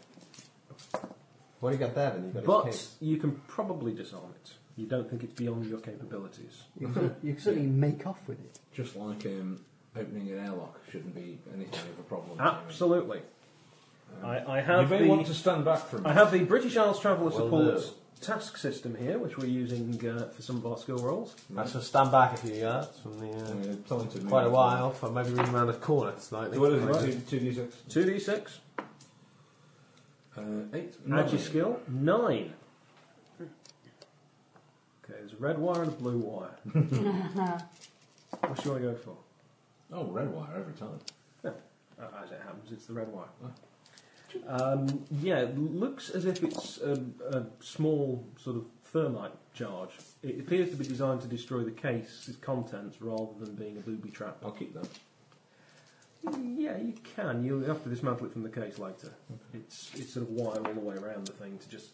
Speaker 7: What do you got there? Then you got
Speaker 4: but
Speaker 7: his case.
Speaker 4: you can probably disarm it. You don't think it's beyond your capabilities.
Speaker 8: You can cer- you can certainly make off with it.
Speaker 5: Just like um, opening an airlock shouldn't be anything of a problem.
Speaker 4: Absolutely. Mm. Ah, I, I
Speaker 5: You
Speaker 4: have
Speaker 5: may want to
Speaker 4: the
Speaker 5: stand back from
Speaker 4: I
Speaker 5: it.
Speaker 4: have the British Isles Traveller
Speaker 7: Well,
Speaker 4: Support
Speaker 7: no.
Speaker 4: task system here, which we're using uh, for some of our skill rolls.
Speaker 7: I shall stand back a few yards from the. Uh,
Speaker 5: Uh, tell him to move.
Speaker 7: Quite a while, for maybe running around a corner slightly.
Speaker 5: What is
Speaker 4: Right.
Speaker 5: it? Two, two d6?
Speaker 4: Two d six.
Speaker 5: Uh, eight?
Speaker 4: Add
Speaker 5: Nine.
Speaker 4: your skill. Nine. Okay, there's a red wire and a blue wire. what should I go for?
Speaker 5: Oh, red wire every time.
Speaker 4: Uh, as it happens, it's the red wire. Um, yeah, it looks as if it's a, a small sort of thermite charge. It appears to be designed to destroy the case's contents rather than being a booby trap.
Speaker 5: I'll keep that.
Speaker 4: Yeah, you can. You'll have to dismantle it from the case later. It's it's sort of wire all the way around the thing to just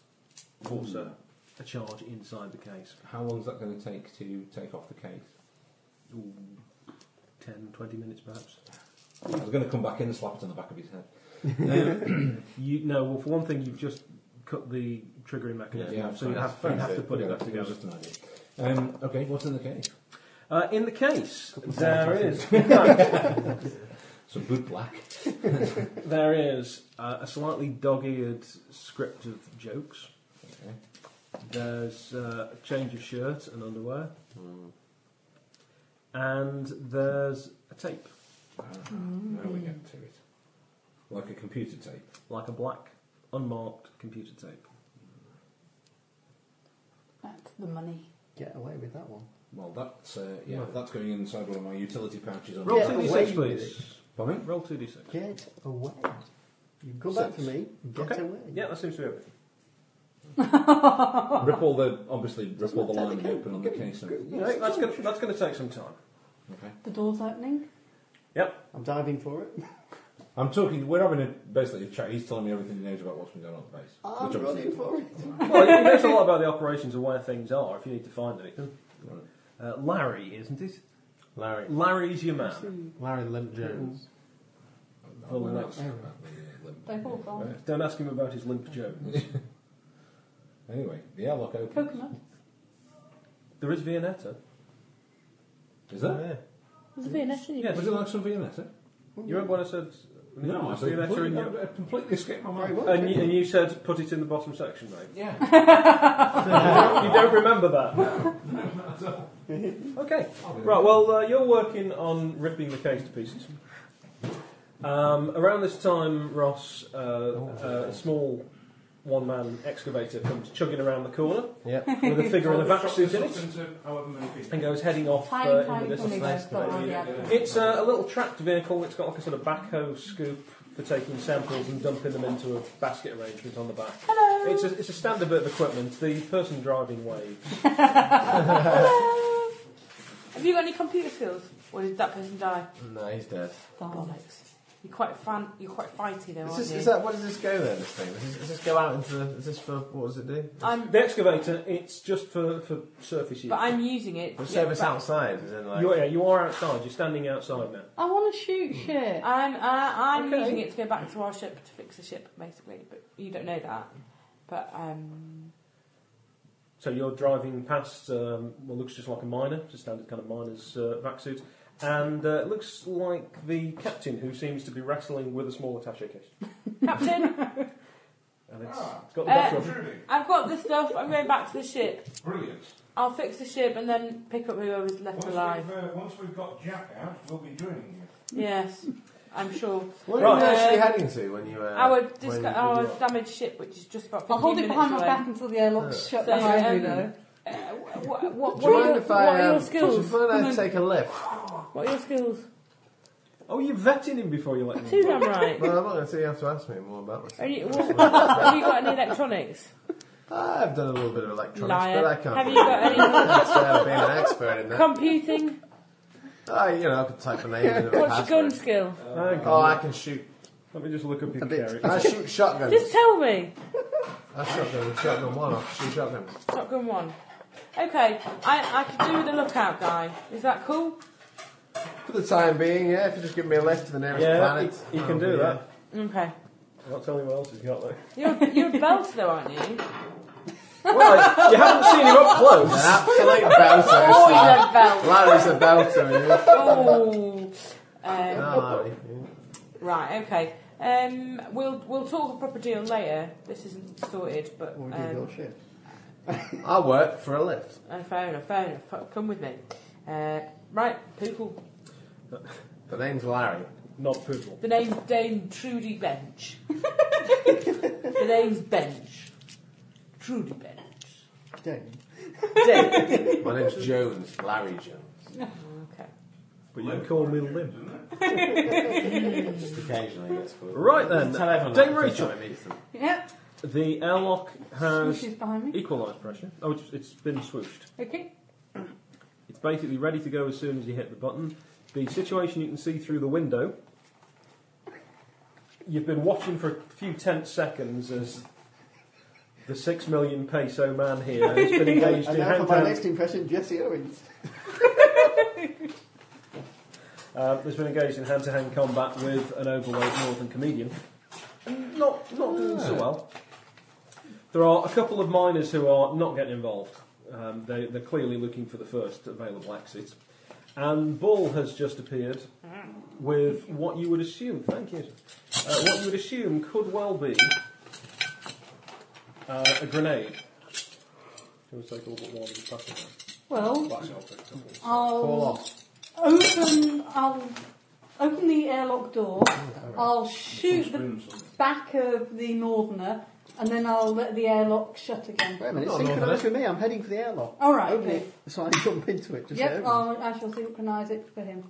Speaker 4: force a, a charge inside the case.
Speaker 5: How long's that going to take to take off the case?
Speaker 4: Ooh, 10, 20 minutes perhaps.
Speaker 5: I was going to come back in and slap it on the back of his head.
Speaker 4: You no, well for one thing you've just cut the triggering mechanism, off, so you have, you have to put it back
Speaker 5: That
Speaker 4: together.
Speaker 5: was just an idea. Um, okay, what's in the case?
Speaker 4: Uh, in the case, there is, in fact,
Speaker 5: Some boot black.
Speaker 4: there is uh, a slightly dog-eared script of jokes.
Speaker 5: Okay.
Speaker 4: There's uh, a change of shirt and underwear,
Speaker 5: Hmm.
Speaker 4: and there's a tape,
Speaker 5: Ah, Now we get to it. Like a computer tape.
Speaker 4: like a black, unmarked computer tape.
Speaker 6: That's the money.
Speaker 8: Get away with that one.
Speaker 5: Well, that's uh, yeah, that's going inside one of my utility pouches. On
Speaker 4: Roll two
Speaker 5: the
Speaker 8: Yeah,
Speaker 5: back.
Speaker 4: d
Speaker 8: away
Speaker 4: six,
Speaker 8: with
Speaker 4: please.
Speaker 5: Pardon?
Speaker 4: Roll two d six.
Speaker 8: Get away. You come back to me. Get
Speaker 4: Okay.
Speaker 8: away.
Speaker 4: Yeah, that seems to be everything.
Speaker 5: rip all the obviously rip all the
Speaker 8: matter,
Speaker 5: lining
Speaker 8: go-
Speaker 5: open on the case. and-
Speaker 4: No, that's going to that's going to take some time.
Speaker 5: Okay.
Speaker 6: The door's opening.
Speaker 4: Yep.
Speaker 8: I'm diving for it.
Speaker 5: I'm talking. We're having a basically a chat. He's telling me everything he knows about what's been going on at the base.
Speaker 8: I'm
Speaker 5: which obviously-
Speaker 8: running for it.
Speaker 4: Well, it knows a lot about the operations and where things are if you need to find anything.
Speaker 5: Right.
Speaker 4: Uh, Larry, isn't it?
Speaker 7: Larry.
Speaker 4: Larry's your man.
Speaker 7: Larry Limp Jones.
Speaker 4: Well,
Speaker 5: Well,
Speaker 4: that's-
Speaker 5: that's-
Speaker 6: They've all gone.
Speaker 4: Don't ask him about his limp Jones.
Speaker 5: Anyway, the airlock opens.
Speaker 6: Coconut.
Speaker 4: there is Vianetta.
Speaker 5: Is that?
Speaker 7: Yeah.
Speaker 10: Was it being actually?
Speaker 4: Yes.
Speaker 5: Would you like some Viennetta?
Speaker 4: You remember what I said?
Speaker 5: No, I
Speaker 4: There's
Speaker 5: said
Speaker 4: Viennetta in
Speaker 5: completely,
Speaker 4: your...
Speaker 5: I completely escaped my mind.
Speaker 4: And you, and you said, put it in the bottom section, mate.
Speaker 5: Yeah.
Speaker 4: you don't remember that? okay. Right, well, uh, you're working on ripping the case to pieces. Um, around this time, Ross, uh, uh, a small one man excavator comes chugging around the corner
Speaker 7: Yep.
Speaker 4: with a figure in a vac suit in it
Speaker 5: Into however many people.
Speaker 4: and goes heading off
Speaker 6: Tiny,
Speaker 4: uh,
Speaker 6: tiny
Speaker 4: into this.
Speaker 6: flamingo
Speaker 7: nice
Speaker 6: got
Speaker 7: to
Speaker 6: on the
Speaker 5: know.
Speaker 6: advert.
Speaker 4: It's uh, a little tracked vehicle. It's got like a sort of backhoe scoop for taking samples and dumping them into a basket arrangement on the back. Hello. It's a, it's a standard bit of equipment. The person driving waves. Uh,
Speaker 9: Hello. Have you got any computer skills? Or did that person die?
Speaker 5: Mm.
Speaker 7: No, he's dead.
Speaker 9: Bollocks. You're quite fan. You're quite fighty though,
Speaker 7: Is,
Speaker 9: aren't
Speaker 7: this,
Speaker 9: you?
Speaker 7: is that, what does this go there, this thing? Does this, does this go out into the, is this for, what does it do?
Speaker 9: I'm,
Speaker 4: The excavator. It's just for for surface use.
Speaker 9: but I'm using it.
Speaker 7: For
Speaker 9: yeah,
Speaker 7: service
Speaker 9: but
Speaker 7: outside, is in like...
Speaker 4: You are, yeah, you are outside. You're standing outside now.
Speaker 6: I want to shoot shit.
Speaker 9: I'm uh, I'm
Speaker 4: Okay.
Speaker 9: using it to go back to our ship to fix the ship, basically. But you don't know that. But um,
Speaker 4: So you're driving past um, what looks just like a miner, just standard kind of miner's uh, vac suit, and uh, it looks like the captain who seems to be wrestling with a small attaché case.
Speaker 9: Captain,
Speaker 4: And it's, it's got the
Speaker 9: Uh,
Speaker 4: better of him.
Speaker 9: I've got the stuff. I'm going back to the ship.
Speaker 5: Brilliant.
Speaker 9: I'll fix the ship and then pick up whoever's left alive.
Speaker 5: uh, once we've got Jack out, we'll be joining you.
Speaker 9: Yes, I'm sure.
Speaker 7: What
Speaker 4: Right.
Speaker 7: are you actually
Speaker 9: Uh,
Speaker 7: heading to when you... Uh,
Speaker 9: Our
Speaker 7: when you
Speaker 9: disco-
Speaker 7: did
Speaker 9: our
Speaker 7: what?
Speaker 9: damaged ship, which is just about.
Speaker 6: I'll
Speaker 9: 15
Speaker 6: hold it behind my
Speaker 9: minutes away.
Speaker 6: back until the airlock's shut
Speaker 9: So,
Speaker 6: behind me,
Speaker 9: um,
Speaker 6: though.
Speaker 9: Uh, wh- wh- what,
Speaker 7: Do
Speaker 9: what, are
Speaker 7: you mind
Speaker 9: your,
Speaker 7: if
Speaker 9: what
Speaker 7: I,
Speaker 9: are
Speaker 7: um,
Speaker 9: your skills?
Speaker 7: Do you mind if I take a lift?
Speaker 9: What are your skills?
Speaker 4: Oh, you're vetting him before you let him.
Speaker 9: Too damn right.
Speaker 7: Well, I'm not going to say you have to ask me more about myself.
Speaker 9: Are you, what- have you got any electronics?
Speaker 7: I've done a little bit of electronics,
Speaker 9: Liar.
Speaker 7: but I can't
Speaker 9: Have you
Speaker 7: really-
Speaker 9: got any
Speaker 7: I'd say I've been an expert in that.
Speaker 9: computing?
Speaker 7: I, you know, I could type a name in a
Speaker 9: What's your gun
Speaker 7: password.
Speaker 9: skill?
Speaker 4: Hang
Speaker 7: Oh,
Speaker 4: on.
Speaker 7: I can shoot.
Speaker 4: Let me just look up your
Speaker 8: A bit.
Speaker 4: character.
Speaker 7: I shoot shotguns.
Speaker 9: Just tell me.
Speaker 7: I shotgun, shotgun one. I shoot shotgun.
Speaker 9: Top Gun One. Okay, I, I could do with the lookout guy. Is that cool?
Speaker 7: For the time being, yeah. If you just give me a list to the nearest
Speaker 4: Yeah,
Speaker 7: planet, Oh,
Speaker 4: he, he
Speaker 7: I'll
Speaker 4: can
Speaker 7: be,
Speaker 4: do that.
Speaker 9: Okay.
Speaker 4: I'm not telling you what else he's got there.
Speaker 9: You're, you're a belt though, aren't you?
Speaker 4: Well, you haven't seen him up
Speaker 7: uh,
Speaker 4: close.
Speaker 7: An absolute belter.
Speaker 6: Oh,
Speaker 7: Oh,
Speaker 6: he's a belt.
Speaker 7: Larry's a belter. yeah.
Speaker 9: Oh. Um,
Speaker 7: No, Larry.
Speaker 9: right. Okay. Um, we'll we'll talk a proper deal later. This isn't sorted, but
Speaker 8: Or do you
Speaker 9: um,
Speaker 8: got shit?
Speaker 7: yeah. Oh, I work for a lift.
Speaker 9: uh, fair enough. Fair enough. Fuck, Come with me. Uh, right, people.
Speaker 7: The name's Larry.
Speaker 4: Not Poodle.
Speaker 9: The name's Dame Trudy Bench. the name's Bench. Trudy Bench.
Speaker 8: Dane.
Speaker 9: Dame.
Speaker 7: My name's Jones. Larry Jones.
Speaker 9: Okay.
Speaker 4: But you can call me Lim.
Speaker 7: Just occasionally gets called.
Speaker 4: Right then,
Speaker 7: Tell everyone
Speaker 4: Dame
Speaker 7: that the first
Speaker 4: Rachel.
Speaker 7: time I meet them.
Speaker 6: Yep.
Speaker 4: The airlock has
Speaker 6: She's behind me.
Speaker 4: equalised pressure. Oh, it's, it's been swooshed.
Speaker 6: Okay.
Speaker 4: It's basically ready to go as soon as you hit the button. The situation you can see through the window. You've been watching for a few tense seconds as the six million peso man here has been engaged
Speaker 8: and
Speaker 4: in
Speaker 8: now for my
Speaker 4: handheld
Speaker 8: next impression, Jesse Owens.
Speaker 4: Uh, has been engaged in hand-to-hand combat with an overweight northern comedian. And Not, not doing so well. There are a couple of miners who are not getting involved. Um, they, they're clearly looking for the first available exit. And Bull has just appeared with what you would assume. Thank you. Uh, what you would assume could well be uh, a grenade. Do you want to take a look at one and pass it
Speaker 6: Well,
Speaker 4: back? I'll pick it up.
Speaker 7: Fall
Speaker 6: I'll
Speaker 7: off.
Speaker 6: open. I'll open the airlock door.
Speaker 8: Oh,
Speaker 6: I'll shoot the back of the northerner, and then I'll let the airlock shut again.
Speaker 8: Wait a minute,
Speaker 7: Not
Speaker 8: synchronise
Speaker 7: northern.
Speaker 8: with me. I'm heading for the airlock.
Speaker 6: All right,
Speaker 8: Open
Speaker 6: okay.
Speaker 8: it so I jump into it. Just
Speaker 6: Yep,
Speaker 8: so-
Speaker 6: I'll, I shall synchronise it for him.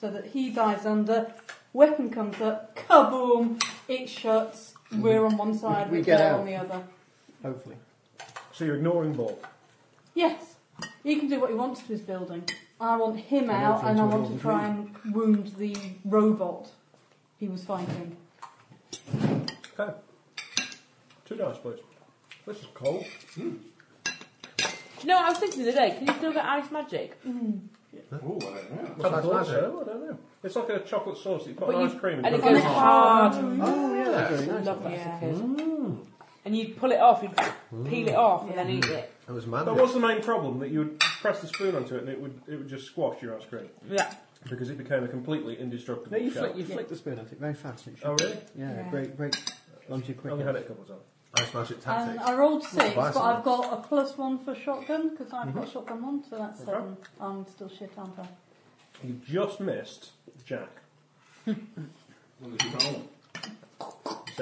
Speaker 6: So that he dives under, weapon comes up, kaboom, it shuts, we're on one side,
Speaker 8: Mm-hmm. We
Speaker 6: we
Speaker 8: get
Speaker 6: get
Speaker 8: out.
Speaker 6: on the other.
Speaker 8: Hopefully.
Speaker 4: So you're ignoring Bull.
Speaker 6: Yes, he can do what he wants to his building. I want him out and I want to try and wound the robot he was fighting.
Speaker 4: Okay. Two dice, please. This is cold.
Speaker 9: Do you know what I was thinking the other day? Can you still get ice magic?
Speaker 5: Oh, I don't know.
Speaker 4: I thought so. I don't know. It's like a chocolate sauce. that You put
Speaker 9: But
Speaker 4: an
Speaker 9: you-
Speaker 4: ice cream in
Speaker 9: and it
Speaker 4: front
Speaker 9: goes
Speaker 4: of
Speaker 9: hard.
Speaker 4: Oh, yeah, that's very nice.
Speaker 9: Lovely
Speaker 4: Yeah.
Speaker 9: as a kid. uh, And you'd pull it off, you'd peel it off, and then eat it.
Speaker 7: It was
Speaker 4: That was the main problem that you would press the spoon onto it and it would it would just squash your ice cream.
Speaker 9: Yeah.
Speaker 4: Because it became a completely indestructible.
Speaker 8: No, you
Speaker 4: shell.
Speaker 8: flick, you flick the spoon at it very fast. It should-
Speaker 4: Oh, really?
Speaker 8: Yeah,
Speaker 6: Yeah.
Speaker 8: break, break. Once you
Speaker 4: I
Speaker 8: quick.
Speaker 4: only had it a couple of times.
Speaker 7: Ice magic
Speaker 6: Um,
Speaker 7: tactics.
Speaker 6: I rolled
Speaker 7: Buy
Speaker 6: six, but
Speaker 7: some.
Speaker 6: I've got a plus one for shotgun because I've
Speaker 4: Mm-hmm.
Speaker 6: got shotgun one, so that's
Speaker 4: Okay.
Speaker 6: seven. I'm still shit, aren't I?
Speaker 4: You just missed Jack. Six.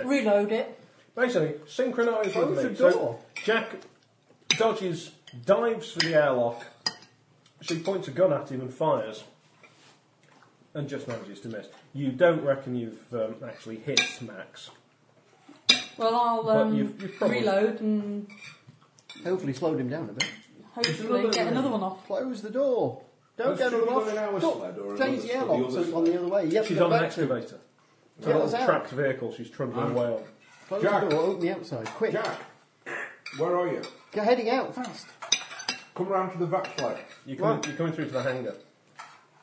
Speaker 6: Reload it.
Speaker 4: Basically, synchronise
Speaker 8: Close
Speaker 4: with
Speaker 8: the
Speaker 4: me.
Speaker 8: door.
Speaker 4: So Jack dodges, dives for the airlock. She points a gun at him and fires, and just manages to miss. You don't reckon you've um, actually hit Max.
Speaker 6: Well, I'll
Speaker 4: But
Speaker 6: um,
Speaker 4: you've- you've probably-
Speaker 6: reload and
Speaker 8: Hopefully, slowed him down a bit.
Speaker 6: hopefully get another one off.
Speaker 8: Close the door. Don't
Speaker 5: Has
Speaker 8: go to
Speaker 5: she
Speaker 8: the
Speaker 5: got
Speaker 8: loft.
Speaker 5: an hour
Speaker 8: Don't-
Speaker 5: sled or
Speaker 8: Change
Speaker 5: another-
Speaker 8: the
Speaker 5: or the
Speaker 8: airlock
Speaker 5: other
Speaker 8: so it's on
Speaker 5: sled?
Speaker 8: the other way. You have
Speaker 4: She's
Speaker 8: to go
Speaker 4: on an
Speaker 8: back to it.
Speaker 4: excavator. It's
Speaker 8: Get
Speaker 4: a
Speaker 8: us
Speaker 4: little
Speaker 8: out.
Speaker 4: trapped vehicle she's trundling away on.
Speaker 8: Close
Speaker 5: Jack.
Speaker 8: the door, open the outside. Quick.
Speaker 5: Jack, where are you?
Speaker 8: Go heading out fast.
Speaker 5: Come round to the back sled.
Speaker 4: You come,
Speaker 8: Right.
Speaker 4: You're coming through to the hangar.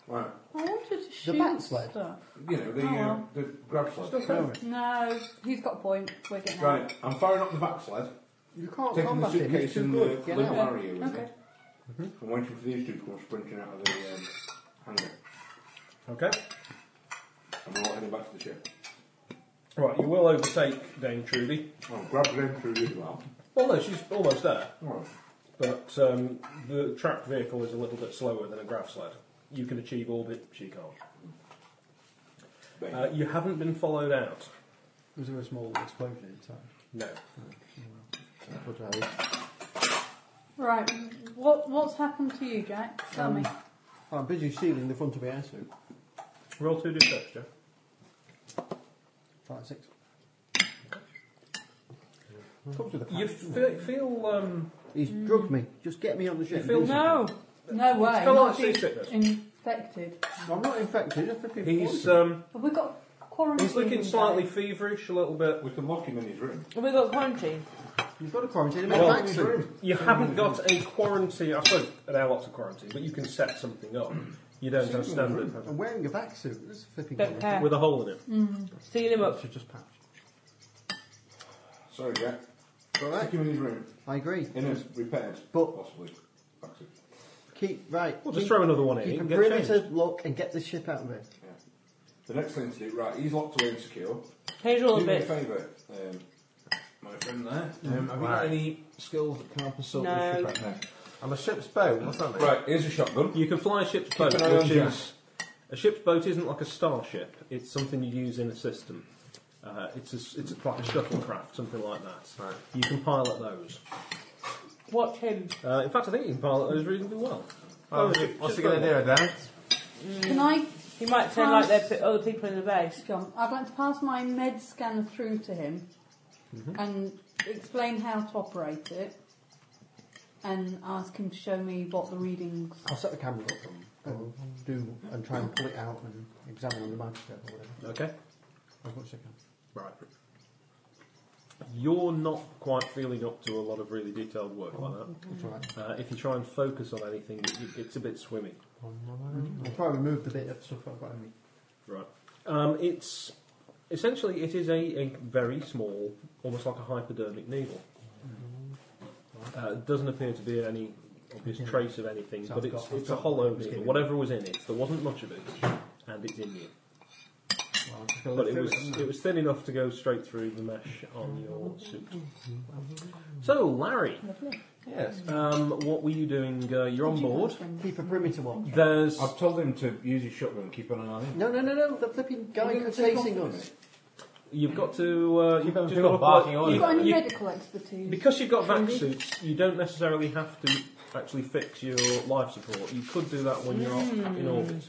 Speaker 5: Right.
Speaker 6: I wanted to shoot
Speaker 8: bat sled.
Speaker 6: stuff.
Speaker 5: You know, the,
Speaker 6: Oh,
Speaker 5: uh,
Speaker 6: well.
Speaker 5: the grab sled.
Speaker 6: No, he's got a point. We're getting out.
Speaker 5: Right, I'm firing up the back sled,
Speaker 8: You can't
Speaker 5: taking the
Speaker 8: combat him. He's
Speaker 5: suitcase
Speaker 8: too
Speaker 5: and the
Speaker 8: good. Get
Speaker 5: blue
Speaker 8: out.
Speaker 5: Mario with
Speaker 6: Okay.
Speaker 5: me. Mm-hmm. I'm waiting for these two to come sprinting out of the um, hangar.
Speaker 4: Okay.
Speaker 5: And we're all heading back to the ship.
Speaker 4: Right, you will overtake Dame Trudy.
Speaker 5: Well, grab them through you as well.
Speaker 4: Well, no, she's almost there.
Speaker 5: Alright.
Speaker 4: But um, the tracked vehicle is a little bit slower than a grav sled. You can achieve orbit, she can't. Uh, you haven't been followed out.
Speaker 8: Was there a small explosion inside?
Speaker 4: No.
Speaker 8: What did I-
Speaker 6: Right. What what's happened to you, Jack? Tell me.
Speaker 4: Um,
Speaker 8: I'm busy sealing the front of the air suit.
Speaker 4: Roll two deception.
Speaker 8: Five, six. Comes with a
Speaker 4: You
Speaker 8: pack.
Speaker 4: feel, feel um,
Speaker 8: He's drugged me. Just get me on the ship.
Speaker 4: feel-
Speaker 8: Do
Speaker 9: No.
Speaker 6: No way.
Speaker 4: kinda
Speaker 6: not
Speaker 4: like
Speaker 6: being
Speaker 4: seasickness.
Speaker 6: Infected.
Speaker 8: something. I'm not infected. Just flipping
Speaker 4: he's
Speaker 8: poisoned.
Speaker 4: um,
Speaker 6: Have we got quarantine?
Speaker 4: he's looking slightly feverish, a little bit.
Speaker 5: We can lock him in his room.
Speaker 9: Have we got quarantine?
Speaker 8: You've got a quarantine him in
Speaker 4: uh, Well-
Speaker 8: a back suit.
Speaker 4: You haven't got a quarantine. I suppose there are lots of quarantine, but you can set something up. You don't have standard have
Speaker 8: I'm wearing a back suit. It's flipping
Speaker 9: Don't
Speaker 5: uh,
Speaker 8: quarantine.
Speaker 4: you?
Speaker 9: care.
Speaker 4: with a hole in it.
Speaker 7: Mm.
Speaker 9: Seal him up.
Speaker 8: Should just patch.
Speaker 5: Sorry, Jack.
Speaker 8: All right.
Speaker 5: Stick him in his room.
Speaker 8: I agree.
Speaker 5: In as repaired,
Speaker 8: But-
Speaker 5: possibly. Back to
Speaker 8: Keep right.
Speaker 4: Well, just
Speaker 8: keep-
Speaker 4: throw another one in, you
Speaker 8: Keep a
Speaker 4: can get
Speaker 8: perimeter lock and get this ship out of here.
Speaker 5: yeah. The next thing to do, right, he's locked away and secure.
Speaker 9: Here's all
Speaker 5: Do
Speaker 9: of
Speaker 5: me a
Speaker 9: it.
Speaker 5: favour, um, my friend there. Um, have you got
Speaker 7: Right.
Speaker 5: any skills that can help us sort
Speaker 9: No.
Speaker 5: this ship out
Speaker 7: I'm a ship's boat. What's that
Speaker 5: now?
Speaker 7: mean?
Speaker 5: Right, here's a shotgun.
Speaker 4: You can fly a ship's boat,
Speaker 5: an eye on
Speaker 4: which
Speaker 5: Jack.
Speaker 4: is a ship's boat isn't like a starship. It's something you use in a system. Uh, it's a, s- it's a, like a shuttlecraft, something like that.
Speaker 7: Right.
Speaker 4: You can pilot those.
Speaker 9: Watch him.
Speaker 4: Uh, in fact, I think you can pilot those reasonably well.
Speaker 7: Oh,
Speaker 4: Ship's
Speaker 7: what's he
Speaker 4: boat.
Speaker 7: going to do? A dance?
Speaker 6: Can I
Speaker 9: He might turn like they're p- other people in the base.
Speaker 6: John, I'd like to pass my med scan through to him and explain how to operate it and ask him to show me what the readings.
Speaker 8: I'll set the camera up and do and try and pull it out and examine on the microscope or whatever.
Speaker 4: Okay.
Speaker 8: As much as I can.
Speaker 4: Right. You're not quite feeling up to a lot of really detailed work like
Speaker 8: That's all right.
Speaker 4: that. Uh, if you try and focus on anything, it, it's a bit swimmy. Mm-hmm.
Speaker 8: I'll try and remove the bit of stuff I've got in me.
Speaker 4: Right. Um, it's essentially it is a, a very small, almost like a hypodermic needle. Uh, it doesn't appear to be any obvious trace of anything,
Speaker 8: So
Speaker 4: but
Speaker 8: I've
Speaker 4: it's,
Speaker 8: got-
Speaker 4: it's a
Speaker 8: I've got-
Speaker 4: hollow
Speaker 8: it's
Speaker 4: needle.
Speaker 8: given.
Speaker 4: Whatever was in it, there wasn't much of it, and it's in you.
Speaker 8: Well, I'm just
Speaker 4: But
Speaker 8: gonna look
Speaker 4: it
Speaker 8: through
Speaker 4: was
Speaker 8: haven't I?
Speaker 4: it was thin enough to go straight through the mesh on your suit. So, Larry,
Speaker 7: Yes.
Speaker 4: um, what were you doing? Uh, you're on board.
Speaker 8: Keep a perimeter watch.
Speaker 4: There's
Speaker 5: I've told him to use his shotgun and keep an eye on him.
Speaker 8: No, no, no, no. The flipping guy
Speaker 5: You're gonna
Speaker 8: who's
Speaker 5: take
Speaker 8: chasing
Speaker 5: off
Speaker 8: us.
Speaker 4: you've got to uh, you've
Speaker 7: People
Speaker 4: just
Speaker 7: do
Speaker 4: got to
Speaker 7: barking
Speaker 4: put-
Speaker 7: orders.
Speaker 6: You've got any
Speaker 4: you-
Speaker 6: medical expertise?
Speaker 4: Because you've got vac
Speaker 6: Trudy?
Speaker 4: suits, you don't necessarily have to actually fix your life support. You could do that when you're in orbit.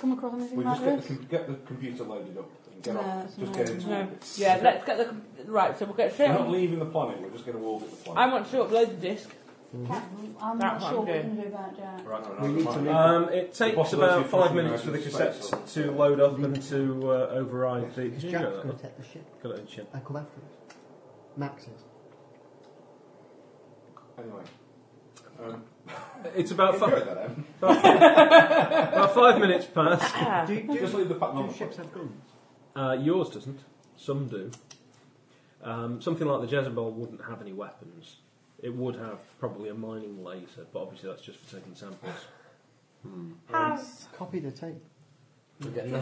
Speaker 6: Come across anything
Speaker 5: We just get
Speaker 6: marvelous?
Speaker 5: the, com- get the computer loaded up and get
Speaker 6: No,
Speaker 5: off.
Speaker 6: it's
Speaker 5: Just
Speaker 6: not.
Speaker 5: get into
Speaker 9: No.
Speaker 5: orbit.
Speaker 9: Yeah, let's get the. Right, so we'll get straight
Speaker 5: We're not
Speaker 9: on.
Speaker 5: leaving the planet, we're just going to orbit the
Speaker 9: I
Speaker 5: planet.
Speaker 9: want to upload the disc.
Speaker 6: Can't- I'm
Speaker 9: That
Speaker 6: not sure
Speaker 9: one,
Speaker 6: we
Speaker 9: yeah.
Speaker 6: can do that, Jack.
Speaker 5: Right, no, no,
Speaker 8: We
Speaker 5: no,
Speaker 8: need
Speaker 5: no, no.
Speaker 8: to leave.
Speaker 4: Um, it takes
Speaker 5: possibility
Speaker 4: about
Speaker 5: of
Speaker 4: five
Speaker 5: pushing
Speaker 4: minutes
Speaker 5: out
Speaker 4: for the
Speaker 5: into
Speaker 4: cassette
Speaker 5: space.
Speaker 4: to load up and to uh, override the. Did
Speaker 8: Because
Speaker 4: you
Speaker 8: Jack's
Speaker 4: go
Speaker 8: going
Speaker 4: that?
Speaker 8: to take the ship
Speaker 4: Got it in chin.
Speaker 8: and come after us. Max is.
Speaker 5: Anyway. Um,
Speaker 4: It's about
Speaker 5: Enjoy
Speaker 4: five.
Speaker 5: that, Em.
Speaker 4: About five, about five minutes past.
Speaker 5: Do you- do you- Just leave the pattern on the
Speaker 4: ships
Speaker 5: have guns?
Speaker 4: Uh, yours doesn't. Some do. Um, something like the Jezebel wouldn't have any weapons. It would have probably a mining laser, but obviously that's just for taking samples.
Speaker 9: Has.
Speaker 8: Copy the tape.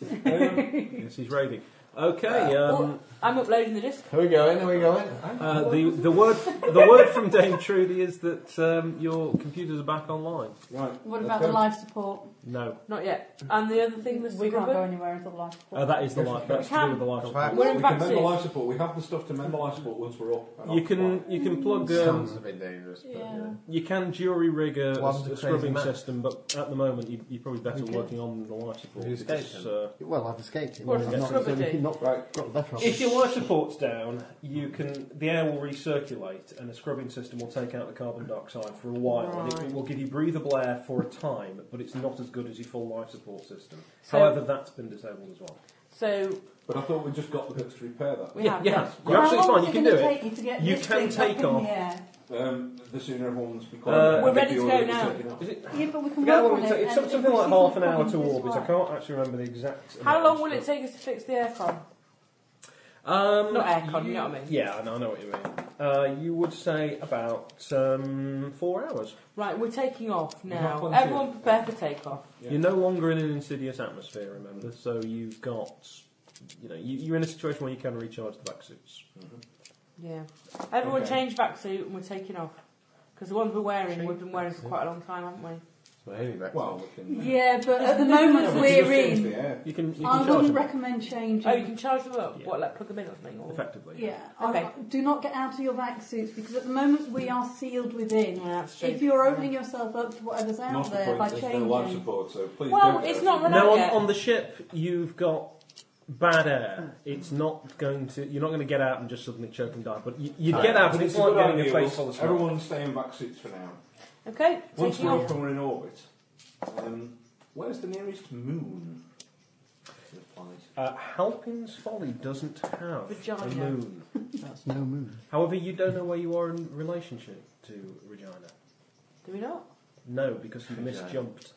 Speaker 4: yes, he's raving. Okay.
Speaker 7: Uh,
Speaker 4: Um,
Speaker 9: I'm uploading the disc.
Speaker 7: Are we going? Are we going?
Speaker 4: uh, the the word the word from Dame Trudy is that um, your computers are back online.
Speaker 5: Right.
Speaker 6: What about the life support?
Speaker 4: No,
Speaker 9: Not yet. And the other thing that's
Speaker 6: We can't
Speaker 9: covered-
Speaker 6: go anywhere until the life support.
Speaker 4: uh, that is the life. That's to do with the life. support.
Speaker 7: Fact.
Speaker 9: We're
Speaker 5: we can
Speaker 9: in
Speaker 5: mend the
Speaker 9: boxes.
Speaker 5: life support. We have the stuff to mend the life support once we're up. and
Speaker 4: You
Speaker 5: off.
Speaker 4: can you can plug um,
Speaker 7: Sounds a bit dangerous, but
Speaker 6: Yeah.
Speaker 7: yeah.
Speaker 4: You can jury rig a, a
Speaker 7: One to
Speaker 4: scrubbing
Speaker 7: crazy man.
Speaker 4: system, but at the moment you, you're probably better
Speaker 8: Okay.
Speaker 4: working on the life support.
Speaker 7: Who's
Speaker 4: because,
Speaker 7: escaped
Speaker 4: uh,
Speaker 8: Well, I've escaped it.
Speaker 9: Well,
Speaker 8: I've
Speaker 9: it's
Speaker 8: not,
Speaker 9: rubber
Speaker 8: so we
Speaker 9: dude.
Speaker 8: can not
Speaker 5: Right.
Speaker 8: got the better of
Speaker 4: if
Speaker 8: it.
Speaker 4: your life support's down, you can the air will recirculate, and the scrubbing system will take out the carbon dioxide for a while, and it,
Speaker 9: Right.
Speaker 4: will give you breathable air for a time, but it's not as good as your full life support system.
Speaker 9: So-
Speaker 4: However, that's been disabled as well.
Speaker 9: So
Speaker 5: But I thought we just got the bits to repair that.
Speaker 9: we have.
Speaker 4: yeah,
Speaker 9: that.
Speaker 4: you're
Speaker 6: How
Speaker 4: absolutely
Speaker 6: long
Speaker 4: fine. You
Speaker 6: is
Speaker 4: can do
Speaker 6: gonna
Speaker 4: it.
Speaker 6: take you to get
Speaker 4: You
Speaker 6: this
Speaker 4: can
Speaker 6: thing
Speaker 4: take
Speaker 6: up in the
Speaker 4: off.
Speaker 6: air?
Speaker 5: Um, the sooner everyone's been
Speaker 4: Uh,
Speaker 9: We're ready to go now.
Speaker 4: Is it?
Speaker 6: Yeah, but we can
Speaker 4: Forget how
Speaker 6: work
Speaker 4: long
Speaker 6: on
Speaker 4: it
Speaker 6: it.
Speaker 4: takes. It's
Speaker 6: and
Speaker 4: some-
Speaker 6: if
Speaker 4: something
Speaker 6: we
Speaker 4: like
Speaker 6: see
Speaker 4: half an
Speaker 6: some
Speaker 4: hour
Speaker 6: problems
Speaker 4: to
Speaker 6: this
Speaker 4: orbit. I
Speaker 6: way-
Speaker 4: can't actually remember the exact.
Speaker 9: How
Speaker 4: amount,
Speaker 9: long will it
Speaker 4: but-
Speaker 9: take us to fix the aircon?
Speaker 4: Um,
Speaker 9: Not aircon, you know what I mean.
Speaker 4: Yeah, I know, I know what you mean. Uh, you would say about um, four hours.
Speaker 9: Right, we're taking off
Speaker 5: have
Speaker 9: now.
Speaker 5: plenty
Speaker 9: Everyone prepare for takeoff.
Speaker 5: Yeah.
Speaker 4: You're no longer in an insidious atmosphere, remember? So you've got, you know, you, you're in a situation where you can recharge the back suits.
Speaker 9: Yeah. Everyone
Speaker 5: Okay.
Speaker 9: change back suit and we're taking off. Because the ones we're wearing, we've been wearing for
Speaker 7: suit.
Speaker 9: quite a long time, haven't we?
Speaker 7: So Haley back.
Speaker 5: Well, we can.
Speaker 6: Yeah, but at the
Speaker 5: Yeah,
Speaker 6: moment
Speaker 5: we can just
Speaker 6: we're
Speaker 5: change the
Speaker 6: in,
Speaker 5: air.
Speaker 4: You can, you can
Speaker 6: I
Speaker 4: charge
Speaker 6: wouldn't
Speaker 4: them
Speaker 6: recommend changing.
Speaker 9: Oh, you can charge them up.
Speaker 4: Yeah.
Speaker 9: What, like plug them in or something? Or?
Speaker 4: effectively.
Speaker 6: Yeah.
Speaker 9: Okay.
Speaker 6: I- do not get out of your vac suits because at the moment we are sealed within.
Speaker 9: Yeah, that's true.
Speaker 6: If you're opening yourself up to whatever's out
Speaker 5: Not the
Speaker 6: there
Speaker 5: point.
Speaker 6: by
Speaker 5: There's no life
Speaker 6: changing.
Speaker 5: support, so please
Speaker 9: Well,
Speaker 5: don't.
Speaker 9: it's not
Speaker 4: Now on,
Speaker 9: Yeah.
Speaker 4: on the ship, you've got bad air. It's not going to. You're not going to get out and just suddenly choke and die. But you, you get out, and
Speaker 5: But
Speaker 4: it's
Speaker 5: a
Speaker 4: like
Speaker 5: good
Speaker 4: getting a
Speaker 5: idea.
Speaker 4: face full of snot.
Speaker 5: Everyone stay in back suits for now.
Speaker 9: Okay,
Speaker 5: Once
Speaker 9: taking
Speaker 5: we're up
Speaker 9: off.
Speaker 5: and we're in orbit, um, where's the nearest moon? The planet.
Speaker 4: Uh, Halpin's Folly doesn't have a
Speaker 9: Vagina.
Speaker 4: moon.
Speaker 8: That's no moon.
Speaker 4: However, you don't know where you are in relationship to Regina.
Speaker 9: Do we not?
Speaker 4: No, because you misjumped.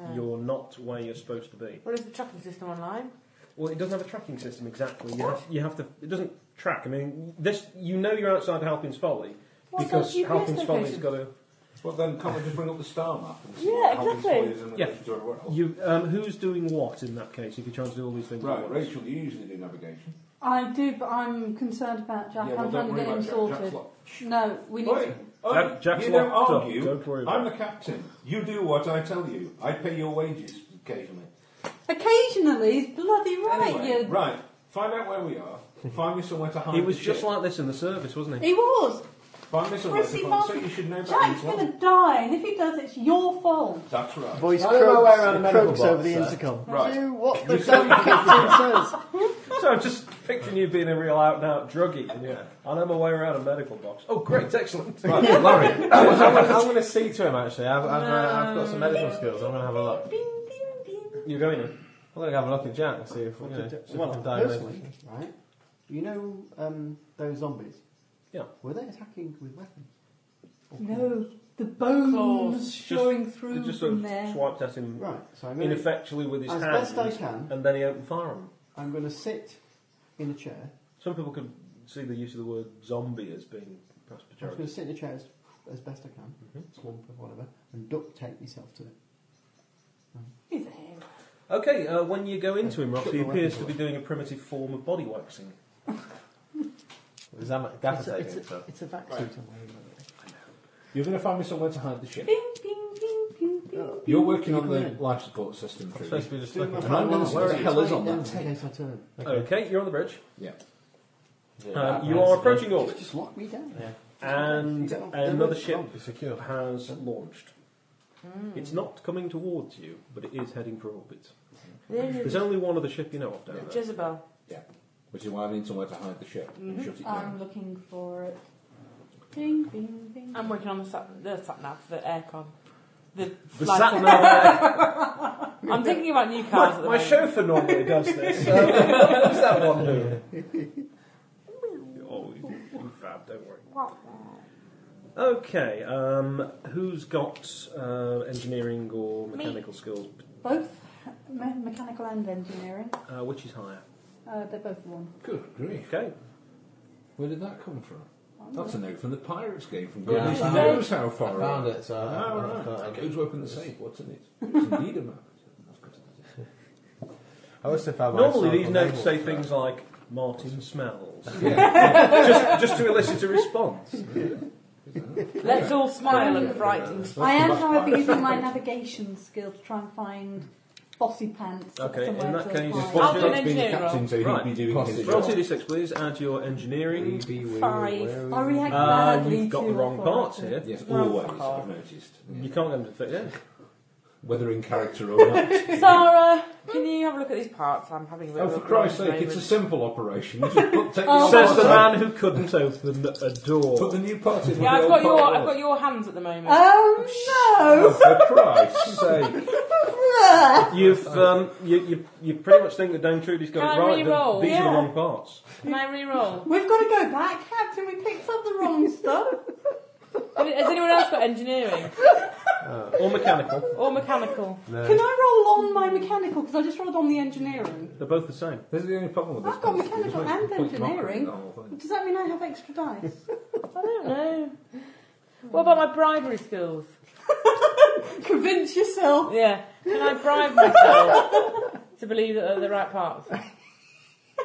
Speaker 6: Oh.
Speaker 9: Uh,
Speaker 4: You're not where you're supposed to be.
Speaker 9: What is the tracking system online?
Speaker 4: Well, it doesn't have a tracking system exactly. You have, you have to. It doesn't track. I mean, this. You know you're outside Halpin's Folly
Speaker 9: Well, it's
Speaker 4: because
Speaker 9: on GPS
Speaker 4: Halpin's Folly's
Speaker 9: location.
Speaker 4: got a.
Speaker 5: Well, then can't we just bring up the star map and see
Speaker 9: Yeah,
Speaker 5: what happens
Speaker 9: exactly.
Speaker 5: to it is in
Speaker 4: Yeah.
Speaker 5: relation to everywhere else?
Speaker 4: You. Um, who's doing what in that case? If you're trying to do all these things. at
Speaker 5: Right,
Speaker 4: once?
Speaker 5: Rachel, you usually do navigation.
Speaker 6: I do, but I'm concerned about Jack.
Speaker 5: yeah, well,
Speaker 6: I'm trying
Speaker 5: don't
Speaker 6: to
Speaker 5: worry
Speaker 6: get him
Speaker 5: about Jack. Jack's
Speaker 6: sorted.
Speaker 5: locked.
Speaker 6: No, we need
Speaker 5: Oi,
Speaker 6: to.
Speaker 5: oi,
Speaker 4: Jack- Jack's
Speaker 5: you don't
Speaker 4: locked up.
Speaker 5: argue.
Speaker 4: Don't worry about
Speaker 5: I'm the captain. You do what I tell you. I pay your wages occasionally.
Speaker 6: Occasionally, he's bloody right.
Speaker 5: Anyway,
Speaker 6: you-
Speaker 5: right. Find out where we are. Find me somewhere to hide.
Speaker 4: He was
Speaker 5: the
Speaker 4: just
Speaker 5: ship.
Speaker 4: like this in the service, wasn't he?
Speaker 6: He was.
Speaker 5: Find me somewhere
Speaker 6: Where's
Speaker 5: to
Speaker 6: he
Speaker 5: find. So
Speaker 6: from?
Speaker 5: you should know about
Speaker 6: Jack's
Speaker 5: these ones.
Speaker 6: going to die, and if he does, it's your fault.
Speaker 5: That's right.
Speaker 8: Voice
Speaker 7: I don't know where
Speaker 8: croaks,
Speaker 7: around a
Speaker 8: croaks
Speaker 7: medical box,
Speaker 8: over the
Speaker 7: sir.
Speaker 8: intercom.
Speaker 5: Right.
Speaker 8: Do what the
Speaker 5: You said-
Speaker 8: damn captain says.
Speaker 4: so I'm just picturing you being a real out and out druggie. And yeah, I know my way around a medical box. Oh, great, excellent.
Speaker 7: Right, Larry. I'm going to see to him actually. I've, I've, uh, I've got some medical skills. I'm going to have a look.
Speaker 6: Bing, bing, bing.
Speaker 4: You're going in.
Speaker 7: I'm going to have a look at Jack and see if, you know, see if
Speaker 4: Well,
Speaker 7: I can diagnose
Speaker 8: Personally, right? You know um, those zombies?
Speaker 4: Yeah.
Speaker 8: Were they attacking with weapons? Or-
Speaker 6: No, the bones
Speaker 9: Claws.
Speaker 6: showing through
Speaker 4: They just sort
Speaker 6: from
Speaker 4: of
Speaker 6: there.
Speaker 4: swiped at him
Speaker 8: Right. So I'm going to,
Speaker 4: ineffectually with his
Speaker 8: as
Speaker 4: hands,
Speaker 8: best I can,
Speaker 4: and then he opened fire on him.
Speaker 8: I'm going to sit in a chair.
Speaker 4: Some people could see the use of the word zombie as being past
Speaker 8: I'm just going
Speaker 4: pejorative.
Speaker 8: to sit in a chair as, as best I can, swamp or whatever, and duct tape myself to it.
Speaker 6: He's a hero.
Speaker 4: Okay, uh, when you go into him, Roxy, he
Speaker 8: Put the
Speaker 4: appears to
Speaker 8: weapons
Speaker 4: be doing a primitive form of body waxing.
Speaker 7: what. Is that gaffer
Speaker 8: It's a,
Speaker 7: tape
Speaker 8: it's
Speaker 7: and
Speaker 8: a,
Speaker 7: stuff?
Speaker 8: it's a vaccine.
Speaker 5: Right.
Speaker 8: to me, by the way.
Speaker 5: You're going to find me somewhere to hide the ship.
Speaker 6: Bing, bing, bing, bing, bing.
Speaker 5: You're working on
Speaker 8: Yeah.
Speaker 5: the life support system,
Speaker 7: I'm
Speaker 5: Trudy.
Speaker 7: supposed to be just
Speaker 8: Doing
Speaker 7: looking.
Speaker 8: my
Speaker 5: And I'm going to
Speaker 8: Well,
Speaker 5: see
Speaker 4: where
Speaker 5: what the
Speaker 4: it
Speaker 5: hell
Speaker 8: Tighten
Speaker 5: is on
Speaker 8: down
Speaker 5: that
Speaker 8: In
Speaker 5: tape.
Speaker 8: case I turn.
Speaker 4: Okay, you're on the bridge.
Speaker 5: Yeah.
Speaker 4: Um, you are approaching orbit,
Speaker 8: Just lock me down.
Speaker 7: Yeah.
Speaker 4: and
Speaker 8: Get off the
Speaker 4: another
Speaker 8: bridge.
Speaker 4: ship
Speaker 7: Be secure.
Speaker 4: has launched.
Speaker 8: Hmm.
Speaker 4: It's not coming towards you, but it is heading for orbit. There's
Speaker 9: There's
Speaker 4: only one other ship you know of down there.
Speaker 9: Jezebel.
Speaker 5: Yeah. Which is why I need somewhere to hide the ship and shut it
Speaker 6: I'm
Speaker 5: down.
Speaker 6: looking for it. Bing, bing, bing.
Speaker 9: I'm working on the sat, the sat nav, the aircon. The,
Speaker 4: The
Speaker 9: life-
Speaker 4: sat nav.
Speaker 9: I'm thinking about new cars at
Speaker 4: my, my
Speaker 9: the moment.
Speaker 4: chauffeur normally does this. So what's that one do? oh, you- you fab, don't worry. Okay, um, who's got uh, engineering or
Speaker 6: Me.
Speaker 4: mechanical skills?
Speaker 6: Both me- mechanical and engineering.
Speaker 4: Uh, which is higher?
Speaker 6: Uh, they're both one.
Speaker 5: Good grief.
Speaker 4: Okay.
Speaker 5: Where did that come from? That's a note from the Pirates game from
Speaker 7: Yeah, I
Speaker 5: goodness
Speaker 7: found
Speaker 5: knows
Speaker 7: it.
Speaker 5: how far
Speaker 7: I found
Speaker 5: away.
Speaker 7: it, so
Speaker 5: oh,
Speaker 7: I- I
Speaker 5: right.
Speaker 7: thought I'd-
Speaker 5: go to open the safe. What's in it? It's indeed a map.
Speaker 7: I wish they found my
Speaker 4: Normally,
Speaker 7: sample
Speaker 4: these notes
Speaker 7: label
Speaker 4: say
Speaker 7: for
Speaker 4: things
Speaker 7: that.
Speaker 4: like Martin smells.
Speaker 7: Yeah.
Speaker 4: just, just to elicit a response.
Speaker 9: Let's all smile and brighten.
Speaker 6: I am, however, using my navigation skill to try and find bossy pants.
Speaker 4: Okay, in
Speaker 6: somewhere
Speaker 4: that
Speaker 6: to
Speaker 4: case,
Speaker 6: hide.
Speaker 4: what's
Speaker 9: I'll do an engineering roll.
Speaker 5: so he'd
Speaker 4: right.
Speaker 5: be doing
Speaker 4: Cost-
Speaker 5: his
Speaker 4: roll
Speaker 5: job.
Speaker 4: 2d6, please. Add your engineering.
Speaker 9: Five.
Speaker 6: I react
Speaker 4: Uh,
Speaker 6: badly
Speaker 4: you've got
Speaker 6: to
Speaker 4: the
Speaker 6: a
Speaker 4: wrong
Speaker 6: four,
Speaker 4: parts
Speaker 6: I think.
Speaker 4: here.
Speaker 5: Yes,
Speaker 9: Oh,
Speaker 5: always,
Speaker 9: fuck
Speaker 5: I've
Speaker 9: off.
Speaker 5: noticed.
Speaker 4: You can't get them to fit in.
Speaker 5: Whether in character or not.
Speaker 9: Sarah, can you have a look at these parts? I'm having a
Speaker 5: oh,
Speaker 9: little
Speaker 5: for
Speaker 9: look
Speaker 5: Christ's
Speaker 9: at
Speaker 5: sake,
Speaker 9: them.
Speaker 5: it's a simple operation. You just put, take
Speaker 6: Oh,
Speaker 5: the
Speaker 4: Says the
Speaker 5: part
Speaker 4: man who couldn't open a
Speaker 5: out, Put
Speaker 4: door.
Speaker 5: the new part in.
Speaker 9: Yeah,
Speaker 5: with the
Speaker 9: I've
Speaker 5: old
Speaker 9: got your
Speaker 5: part
Speaker 9: I've got
Speaker 5: out.
Speaker 9: your hands at the moment.
Speaker 6: Oh
Speaker 5: For Christ's sake.
Speaker 6: no!
Speaker 4: You've um, you, you, you pretty much think that Dame Trudy's got
Speaker 9: Can
Speaker 4: it
Speaker 9: I
Speaker 4: right.
Speaker 9: re-roll?
Speaker 4: but These are
Speaker 6: Yeah.
Speaker 4: the wrong parts.
Speaker 9: Can I re-roll?
Speaker 6: We've got to go back, Captain. We picked up the wrong stuff.
Speaker 9: Has anyone else got engineering
Speaker 4: Or mechanical.
Speaker 9: or mechanical?
Speaker 6: Can I roll on my mechanical? Because I just rolled on the engineering.
Speaker 4: They're both the same.
Speaker 5: This is the only problem with this.
Speaker 6: I've got
Speaker 5: place. You just
Speaker 6: mechanical
Speaker 5: make a
Speaker 6: and
Speaker 5: complete mockery of
Speaker 6: engineering.
Speaker 5: the whole thing.
Speaker 6: Does that mean I have extra dice?
Speaker 9: I don't know. What about my bribery skills?
Speaker 6: Convince yourself.
Speaker 9: Yeah. Can I bribe myself to believe that they're the right parts? And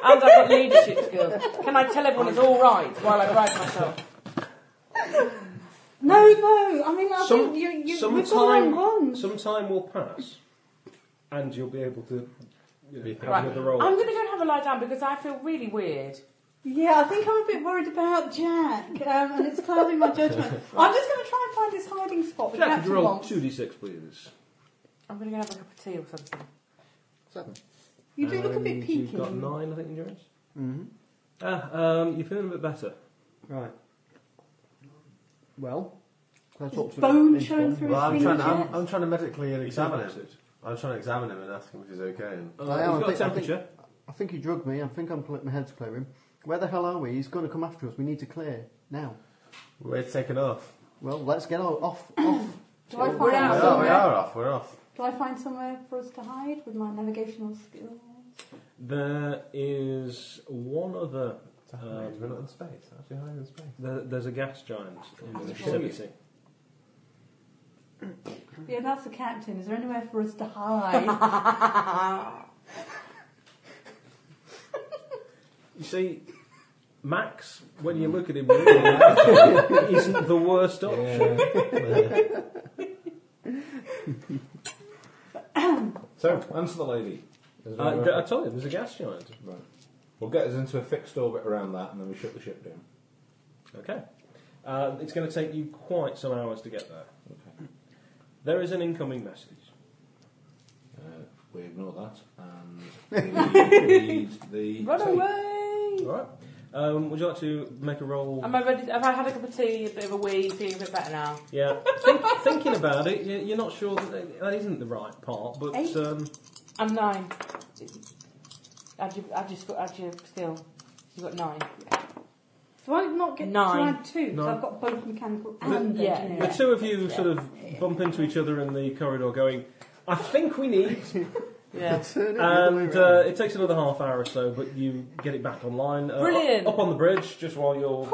Speaker 9: I've got leadership skills. Can I tell everyone it's all right while I bribe myself?
Speaker 6: No, no. I mean, I
Speaker 4: Some-
Speaker 6: think you, you,
Speaker 4: some
Speaker 6: we've got the wrong
Speaker 4: time-
Speaker 6: ones.
Speaker 4: Some time will pass, and you'll be able to you know, have
Speaker 9: Right.
Speaker 4: another
Speaker 9: I'm
Speaker 4: roll.
Speaker 9: going to go and have a lie down because I feel really weird.
Speaker 6: Yeah, I think I'm a bit worried about Jack, um, and it's clouding my judgment. I'm just going to try and find his hiding spot. With
Speaker 4: Jack, could
Speaker 6: Captain
Speaker 4: you roll
Speaker 6: Wong.
Speaker 4: 2d6, please?
Speaker 9: I'm going to go and have a cup of tea or something.
Speaker 8: Seven.
Speaker 6: You do look a bit
Speaker 4: And
Speaker 6: peaky.
Speaker 4: You've got 9, I think, in yours.
Speaker 8: Mm-hmm.
Speaker 4: Ah, um, you're feeling a bit better.
Speaker 8: Right. Well, can I
Speaker 6: Is
Speaker 8: talk to
Speaker 6: bone
Speaker 8: him?
Speaker 6: showing through
Speaker 8: Well,
Speaker 7: Well, I'm
Speaker 6: his
Speaker 7: trying,
Speaker 6: fingers
Speaker 7: to, I'm,
Speaker 6: yet?
Speaker 7: I'm trying to medically
Speaker 4: He's
Speaker 7: examine
Speaker 4: not
Speaker 7: him.
Speaker 4: acid.
Speaker 7: I'm trying to examine him and ask him if he's okay. And
Speaker 4: Uh,
Speaker 8: I am,
Speaker 4: he's got a
Speaker 8: I think- I think-
Speaker 4: temperature.
Speaker 8: I think he drugged me. I think I'm cl- my head's clearing. Where the hell are we? He's going to come after us. We need to clear now.
Speaker 7: we're taken off.
Speaker 8: Well, let's get all off. off.
Speaker 6: Do I
Speaker 9: We're
Speaker 6: find
Speaker 9: out.
Speaker 7: We
Speaker 9: so
Speaker 7: are, we
Speaker 6: somewhere?
Speaker 7: are off. We're off.
Speaker 6: Do I find somewhere for us to hide with my navigational skills?
Speaker 4: There is one other. uh,
Speaker 7: It's a hide, we're not in space. Actually, hiding in space.
Speaker 4: There, there's a gas giant in the
Speaker 6: That's
Speaker 4: vicinity.
Speaker 6: Yeah, that's the captain. Is there anywhere for us to hide?
Speaker 4: You see, Max, when you look at him, really, isn't the worst option.
Speaker 5: Uh, So, answer the lady. There's no
Speaker 4: I,
Speaker 5: reference.
Speaker 4: uh, I told you, there's a gas giant.
Speaker 5: Right. We'll get us into a fixed orbit around that and then we shut the ship down.
Speaker 4: Okay. Uh, it's going to take you quite some hours to get there. There is an incoming message.
Speaker 5: Uh, we ignore that and we read the.
Speaker 9: Run
Speaker 5: tape.
Speaker 9: away!
Speaker 4: All right. Um, would you like to make a roll?
Speaker 6: Um,
Speaker 9: Am I ready? Have I had a cup of tea, a bit of a wee, feeling a bit better now?
Speaker 4: Yeah. Think, thinking about it, you- you're not sure that that- that isn't the right part, but
Speaker 6: Eight.
Speaker 4: um,
Speaker 9: I'm nine. Add your, add your, sc- add your skill. You've got nine.
Speaker 6: do I not get
Speaker 9: Nine.
Speaker 6: Do I have two? 'Cause
Speaker 4: Nine.
Speaker 6: I've got both mechanical and
Speaker 9: Yeah.
Speaker 6: engineering.
Speaker 4: the two of you sort of bump into each other in the corridor, going, "I think we need,"
Speaker 9: Yeah.
Speaker 8: Turn it the other way
Speaker 4: and
Speaker 8: round.
Speaker 4: uh, it takes another half hour or so, but you get it back online. Uh,
Speaker 9: Brilliant.
Speaker 4: Up on the bridge, just while you're.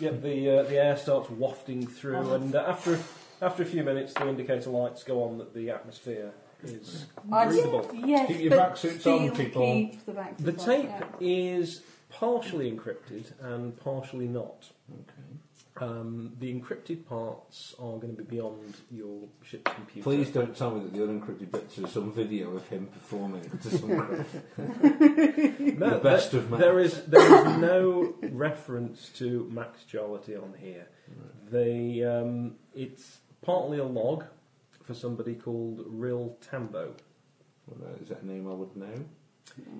Speaker 4: Yep, the uh, the air starts wafting through,
Speaker 9: Oh.
Speaker 4: and uh, after after a few minutes, the indicator lights go on that the atmosphere is
Speaker 6: I
Speaker 4: breathable.
Speaker 6: Yes,
Speaker 5: Keep your
Speaker 6: but
Speaker 5: back suits on,
Speaker 6: still
Speaker 5: people.
Speaker 6: Keep the, back
Speaker 4: The
Speaker 6: suits on,
Speaker 4: tape
Speaker 6: yeah.
Speaker 4: is partially encrypted and partially not.
Speaker 5: Okay.
Speaker 4: Um, the encrypted parts are going to be beyond your ship's computer.
Speaker 5: Please don't tell me that the unencrypted bits are some video of him performing to some crowd.
Speaker 4: No,
Speaker 5: the best
Speaker 4: there-
Speaker 5: of Max.
Speaker 4: There is there is no reference to Max Jollity on here. They um, it's partly a log for somebody called Real Tambo.
Speaker 5: Well, uh, Is that a name I would know?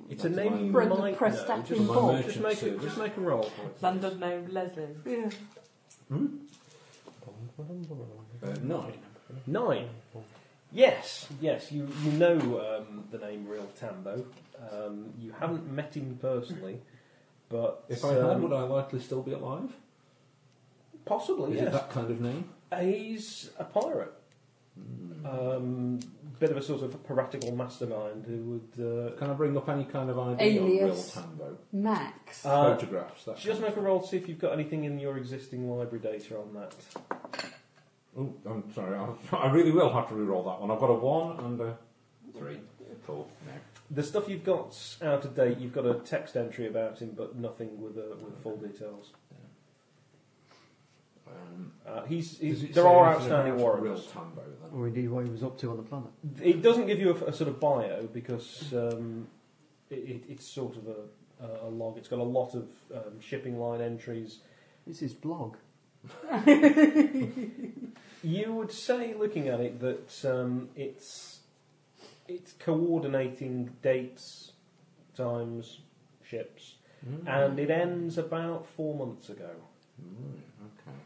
Speaker 4: It's a
Speaker 5: That's
Speaker 4: name you
Speaker 5: mine.
Speaker 6: Brenda
Speaker 4: might know.
Speaker 6: Prestatin
Speaker 4: Just,
Speaker 5: My
Speaker 6: Bob.
Speaker 5: merchant
Speaker 4: just make a,
Speaker 5: service.
Speaker 4: just make a roll.
Speaker 9: London no Leslie.
Speaker 6: Yeah.
Speaker 5: Uh, nine.
Speaker 4: Nine. Yes, yes, you, you know um, the name Real Tambo. Um, you haven't met him personally, but
Speaker 5: If I
Speaker 4: um,
Speaker 5: had, would I likely still be alive?
Speaker 4: Possibly,
Speaker 5: Is
Speaker 4: yes.
Speaker 5: it that kind of name?
Speaker 4: He's a pirate. Um, bit of a sort of piratical mastermind who would. Uh,
Speaker 5: Can I bring up any kind of idea on real
Speaker 6: Alias
Speaker 5: Tambo?
Speaker 6: Max.
Speaker 5: Oh.
Speaker 4: Uh,
Speaker 5: Photographs. That
Speaker 4: just
Speaker 5: kind
Speaker 4: make a roll to see if you've got anything in your existing library data on that.
Speaker 5: of- Ooh, Oh, I'm sorry. I, I really will have to re-roll that one. I've got a one and a three, four. No.
Speaker 4: The stuff you've got out of date, you've got a text entry about him, but nothing with uh, with full details.
Speaker 5: Um,
Speaker 4: Uh, he's,
Speaker 5: does
Speaker 4: he's
Speaker 5: it
Speaker 4: there
Speaker 5: say
Speaker 4: are
Speaker 5: anything
Speaker 4: outstanding
Speaker 5: about Real
Speaker 4: warrants.
Speaker 5: Tambo. Then?
Speaker 8: Or Oh, indeed what he was up to on the planet.
Speaker 4: It doesn't give you a, a sort of bio because um, it, it, it's sort of a, a log. It's got a lot of um, shipping line entries.
Speaker 8: It's his blog.
Speaker 4: You would say, looking at it, that um, it's it's coordinating dates, times, ships,
Speaker 5: Mm-hmm.
Speaker 4: and it ends about four months ago.
Speaker 5: Right, okay.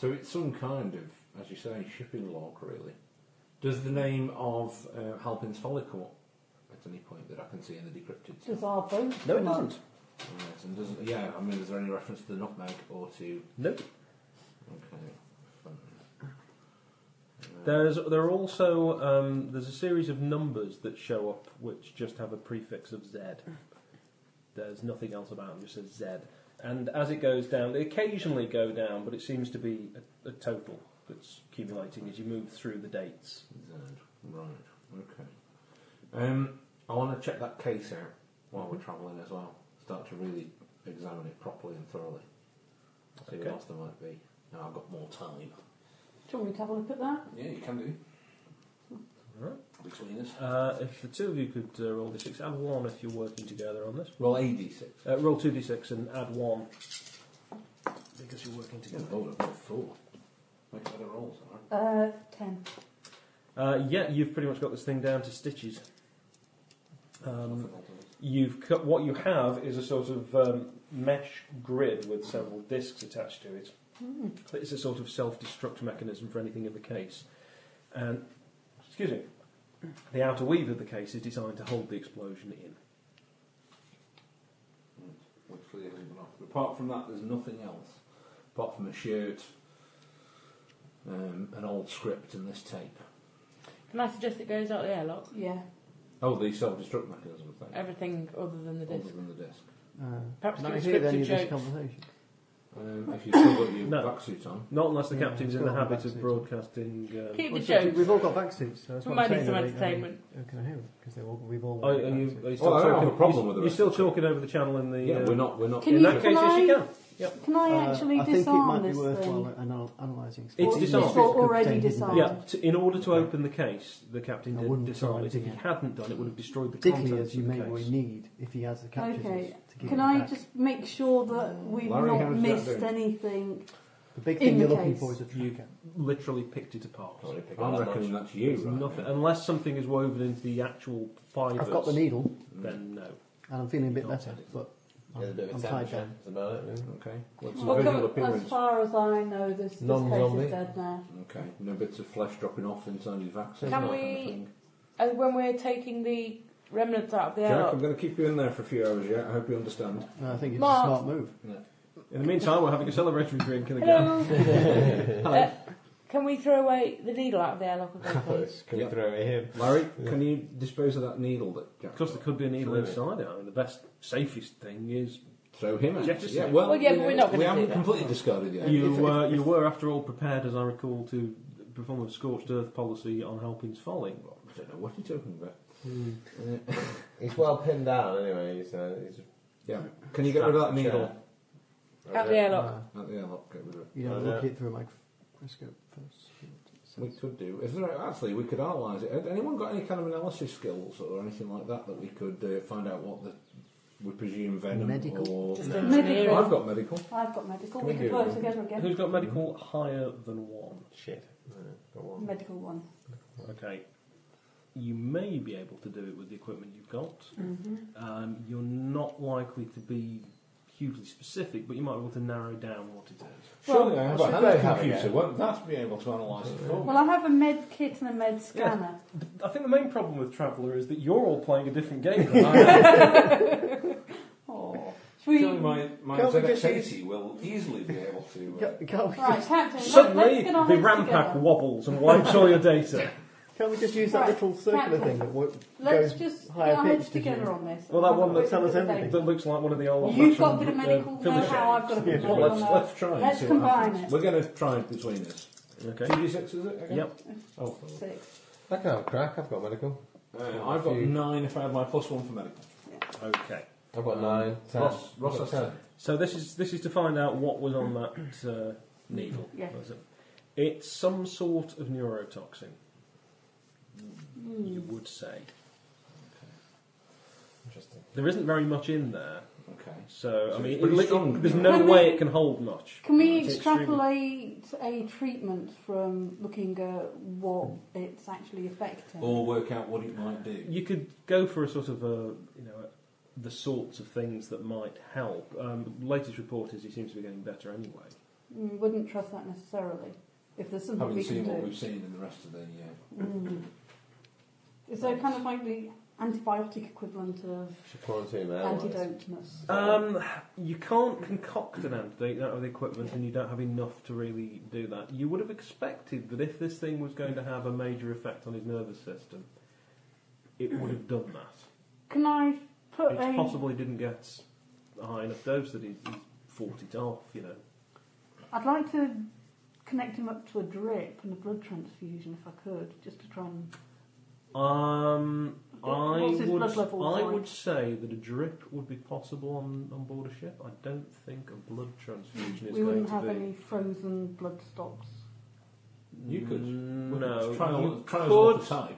Speaker 5: So it's some kind of, as you say, shipping log, really. Does the name of uh, Halpin's Folly come up at any point that I can see in the decrypted?
Speaker 6: Does our boat?
Speaker 4: No, it
Speaker 6: come up?
Speaker 4: doesn't.
Speaker 5: Right, and doesn't, yeah, I mean, is there any reference to the nutmeg or to?
Speaker 4: No.
Speaker 5: Okay.
Speaker 4: There's there are also um, there's a series of numbers that show up which just have a prefix of Z. There's nothing else about them, just says Z. And as it goes down, they occasionally go down, but it seems to be a, a total that's accumulating as you move through the dates.
Speaker 5: Z. Right. Okay. Um, I want to check that case out while
Speaker 7: Mm-hmm.
Speaker 5: we're travelling as well. Start to really examine it properly and thoroughly. See
Speaker 4: Okay.
Speaker 5: what else there might be. Now I've got more time.
Speaker 6: Do you want me to have a look at that?
Speaker 5: Yeah, you can do.
Speaker 4: Alright.
Speaker 5: Between us.
Speaker 4: Uh, if the two of you could uh, roll the six, add one if you're working together on this.
Speaker 5: Roll AD6.
Speaker 4: Uh, roll two d6 and add one because you're working
Speaker 5: Yeah,
Speaker 4: together.
Speaker 5: roll it, roll four. Make better rolls, alright?
Speaker 6: Uh, ten.
Speaker 4: Uh, yeah, you've pretty much got this thing down to stitches. Um,
Speaker 5: Hmm.
Speaker 4: You've cut, what you have is a sort of um, mesh grid with several discs attached to it.
Speaker 8: Hmm.
Speaker 4: But It's a sort of self-destruct mechanism for anything in the case, and excuse me, the outer weave of the case is designed to hold the explosion in.
Speaker 5: Which clearly isn't enough. But apart from that, there's nothing else. Apart from a shirt, um, an old script, and this tape.
Speaker 9: Can I suggest it goes out the airlock?
Speaker 6: Yeah.
Speaker 5: Oh, the self destruct mechanism thing.
Speaker 9: Everything other than the
Speaker 5: Other
Speaker 9: disc.
Speaker 5: than the disc.
Speaker 8: Uh,
Speaker 9: Perhaps
Speaker 8: not
Speaker 9: give
Speaker 8: hear
Speaker 9: scripted
Speaker 8: any of this
Speaker 9: jokes.
Speaker 8: conversation.
Speaker 5: Um, if you've still got your
Speaker 4: No.
Speaker 5: back suit on.
Speaker 4: Not unless the
Speaker 8: Yeah,
Speaker 4: captain's
Speaker 8: it's
Speaker 4: in the
Speaker 8: got all the
Speaker 4: habit of
Speaker 8: vaccines.
Speaker 4: broadcasting. Um,
Speaker 9: Keep the
Speaker 8: Well, so
Speaker 9: jokes.
Speaker 8: We've all got back suits, so that's
Speaker 9: We
Speaker 8: what
Speaker 9: might
Speaker 8: I'm
Speaker 9: need
Speaker 8: saying.
Speaker 9: some
Speaker 8: I think- I think-
Speaker 9: entertainment.
Speaker 8: I uh, can hear it, because they've all- we've all.
Speaker 4: are,
Speaker 8: got
Speaker 4: are
Speaker 8: back
Speaker 4: you,
Speaker 8: suits.
Speaker 4: are you still
Speaker 5: Well, I don't have
Speaker 4: talking?
Speaker 5: a problem with the
Speaker 4: you're
Speaker 5: rest
Speaker 4: still
Speaker 5: of the
Speaker 4: talking over the channel in the.
Speaker 5: Yeah,
Speaker 4: uh,
Speaker 5: we're not. We're not.
Speaker 6: Can you-
Speaker 4: In that case, yes, you
Speaker 6: I-
Speaker 4: can. Yep.
Speaker 6: Can I actually
Speaker 8: uh, I think it
Speaker 6: disarm
Speaker 8: might be
Speaker 6: this
Speaker 8: worthwhile
Speaker 6: thing?
Speaker 8: anal- analysing.
Speaker 4: It's disarmed.
Speaker 6: It's al- already disarmed.
Speaker 4: Yeah, to, in order to open the case, the captain
Speaker 8: I
Speaker 4: did
Speaker 8: wouldn't
Speaker 4: disarm
Speaker 8: try
Speaker 4: it. If he
Speaker 8: to-
Speaker 4: hadn't done it, would have destroyed the contents
Speaker 8: Particularly as you
Speaker 4: of the
Speaker 8: may
Speaker 4: case.
Speaker 8: we need if he has the captures
Speaker 6: Okay.
Speaker 8: to give
Speaker 6: Can
Speaker 8: it
Speaker 6: I
Speaker 8: back.
Speaker 6: just make sure that we've
Speaker 5: Larry, how
Speaker 6: not
Speaker 5: does that
Speaker 6: missed
Speaker 5: do?
Speaker 6: anything?
Speaker 8: The big
Speaker 6: in
Speaker 8: thing
Speaker 6: the
Speaker 8: you're looking
Speaker 6: case,
Speaker 8: for is a
Speaker 4: You've
Speaker 8: tracker.
Speaker 4: literally picked it apart.
Speaker 7: Oh,
Speaker 5: I'm reckoning that's you,
Speaker 4: There's
Speaker 5: right?
Speaker 4: nothing,
Speaker 5: now.
Speaker 4: unless something is woven into the actual fibres.
Speaker 8: I've got the needle
Speaker 4: Then no.
Speaker 8: and I'm feeling a bit
Speaker 4: Not
Speaker 8: better,
Speaker 4: that-
Speaker 8: but
Speaker 7: Yeah, there's a bit
Speaker 8: I'm,
Speaker 7: of
Speaker 8: I'm
Speaker 7: a
Speaker 8: tied
Speaker 7: temperature.
Speaker 8: down.
Speaker 7: That's about it, really.
Speaker 5: Okay. What's
Speaker 6: Well,
Speaker 5: the visual
Speaker 6: co- as
Speaker 5: appearance?
Speaker 6: far as I know, this, this case
Speaker 7: Non-zombie.
Speaker 6: is dead now.
Speaker 5: Okay. No bits of flesh dropping off inside his vaccine.
Speaker 9: Can
Speaker 5: that
Speaker 9: we-
Speaker 5: kind of thing.
Speaker 9: And when we're taking the remnants out of the
Speaker 5: Jack, I'm
Speaker 9: airlock,
Speaker 5: going to keep you in there for a few hours yet. I hope you understand.
Speaker 8: No, I think it's
Speaker 9: Mark.
Speaker 8: a smart move.
Speaker 4: In the meantime, we're having a celebratory drink in the garden.
Speaker 9: hello. Uh, can we throw away the needle out of the airlock again, please?
Speaker 7: Can we
Speaker 5: Yeah.
Speaker 7: throw it here?
Speaker 5: Larry, can you dispose of that needle that Jack?
Speaker 4: Of course, there could be an needle
Speaker 7: Really?
Speaker 4: inside it. I mean, the best, safest thing is
Speaker 5: Throw him at
Speaker 4: Yeah,
Speaker 5: us.
Speaker 4: just-
Speaker 5: yeah, well,
Speaker 9: Well, yeah,
Speaker 5: you
Speaker 9: but
Speaker 5: know,
Speaker 9: we're
Speaker 5: We
Speaker 9: not gonna do
Speaker 5: haven't
Speaker 9: that.
Speaker 5: completely discarded yet.
Speaker 4: you. Uh, you were, after all, prepared, as I recall, to perform a scorched earth policy on Halpin's Folly.
Speaker 5: I don't know what you're talking about.
Speaker 7: He's well pinned down anyway, so he's.
Speaker 5: Yeah. Can you get rid of that
Speaker 7: Strapped to the
Speaker 5: needle?
Speaker 7: chair.
Speaker 9: Out the airlock.
Speaker 8: Uh,
Speaker 5: At the airlock, get rid of it.
Speaker 8: you don't
Speaker 7: Yeah.
Speaker 8: look it through a microscope first.
Speaker 5: We could do. Is there actually we could analyse it? Has anyone got any kind of analysis skills or anything like that that we could uh, find out what the we presume venom
Speaker 8: Medical.
Speaker 5: or?
Speaker 9: Just
Speaker 5: Well,
Speaker 9: engineering.
Speaker 5: I've got medical.
Speaker 6: I've got medical.
Speaker 7: Can
Speaker 6: We
Speaker 7: we
Speaker 6: could
Speaker 7: do
Speaker 6: work
Speaker 7: it?
Speaker 6: together again.
Speaker 4: Who's got medical higher than one?
Speaker 7: Shit. Go on.
Speaker 6: Medical one.
Speaker 4: Okay. You may be able to do it with the equipment you've got.
Speaker 6: Mm-hmm.
Speaker 4: Um, you're not likely to be hugely specific, but you might be able to narrow down what it is.
Speaker 5: Surely I have a
Speaker 7: should they
Speaker 5: hand
Speaker 7: have
Speaker 5: computer.
Speaker 7: it?
Speaker 5: Won't that be able to analyse it? for me?
Speaker 6: Well, I have a med kit and a med scanner.
Speaker 4: I think the main problem with Traveller is that you're all playing a different game than I am.
Speaker 6: Oh, Should we-
Speaker 5: Surely my, my
Speaker 6: Can't we
Speaker 5: ZX80
Speaker 6: just
Speaker 5: will easily be able to. Uh,
Speaker 6: Right, Captain,
Speaker 4: Suddenly,
Speaker 6: let's get our
Speaker 4: the
Speaker 6: heads
Speaker 4: rampack
Speaker 6: together.
Speaker 4: wobbles and wipes all your data.
Speaker 8: Can't we just use that
Speaker 6: Right,
Speaker 8: little circular
Speaker 6: exactly.
Speaker 8: thing that wo-
Speaker 6: Let's
Speaker 8: goes
Speaker 6: just get
Speaker 8: higher
Speaker 6: our
Speaker 8: pitch?
Speaker 6: heads together on this.
Speaker 4: Well, that one that
Speaker 8: Tell us everything.
Speaker 4: That looks like one of the old.
Speaker 6: You've got a bit of
Speaker 4: fashioned,
Speaker 6: medical
Speaker 4: uh, filler
Speaker 6: know-how, I've
Speaker 4: shapes.
Speaker 6: got a bit of
Speaker 5: well,
Speaker 6: medical
Speaker 5: let's,
Speaker 6: know-how.
Speaker 5: let's try and
Speaker 6: Let's
Speaker 5: see what
Speaker 6: combine
Speaker 5: happens.
Speaker 6: it.
Speaker 5: We're going to try it between us.
Speaker 4: Okay.
Speaker 5: 2d6 is it? Again?
Speaker 4: Yep.
Speaker 5: Oh,
Speaker 6: Six.
Speaker 7: I can have a crack. I've got medical.
Speaker 5: uh, I've got
Speaker 7: Few.
Speaker 5: 9 if I had my plus 1 for medical.
Speaker 4: Okay.
Speaker 7: I've got nine. Um, Ten.
Speaker 5: Ross- Ross
Speaker 7: I've got
Speaker 5: has
Speaker 7: ten.
Speaker 4: So this is this is to find out what was on that uh, needle.
Speaker 6: Yeah.
Speaker 4: was it? It's some sort of neurotoxin.
Speaker 6: Hmm.
Speaker 4: You would say
Speaker 7: Interesting.
Speaker 4: there isn't very much in there,
Speaker 5: Okay.
Speaker 4: so
Speaker 5: So
Speaker 4: I mean,
Speaker 5: it's pretty
Speaker 4: it li-
Speaker 5: strong,
Speaker 4: there's
Speaker 5: you
Speaker 4: no
Speaker 6: know.
Speaker 4: way it can hold much.
Speaker 6: Can we
Speaker 4: It's
Speaker 6: extrapolate a treatment from looking at what it's actually affecting?
Speaker 5: Or work out what it might do.
Speaker 4: You could go for a sort of a you know the sorts of things that might help. Um, latest report is he seems to be getting better anyway.
Speaker 6: Mm, wouldn't trust that necessarily. If there's something
Speaker 5: Having
Speaker 6: we can
Speaker 5: seen what
Speaker 6: do,
Speaker 5: we've seen in the rest of the. Uh,
Speaker 6: Mm. is there kind of like the antibiotic equivalent of
Speaker 7: Should
Speaker 4: Uh,
Speaker 7: quarantine there.
Speaker 6: antidoteness?
Speaker 5: Uh,
Speaker 4: Um, you can't concoct an antidote out of the equipment, and you don't have enough to really do that. You would have expected that if this thing was going to have a major effect on his nervous system, it would have done that.
Speaker 6: Can I put
Speaker 4: It
Speaker 6: a?
Speaker 4: possibly didn't get a high enough dose that he's, he's fought it off, you know.
Speaker 6: I'd like to connect him up to a drip and a blood transfusion if I could, just to try and.
Speaker 4: Um, I
Speaker 6: What's his
Speaker 4: would,
Speaker 6: blood level
Speaker 4: I
Speaker 6: like?
Speaker 4: would say that a drip would be possible on, on board a ship. I don't think a blood transfusion is
Speaker 6: We
Speaker 4: going
Speaker 6: wouldn't
Speaker 4: to
Speaker 6: have
Speaker 4: be.
Speaker 6: any frozen blood stocks.
Speaker 5: You could.
Speaker 4: Mm,
Speaker 5: we could
Speaker 4: No,
Speaker 5: Try and
Speaker 4: you
Speaker 5: try and
Speaker 4: could.
Speaker 5: the type.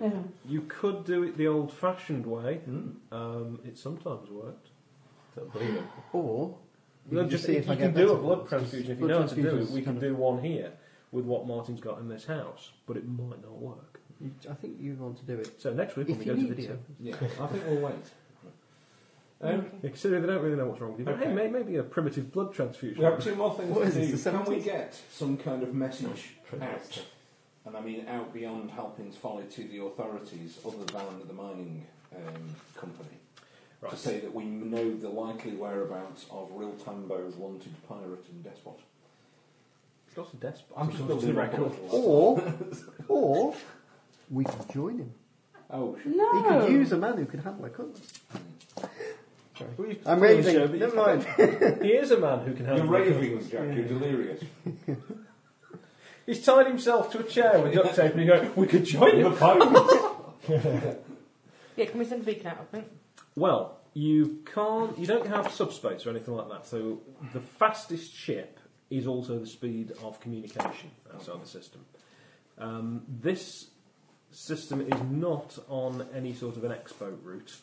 Speaker 6: Yeah.
Speaker 4: You could do it the old-fashioned way.
Speaker 8: Hmm.
Speaker 5: Mm.
Speaker 4: Um, it sometimes worked.
Speaker 7: Don't believe it.
Speaker 8: Or we
Speaker 4: No, just
Speaker 8: can just see if
Speaker 4: you
Speaker 8: I
Speaker 4: can
Speaker 8: get
Speaker 4: do
Speaker 8: better.
Speaker 4: a blood transfusion if you
Speaker 8: Blood
Speaker 4: know how to do it.
Speaker 8: transfusions
Speaker 4: We can
Speaker 8: kind of-
Speaker 4: do one here with what Martin's got in this house, but it might not work.
Speaker 8: you- I think you want to do it.
Speaker 4: So next week when
Speaker 8: If
Speaker 4: we
Speaker 8: you
Speaker 4: go to
Speaker 8: need
Speaker 4: video,
Speaker 5: Yeah, I think we'll wait. Um,
Speaker 4: yeah, considering they don't really know what's wrong with you, but
Speaker 5: Okay.
Speaker 4: hey, may- maybe a primitive blood
Speaker 5: We
Speaker 4: transfusion.
Speaker 5: have two more
Speaker 8: What
Speaker 5: things
Speaker 8: is
Speaker 5: to do.
Speaker 8: this, the
Speaker 5: Can we
Speaker 8: 70s?
Speaker 5: get some kind of message out? And I mean out beyond helping follow to the authorities other than the mining um, company. To
Speaker 4: Right.
Speaker 5: say that we know the likely whereabouts of Real Tambo's wanted pirate and despot.
Speaker 4: It's not a desperate.
Speaker 5: I'm just building a record.
Speaker 8: Or, or we can join him.
Speaker 5: Oh, shit.
Speaker 6: No.
Speaker 8: He could use a man who could handle a cutlass.
Speaker 4: Well, you-
Speaker 8: I'm
Speaker 4: well, you
Speaker 8: raving.
Speaker 4: show, but
Speaker 8: Never
Speaker 4: you-
Speaker 8: mind.
Speaker 4: He is a man who can
Speaker 5: You're
Speaker 4: handle.
Speaker 5: raving, Jack. You're delirious.
Speaker 4: He's tied himself to a chair with duct tape, and you go, "We could join him."
Speaker 9: Yeah, can we send a beacon out? I think.
Speaker 4: Well, you can't. You don't have subspace or anything like that. So the fastest ship is also the speed of communication outside the system. Um, this system is not on any sort of an expo route,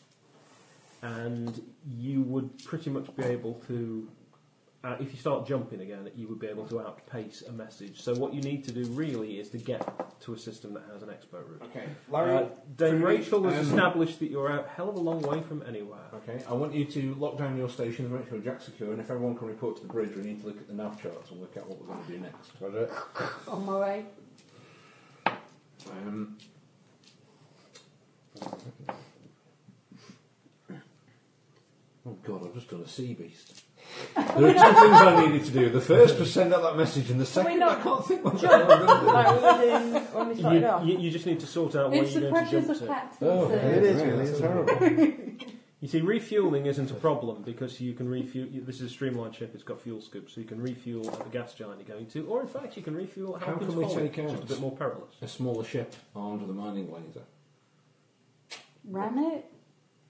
Speaker 4: and you would pretty much be able to. Uh, if you start jumping again, you would be able to outpace a message. So what you need to do really is to get to a system that has an expo route.
Speaker 5: Okay, Larry.
Speaker 4: Uh, Dame
Speaker 5: Trudy,
Speaker 4: Rachel has
Speaker 5: um,
Speaker 4: established that you're a hell of a long way from anywhere.
Speaker 5: Okay, I want you to lock down your stations, make sure Jack's secure, and if everyone can report to the bridge, we need to look at the nav charts and work out what we're going to do next.
Speaker 7: Roger it.
Speaker 6: On my way.
Speaker 5: Um, oh god, I've just done a sea beast. There are two things I needed to do. The first was send out that message, and the second
Speaker 9: not
Speaker 5: I can't think what the hell I'm going to
Speaker 9: like we were doing when we started
Speaker 4: You,
Speaker 9: off.
Speaker 4: you, you just need to sort out where
Speaker 6: It's
Speaker 4: you're
Speaker 6: the
Speaker 4: going to
Speaker 6: pressures
Speaker 4: jump
Speaker 6: of
Speaker 4: to. Oh.
Speaker 5: do.
Speaker 6: captaincy.
Speaker 8: It is really, it's
Speaker 5: horrible.
Speaker 4: You see, refueling isn't a problem because you can refuel. you- This is a streamlined ship; it's got fuel scoops, so you can refuel at the gas giant you're going to, or in fact, you can refuel. at
Speaker 5: How
Speaker 4: Hawkins
Speaker 5: can we
Speaker 4: Folly,
Speaker 5: take
Speaker 4: which is
Speaker 5: out-
Speaker 4: Just a bit more perilous.
Speaker 5: A smaller ship armed with a mining laser.
Speaker 6: Ram it.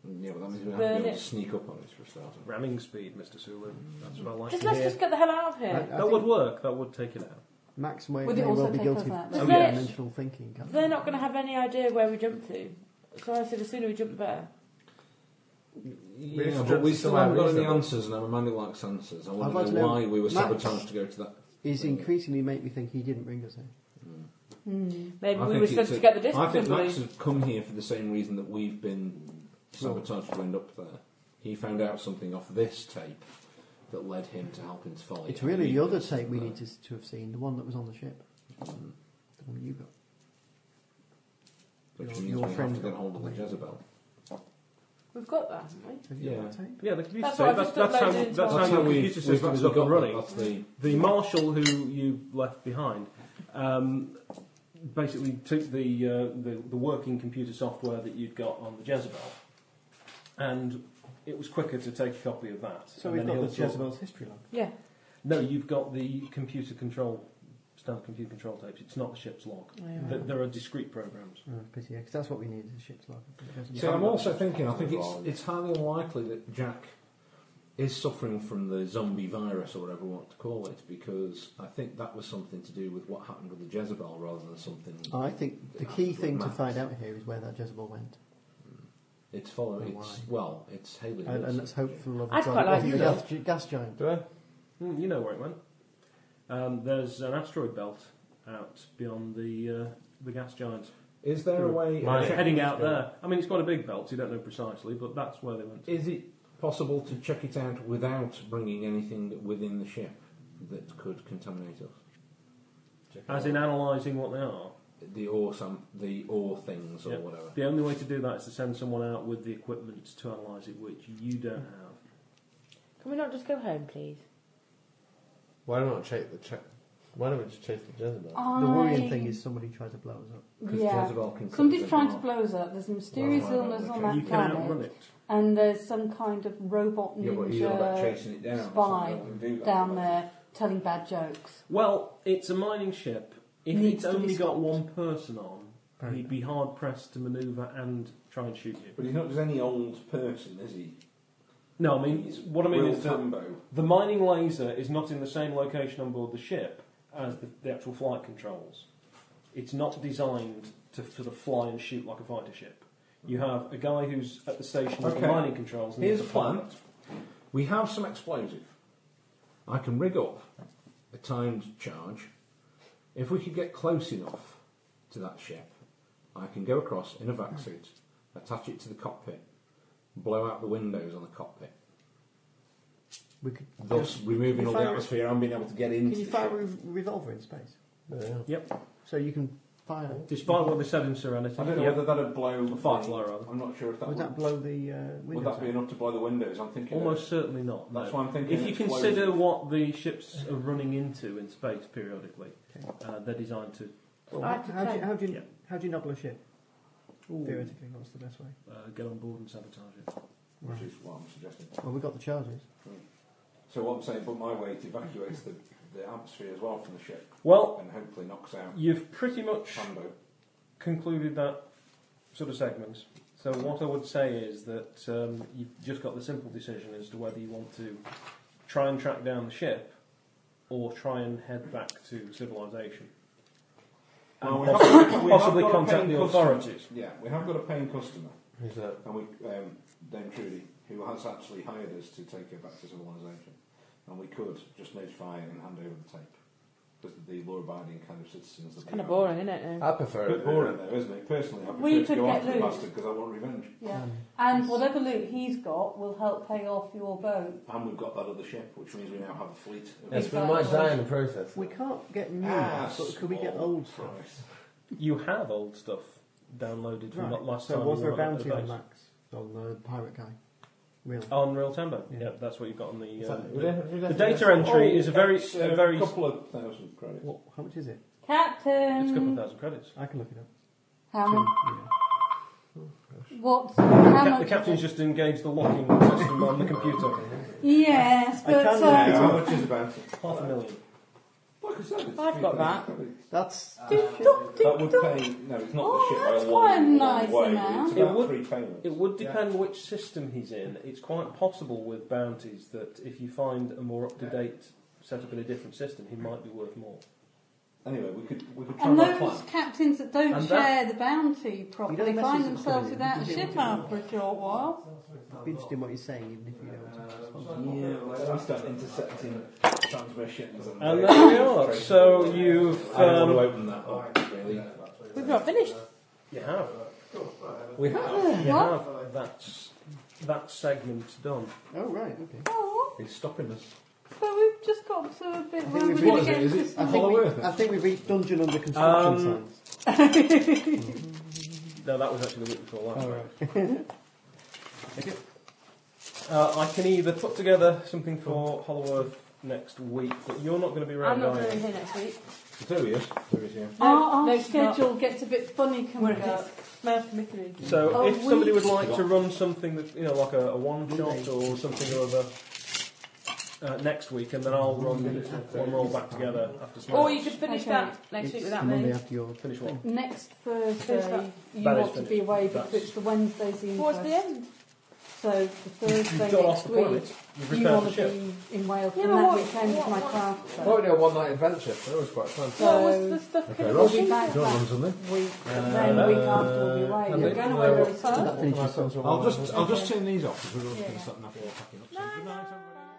Speaker 5: Yeah, but that means we have
Speaker 9: Burn
Speaker 5: to be able
Speaker 9: it.
Speaker 5: to sneak up on it for a start.
Speaker 4: Ramming speed, Mister Sulu. That's what I like
Speaker 9: Just
Speaker 4: to
Speaker 9: let's
Speaker 4: hear.
Speaker 9: just get the hell out of
Speaker 8: I,
Speaker 9: here.
Speaker 8: I
Speaker 4: that
Speaker 8: think
Speaker 4: would work. That would take it out.
Speaker 8: Max may,
Speaker 6: Would it
Speaker 8: may
Speaker 6: also
Speaker 8: well be
Speaker 6: take
Speaker 8: guilty
Speaker 6: over
Speaker 8: of
Speaker 6: that?
Speaker 8: two-dimensional thinking. can't
Speaker 9: They're
Speaker 8: they?
Speaker 9: not going to have any idea where we jump to. So I said, the sooner we jump, the better.
Speaker 5: Yeah,
Speaker 7: should
Speaker 5: but we
Speaker 7: just
Speaker 5: still
Speaker 7: allow
Speaker 5: haven't got any
Speaker 7: reasonable.
Speaker 5: answers, and I'm a man who likes answers. I want
Speaker 8: I'd like
Speaker 5: to
Speaker 8: to
Speaker 5: know
Speaker 8: know
Speaker 5: why we were
Speaker 8: Max-
Speaker 5: sabotaged to go to that.
Speaker 8: Is increasingly make me think he didn't bring us here.
Speaker 9: Maybe
Speaker 5: I
Speaker 9: we
Speaker 5: think
Speaker 9: were
Speaker 5: it's
Speaker 9: sent
Speaker 5: a-
Speaker 9: to get the distance.
Speaker 5: I think
Speaker 9: wouldn't
Speaker 5: Max
Speaker 9: we?
Speaker 5: has come here for the same reason that we've been sabotaged to end up there. He found out something off this tape that led him to help him to follow.
Speaker 8: It's really the other tape we need to, to have seen, the one that was on the ship. Um, The one you got.
Speaker 5: Which
Speaker 8: your-
Speaker 5: means
Speaker 8: your
Speaker 5: we have
Speaker 8: friend
Speaker 5: to get
Speaker 8: got
Speaker 5: hold of the
Speaker 8: away.
Speaker 5: Jezebel.
Speaker 9: We've got that, haven't we?
Speaker 4: Yeah. yeah, the computer
Speaker 9: That's
Speaker 4: system.
Speaker 9: what
Speaker 4: That's,
Speaker 9: I've
Speaker 4: that's,
Speaker 9: just
Speaker 4: how,
Speaker 9: uploaded
Speaker 4: that's,
Speaker 9: into our-
Speaker 4: how your
Speaker 5: That's how
Speaker 4: computer
Speaker 5: we've-
Speaker 4: system
Speaker 5: we've
Speaker 4: is up
Speaker 5: got
Speaker 4: and
Speaker 5: that.
Speaker 4: running.
Speaker 5: That's the-
Speaker 4: marshal who you left behind um, basically took the, uh, the the working computer software that you'd got on the Jezebel, and it was quicker to take a copy of that.
Speaker 8: So
Speaker 4: and
Speaker 8: we've
Speaker 4: then
Speaker 8: got
Speaker 4: he'll
Speaker 8: the
Speaker 4: sort-
Speaker 8: Jezebel's history log.
Speaker 9: Yeah.
Speaker 4: No, you've got the computer control standard computer control tapes. It's not the ship's log.
Speaker 8: Yeah.
Speaker 4: Th- There are discrete programs.
Speaker 8: Oh, pity, yeah, 'cause that's what we need is a ship's log.
Speaker 5: See, I'm also thinking. I think it's it's highly unlikely that Jack is suffering from the zombie virus or whatever we want to call it, because I think that was something to do with what happened with the Jezebel rather than something.
Speaker 8: I think the key thing to find out here is where that Jezebel went.
Speaker 5: It's following.
Speaker 8: Why?
Speaker 5: It's well. It's Haley.
Speaker 8: And, and
Speaker 5: Wilson.
Speaker 8: let's hope for the love
Speaker 9: I'd
Speaker 8: of God
Speaker 9: quite
Speaker 8: it
Speaker 9: like
Speaker 8: wasn't
Speaker 9: you
Speaker 8: the
Speaker 9: though.
Speaker 8: gas, gi- gas giant.
Speaker 7: Do I?
Speaker 4: Mm, you know where it went. Um, there's an asteroid belt out beyond the uh, the gas giant.
Speaker 5: Is there a way?
Speaker 7: Mine.
Speaker 5: check-
Speaker 4: heading out there. I mean, it's quite a big belt, so you don't know precisely, but that's where they went.
Speaker 5: Is it possible to check it out without bringing anything within the ship that could contaminate us?
Speaker 4: As in analysing what they are.
Speaker 5: The ore, some the ore things or
Speaker 4: Yeah.
Speaker 5: whatever.
Speaker 4: The only way to do that is to send someone out with the equipment to analyse it, which you don't have.
Speaker 9: Can we not just go home, please?
Speaker 7: Why don't we chase the check? Why don't we just chase the Jezebel?
Speaker 8: The worrying
Speaker 6: I-
Speaker 8: thing is somebody tried to blow us up.
Speaker 5: 'Cause
Speaker 6: Yeah.
Speaker 5: Jezebel can
Speaker 6: Somebody's
Speaker 5: cause
Speaker 6: trying to
Speaker 5: them
Speaker 6: blow us up. There's a mysterious
Speaker 5: Well, I don't
Speaker 6: illness
Speaker 5: know,
Speaker 6: on
Speaker 5: okay.
Speaker 6: that
Speaker 4: you can outrun
Speaker 6: planet,
Speaker 4: it.
Speaker 6: and there's some kind of robot
Speaker 5: Yeah, but you're about
Speaker 6: ninja
Speaker 5: chasing it down.
Speaker 6: spy
Speaker 5: so we can do that.
Speaker 6: down there telling bad jokes.
Speaker 4: Well, it's a mining ship. If
Speaker 6: Needs
Speaker 4: it's
Speaker 6: to be
Speaker 4: only got
Speaker 6: stopped.
Speaker 4: one person on,
Speaker 8: Right.
Speaker 4: you'd be hard pressed to manoeuvre and try and shoot you.
Speaker 5: But he's not just any old person, is he?
Speaker 4: No, I mean, what I mean
Speaker 5: Will
Speaker 4: is that
Speaker 5: Tambo.
Speaker 4: the mining laser is not in the same location on board the ship as the, the actual flight controls. It's not designed to sort of fly and shoot like a fighter ship. You have a guy who's at the station with
Speaker 5: Okay.
Speaker 4: the mining controls. And
Speaker 5: Here's
Speaker 4: the
Speaker 5: the plan. We have some explosive. I can rig up a timed charge. If we could get close enough to that ship, I can go across in a
Speaker 8: Hmm.
Speaker 5: vac suit, attach it to the cockpit, blow out the windows on the cockpit,
Speaker 8: We could
Speaker 5: thus removing
Speaker 8: If
Speaker 5: all the
Speaker 8: I were-
Speaker 5: atmosphere and being able to get
Speaker 8: Can
Speaker 5: into
Speaker 8: you
Speaker 5: the
Speaker 8: fire a
Speaker 5: ship.
Speaker 8: re- revolver in space?
Speaker 7: Yeah.
Speaker 4: Yep.
Speaker 8: So you can fire.
Speaker 4: Despite what they said in Serenity,
Speaker 5: I don't know
Speaker 4: yep.
Speaker 5: whether that'd blow the
Speaker 4: Fire flyer, rather.
Speaker 5: I'm not sure if that
Speaker 8: Would
Speaker 5: would,
Speaker 8: that blow the uh,
Speaker 5: would
Speaker 8: windows?
Speaker 5: that be
Speaker 8: out?
Speaker 5: enough to blow the windows. I'm thinking of-
Speaker 4: almost certainly not.
Speaker 5: That's
Speaker 4: no.
Speaker 5: why I'm thinking.
Speaker 4: If you
Speaker 5: explosive.
Speaker 4: consider what the ships are running into in space periodically, uh, they're designed to
Speaker 8: Well,
Speaker 9: I have to
Speaker 8: how, do you,
Speaker 9: play.
Speaker 8: how do you
Speaker 4: Yeah.
Speaker 8: how do you nobble a ship? Theoretically, what's the best way?
Speaker 4: uh, get on board and sabotage it.
Speaker 5: which is what I'm suggesting.
Speaker 8: Well, we got the charges.
Speaker 5: So what I'm saying, but my weight evacuates the, the atmosphere as well from the ship
Speaker 4: Well,
Speaker 5: and hopefully knocks out
Speaker 4: you've pretty much
Speaker 5: Tambo.
Speaker 4: concluded that sort of segment. So what I would say is that um, you've just got the simple decision as to whether you want to try and track down the ship or try and head back to civilization. And
Speaker 5: Well, we
Speaker 4: possi-
Speaker 5: have- we have
Speaker 4: possibly
Speaker 5: got a
Speaker 4: contact
Speaker 5: paying
Speaker 4: the
Speaker 5: customer.
Speaker 4: authorities.
Speaker 5: Yeah, we have got a paying customer,
Speaker 7: Who's that?
Speaker 5: and we um, Dame Trudy, who has actually hired us to take her back to civilization, and we could just notify her and hand over the tape because the law-abiding kind of citizens. It's
Speaker 9: Kind of boring, isn't it? now?
Speaker 7: I prefer
Speaker 5: A
Speaker 7: it.
Speaker 5: bit boring though, isn't it? Personally, I
Speaker 6: We
Speaker 5: prefer to
Speaker 6: could
Speaker 5: go
Speaker 6: get
Speaker 5: after the
Speaker 6: loot.
Speaker 5: bastard because I want revenge.
Speaker 6: Yeah. And whatever loot he's got will help pay off your boat.
Speaker 5: And we've got that other ship, which means we now have a fleet. Of
Speaker 7: Yes, we might die in the process.
Speaker 8: We can't get new,
Speaker 5: Ah,
Speaker 8: but could we get
Speaker 5: small
Speaker 8: old stuff?
Speaker 5: price.
Speaker 4: You have old stuff downloaded from that last
Speaker 8: so
Speaker 4: time.
Speaker 8: was
Speaker 4: you
Speaker 8: there a
Speaker 4: were at the
Speaker 8: bounty on
Speaker 4: base. Oh.
Speaker 8: Max on the pirate guy? Really?
Speaker 4: On Real Tembo.
Speaker 8: Yeah.
Speaker 4: Yeah. that's what you've got on the. Uh,
Speaker 7: Exactly.
Speaker 4: the,
Speaker 7: We'd have- we'd
Speaker 4: the
Speaker 7: have to
Speaker 4: data
Speaker 7: go-
Speaker 4: entry is a very,
Speaker 5: It's, uh,
Speaker 4: a very. It's
Speaker 5: couple of thousand credits.
Speaker 8: What? How much is it?
Speaker 6: Captain,
Speaker 4: a couple of thousand credits.
Speaker 8: I can look it up.
Speaker 6: how much?
Speaker 8: Yeah.
Speaker 6: What? How
Speaker 4: Cap-
Speaker 6: much?
Speaker 4: the captain's just engaged the locking system on the computer.
Speaker 6: Yes, but
Speaker 8: can
Speaker 5: Yeah,
Speaker 6: um,
Speaker 5: how much is the bounty?
Speaker 4: Half a million.
Speaker 5: Like I said, it's
Speaker 9: I've
Speaker 5: three
Speaker 9: got
Speaker 5: thousand
Speaker 9: that.
Speaker 5: credits.
Speaker 8: That's
Speaker 6: tick-tock,
Speaker 5: That would
Speaker 6: tick-tock.
Speaker 5: pay. No, it's not
Speaker 6: Oh,
Speaker 5: the ship.
Speaker 6: that's
Speaker 5: by a long,
Speaker 6: quite a
Speaker 5: long
Speaker 6: nice
Speaker 5: way.
Speaker 6: amount.
Speaker 5: It's
Speaker 4: It
Speaker 5: about
Speaker 4: would-
Speaker 5: three payments.
Speaker 4: It would depend which system he's in. It's quite possible with bounties that if you find a more up to date setup in a different system, he might be worth more.
Speaker 5: Anyway, we could we could try
Speaker 6: And
Speaker 5: that
Speaker 6: those
Speaker 5: plan.
Speaker 6: captains that don't
Speaker 4: And
Speaker 6: share the bounty properly
Speaker 8: You don't
Speaker 6: find
Speaker 8: message
Speaker 6: themselves
Speaker 8: them,
Speaker 6: without a
Speaker 8: do you?
Speaker 6: ship after a short while.
Speaker 8: I'd be interested in what you're saying, even if you don't want to respond.
Speaker 5: Yeah, well, we start intercepting transmissions and.
Speaker 4: And there we are. So
Speaker 5: I
Speaker 4: you've.
Speaker 5: don't
Speaker 4: Um,
Speaker 5: want to open that up. Really,
Speaker 9: We've not finished.
Speaker 4: you have.
Speaker 5: we have.
Speaker 4: You
Speaker 6: Oh, What?
Speaker 4: have. That's, that segment done.
Speaker 8: Oh, right, okay.
Speaker 6: Oh,
Speaker 5: It's stopping us.
Speaker 6: but we've just got to a bit
Speaker 8: we've
Speaker 6: where we're
Speaker 8: reached-
Speaker 6: going to get
Speaker 5: is
Speaker 6: into
Speaker 5: it-
Speaker 8: I
Speaker 6: some-
Speaker 8: think,
Speaker 5: Hollow Earth,
Speaker 8: we,
Speaker 5: then?
Speaker 8: I think we've reached dungeon under construction
Speaker 4: Um,
Speaker 8: signs.
Speaker 4: No, that was actually the week before last.
Speaker 8: All right.
Speaker 4: Okay. Uh, I can either put together something for Hollowworth next week, but you're not going to be around.
Speaker 9: I'm not
Speaker 4: are you?
Speaker 9: doing anything next week.
Speaker 5: There he is. There he is, yeah.
Speaker 6: Our, our
Speaker 9: no, it's not.
Speaker 6: Oh, schedule gets a bit funny can we
Speaker 9: We're
Speaker 6: go?
Speaker 4: So
Speaker 6: A
Speaker 4: if somebody would
Speaker 6: week.
Speaker 4: like to run something that you know, like a, a one shot or something or other. Uh, next week, and then I'll run one roll back together after small.
Speaker 9: Or Oh, you could finish
Speaker 6: Okay.
Speaker 9: that next week
Speaker 8: It's
Speaker 9: without
Speaker 8: Monday
Speaker 9: me.
Speaker 8: after your
Speaker 4: Finish one.
Speaker 6: Next
Speaker 9: Finish that.
Speaker 6: Thursday, you
Speaker 4: That is
Speaker 6: want to be
Speaker 4: finished.
Speaker 6: away because
Speaker 4: That's-
Speaker 6: it's the Wednesday's the
Speaker 9: What's the
Speaker 6: inquest.
Speaker 9: end?
Speaker 6: So the Thursday
Speaker 4: You've got off
Speaker 6: next
Speaker 4: the planet.
Speaker 6: week,
Speaker 4: You've
Speaker 6: you
Speaker 4: returned the
Speaker 6: want to
Speaker 4: ship.
Speaker 6: be in Wales
Speaker 9: Yeah,
Speaker 6: and
Speaker 9: but
Speaker 6: that
Speaker 9: what-
Speaker 6: weekend
Speaker 9: what-
Speaker 6: for my
Speaker 9: what-
Speaker 6: craft.
Speaker 7: I
Speaker 6: so
Speaker 7: might do a one night adventure. That was quite fun.
Speaker 9: What was the stuff
Speaker 5: Okay,
Speaker 9: going
Speaker 5: Ross,
Speaker 9: to be
Speaker 5: you
Speaker 9: back?
Speaker 5: want to run something?
Speaker 6: week, and then the week after we'll be away.
Speaker 4: Uh,
Speaker 6: We're going away very soon.
Speaker 8: that finishes some sort of
Speaker 5: I'll just I'll just turn these off because we're all
Speaker 6: Yeah.
Speaker 5: going to start napping and packing up. So good night, everybody.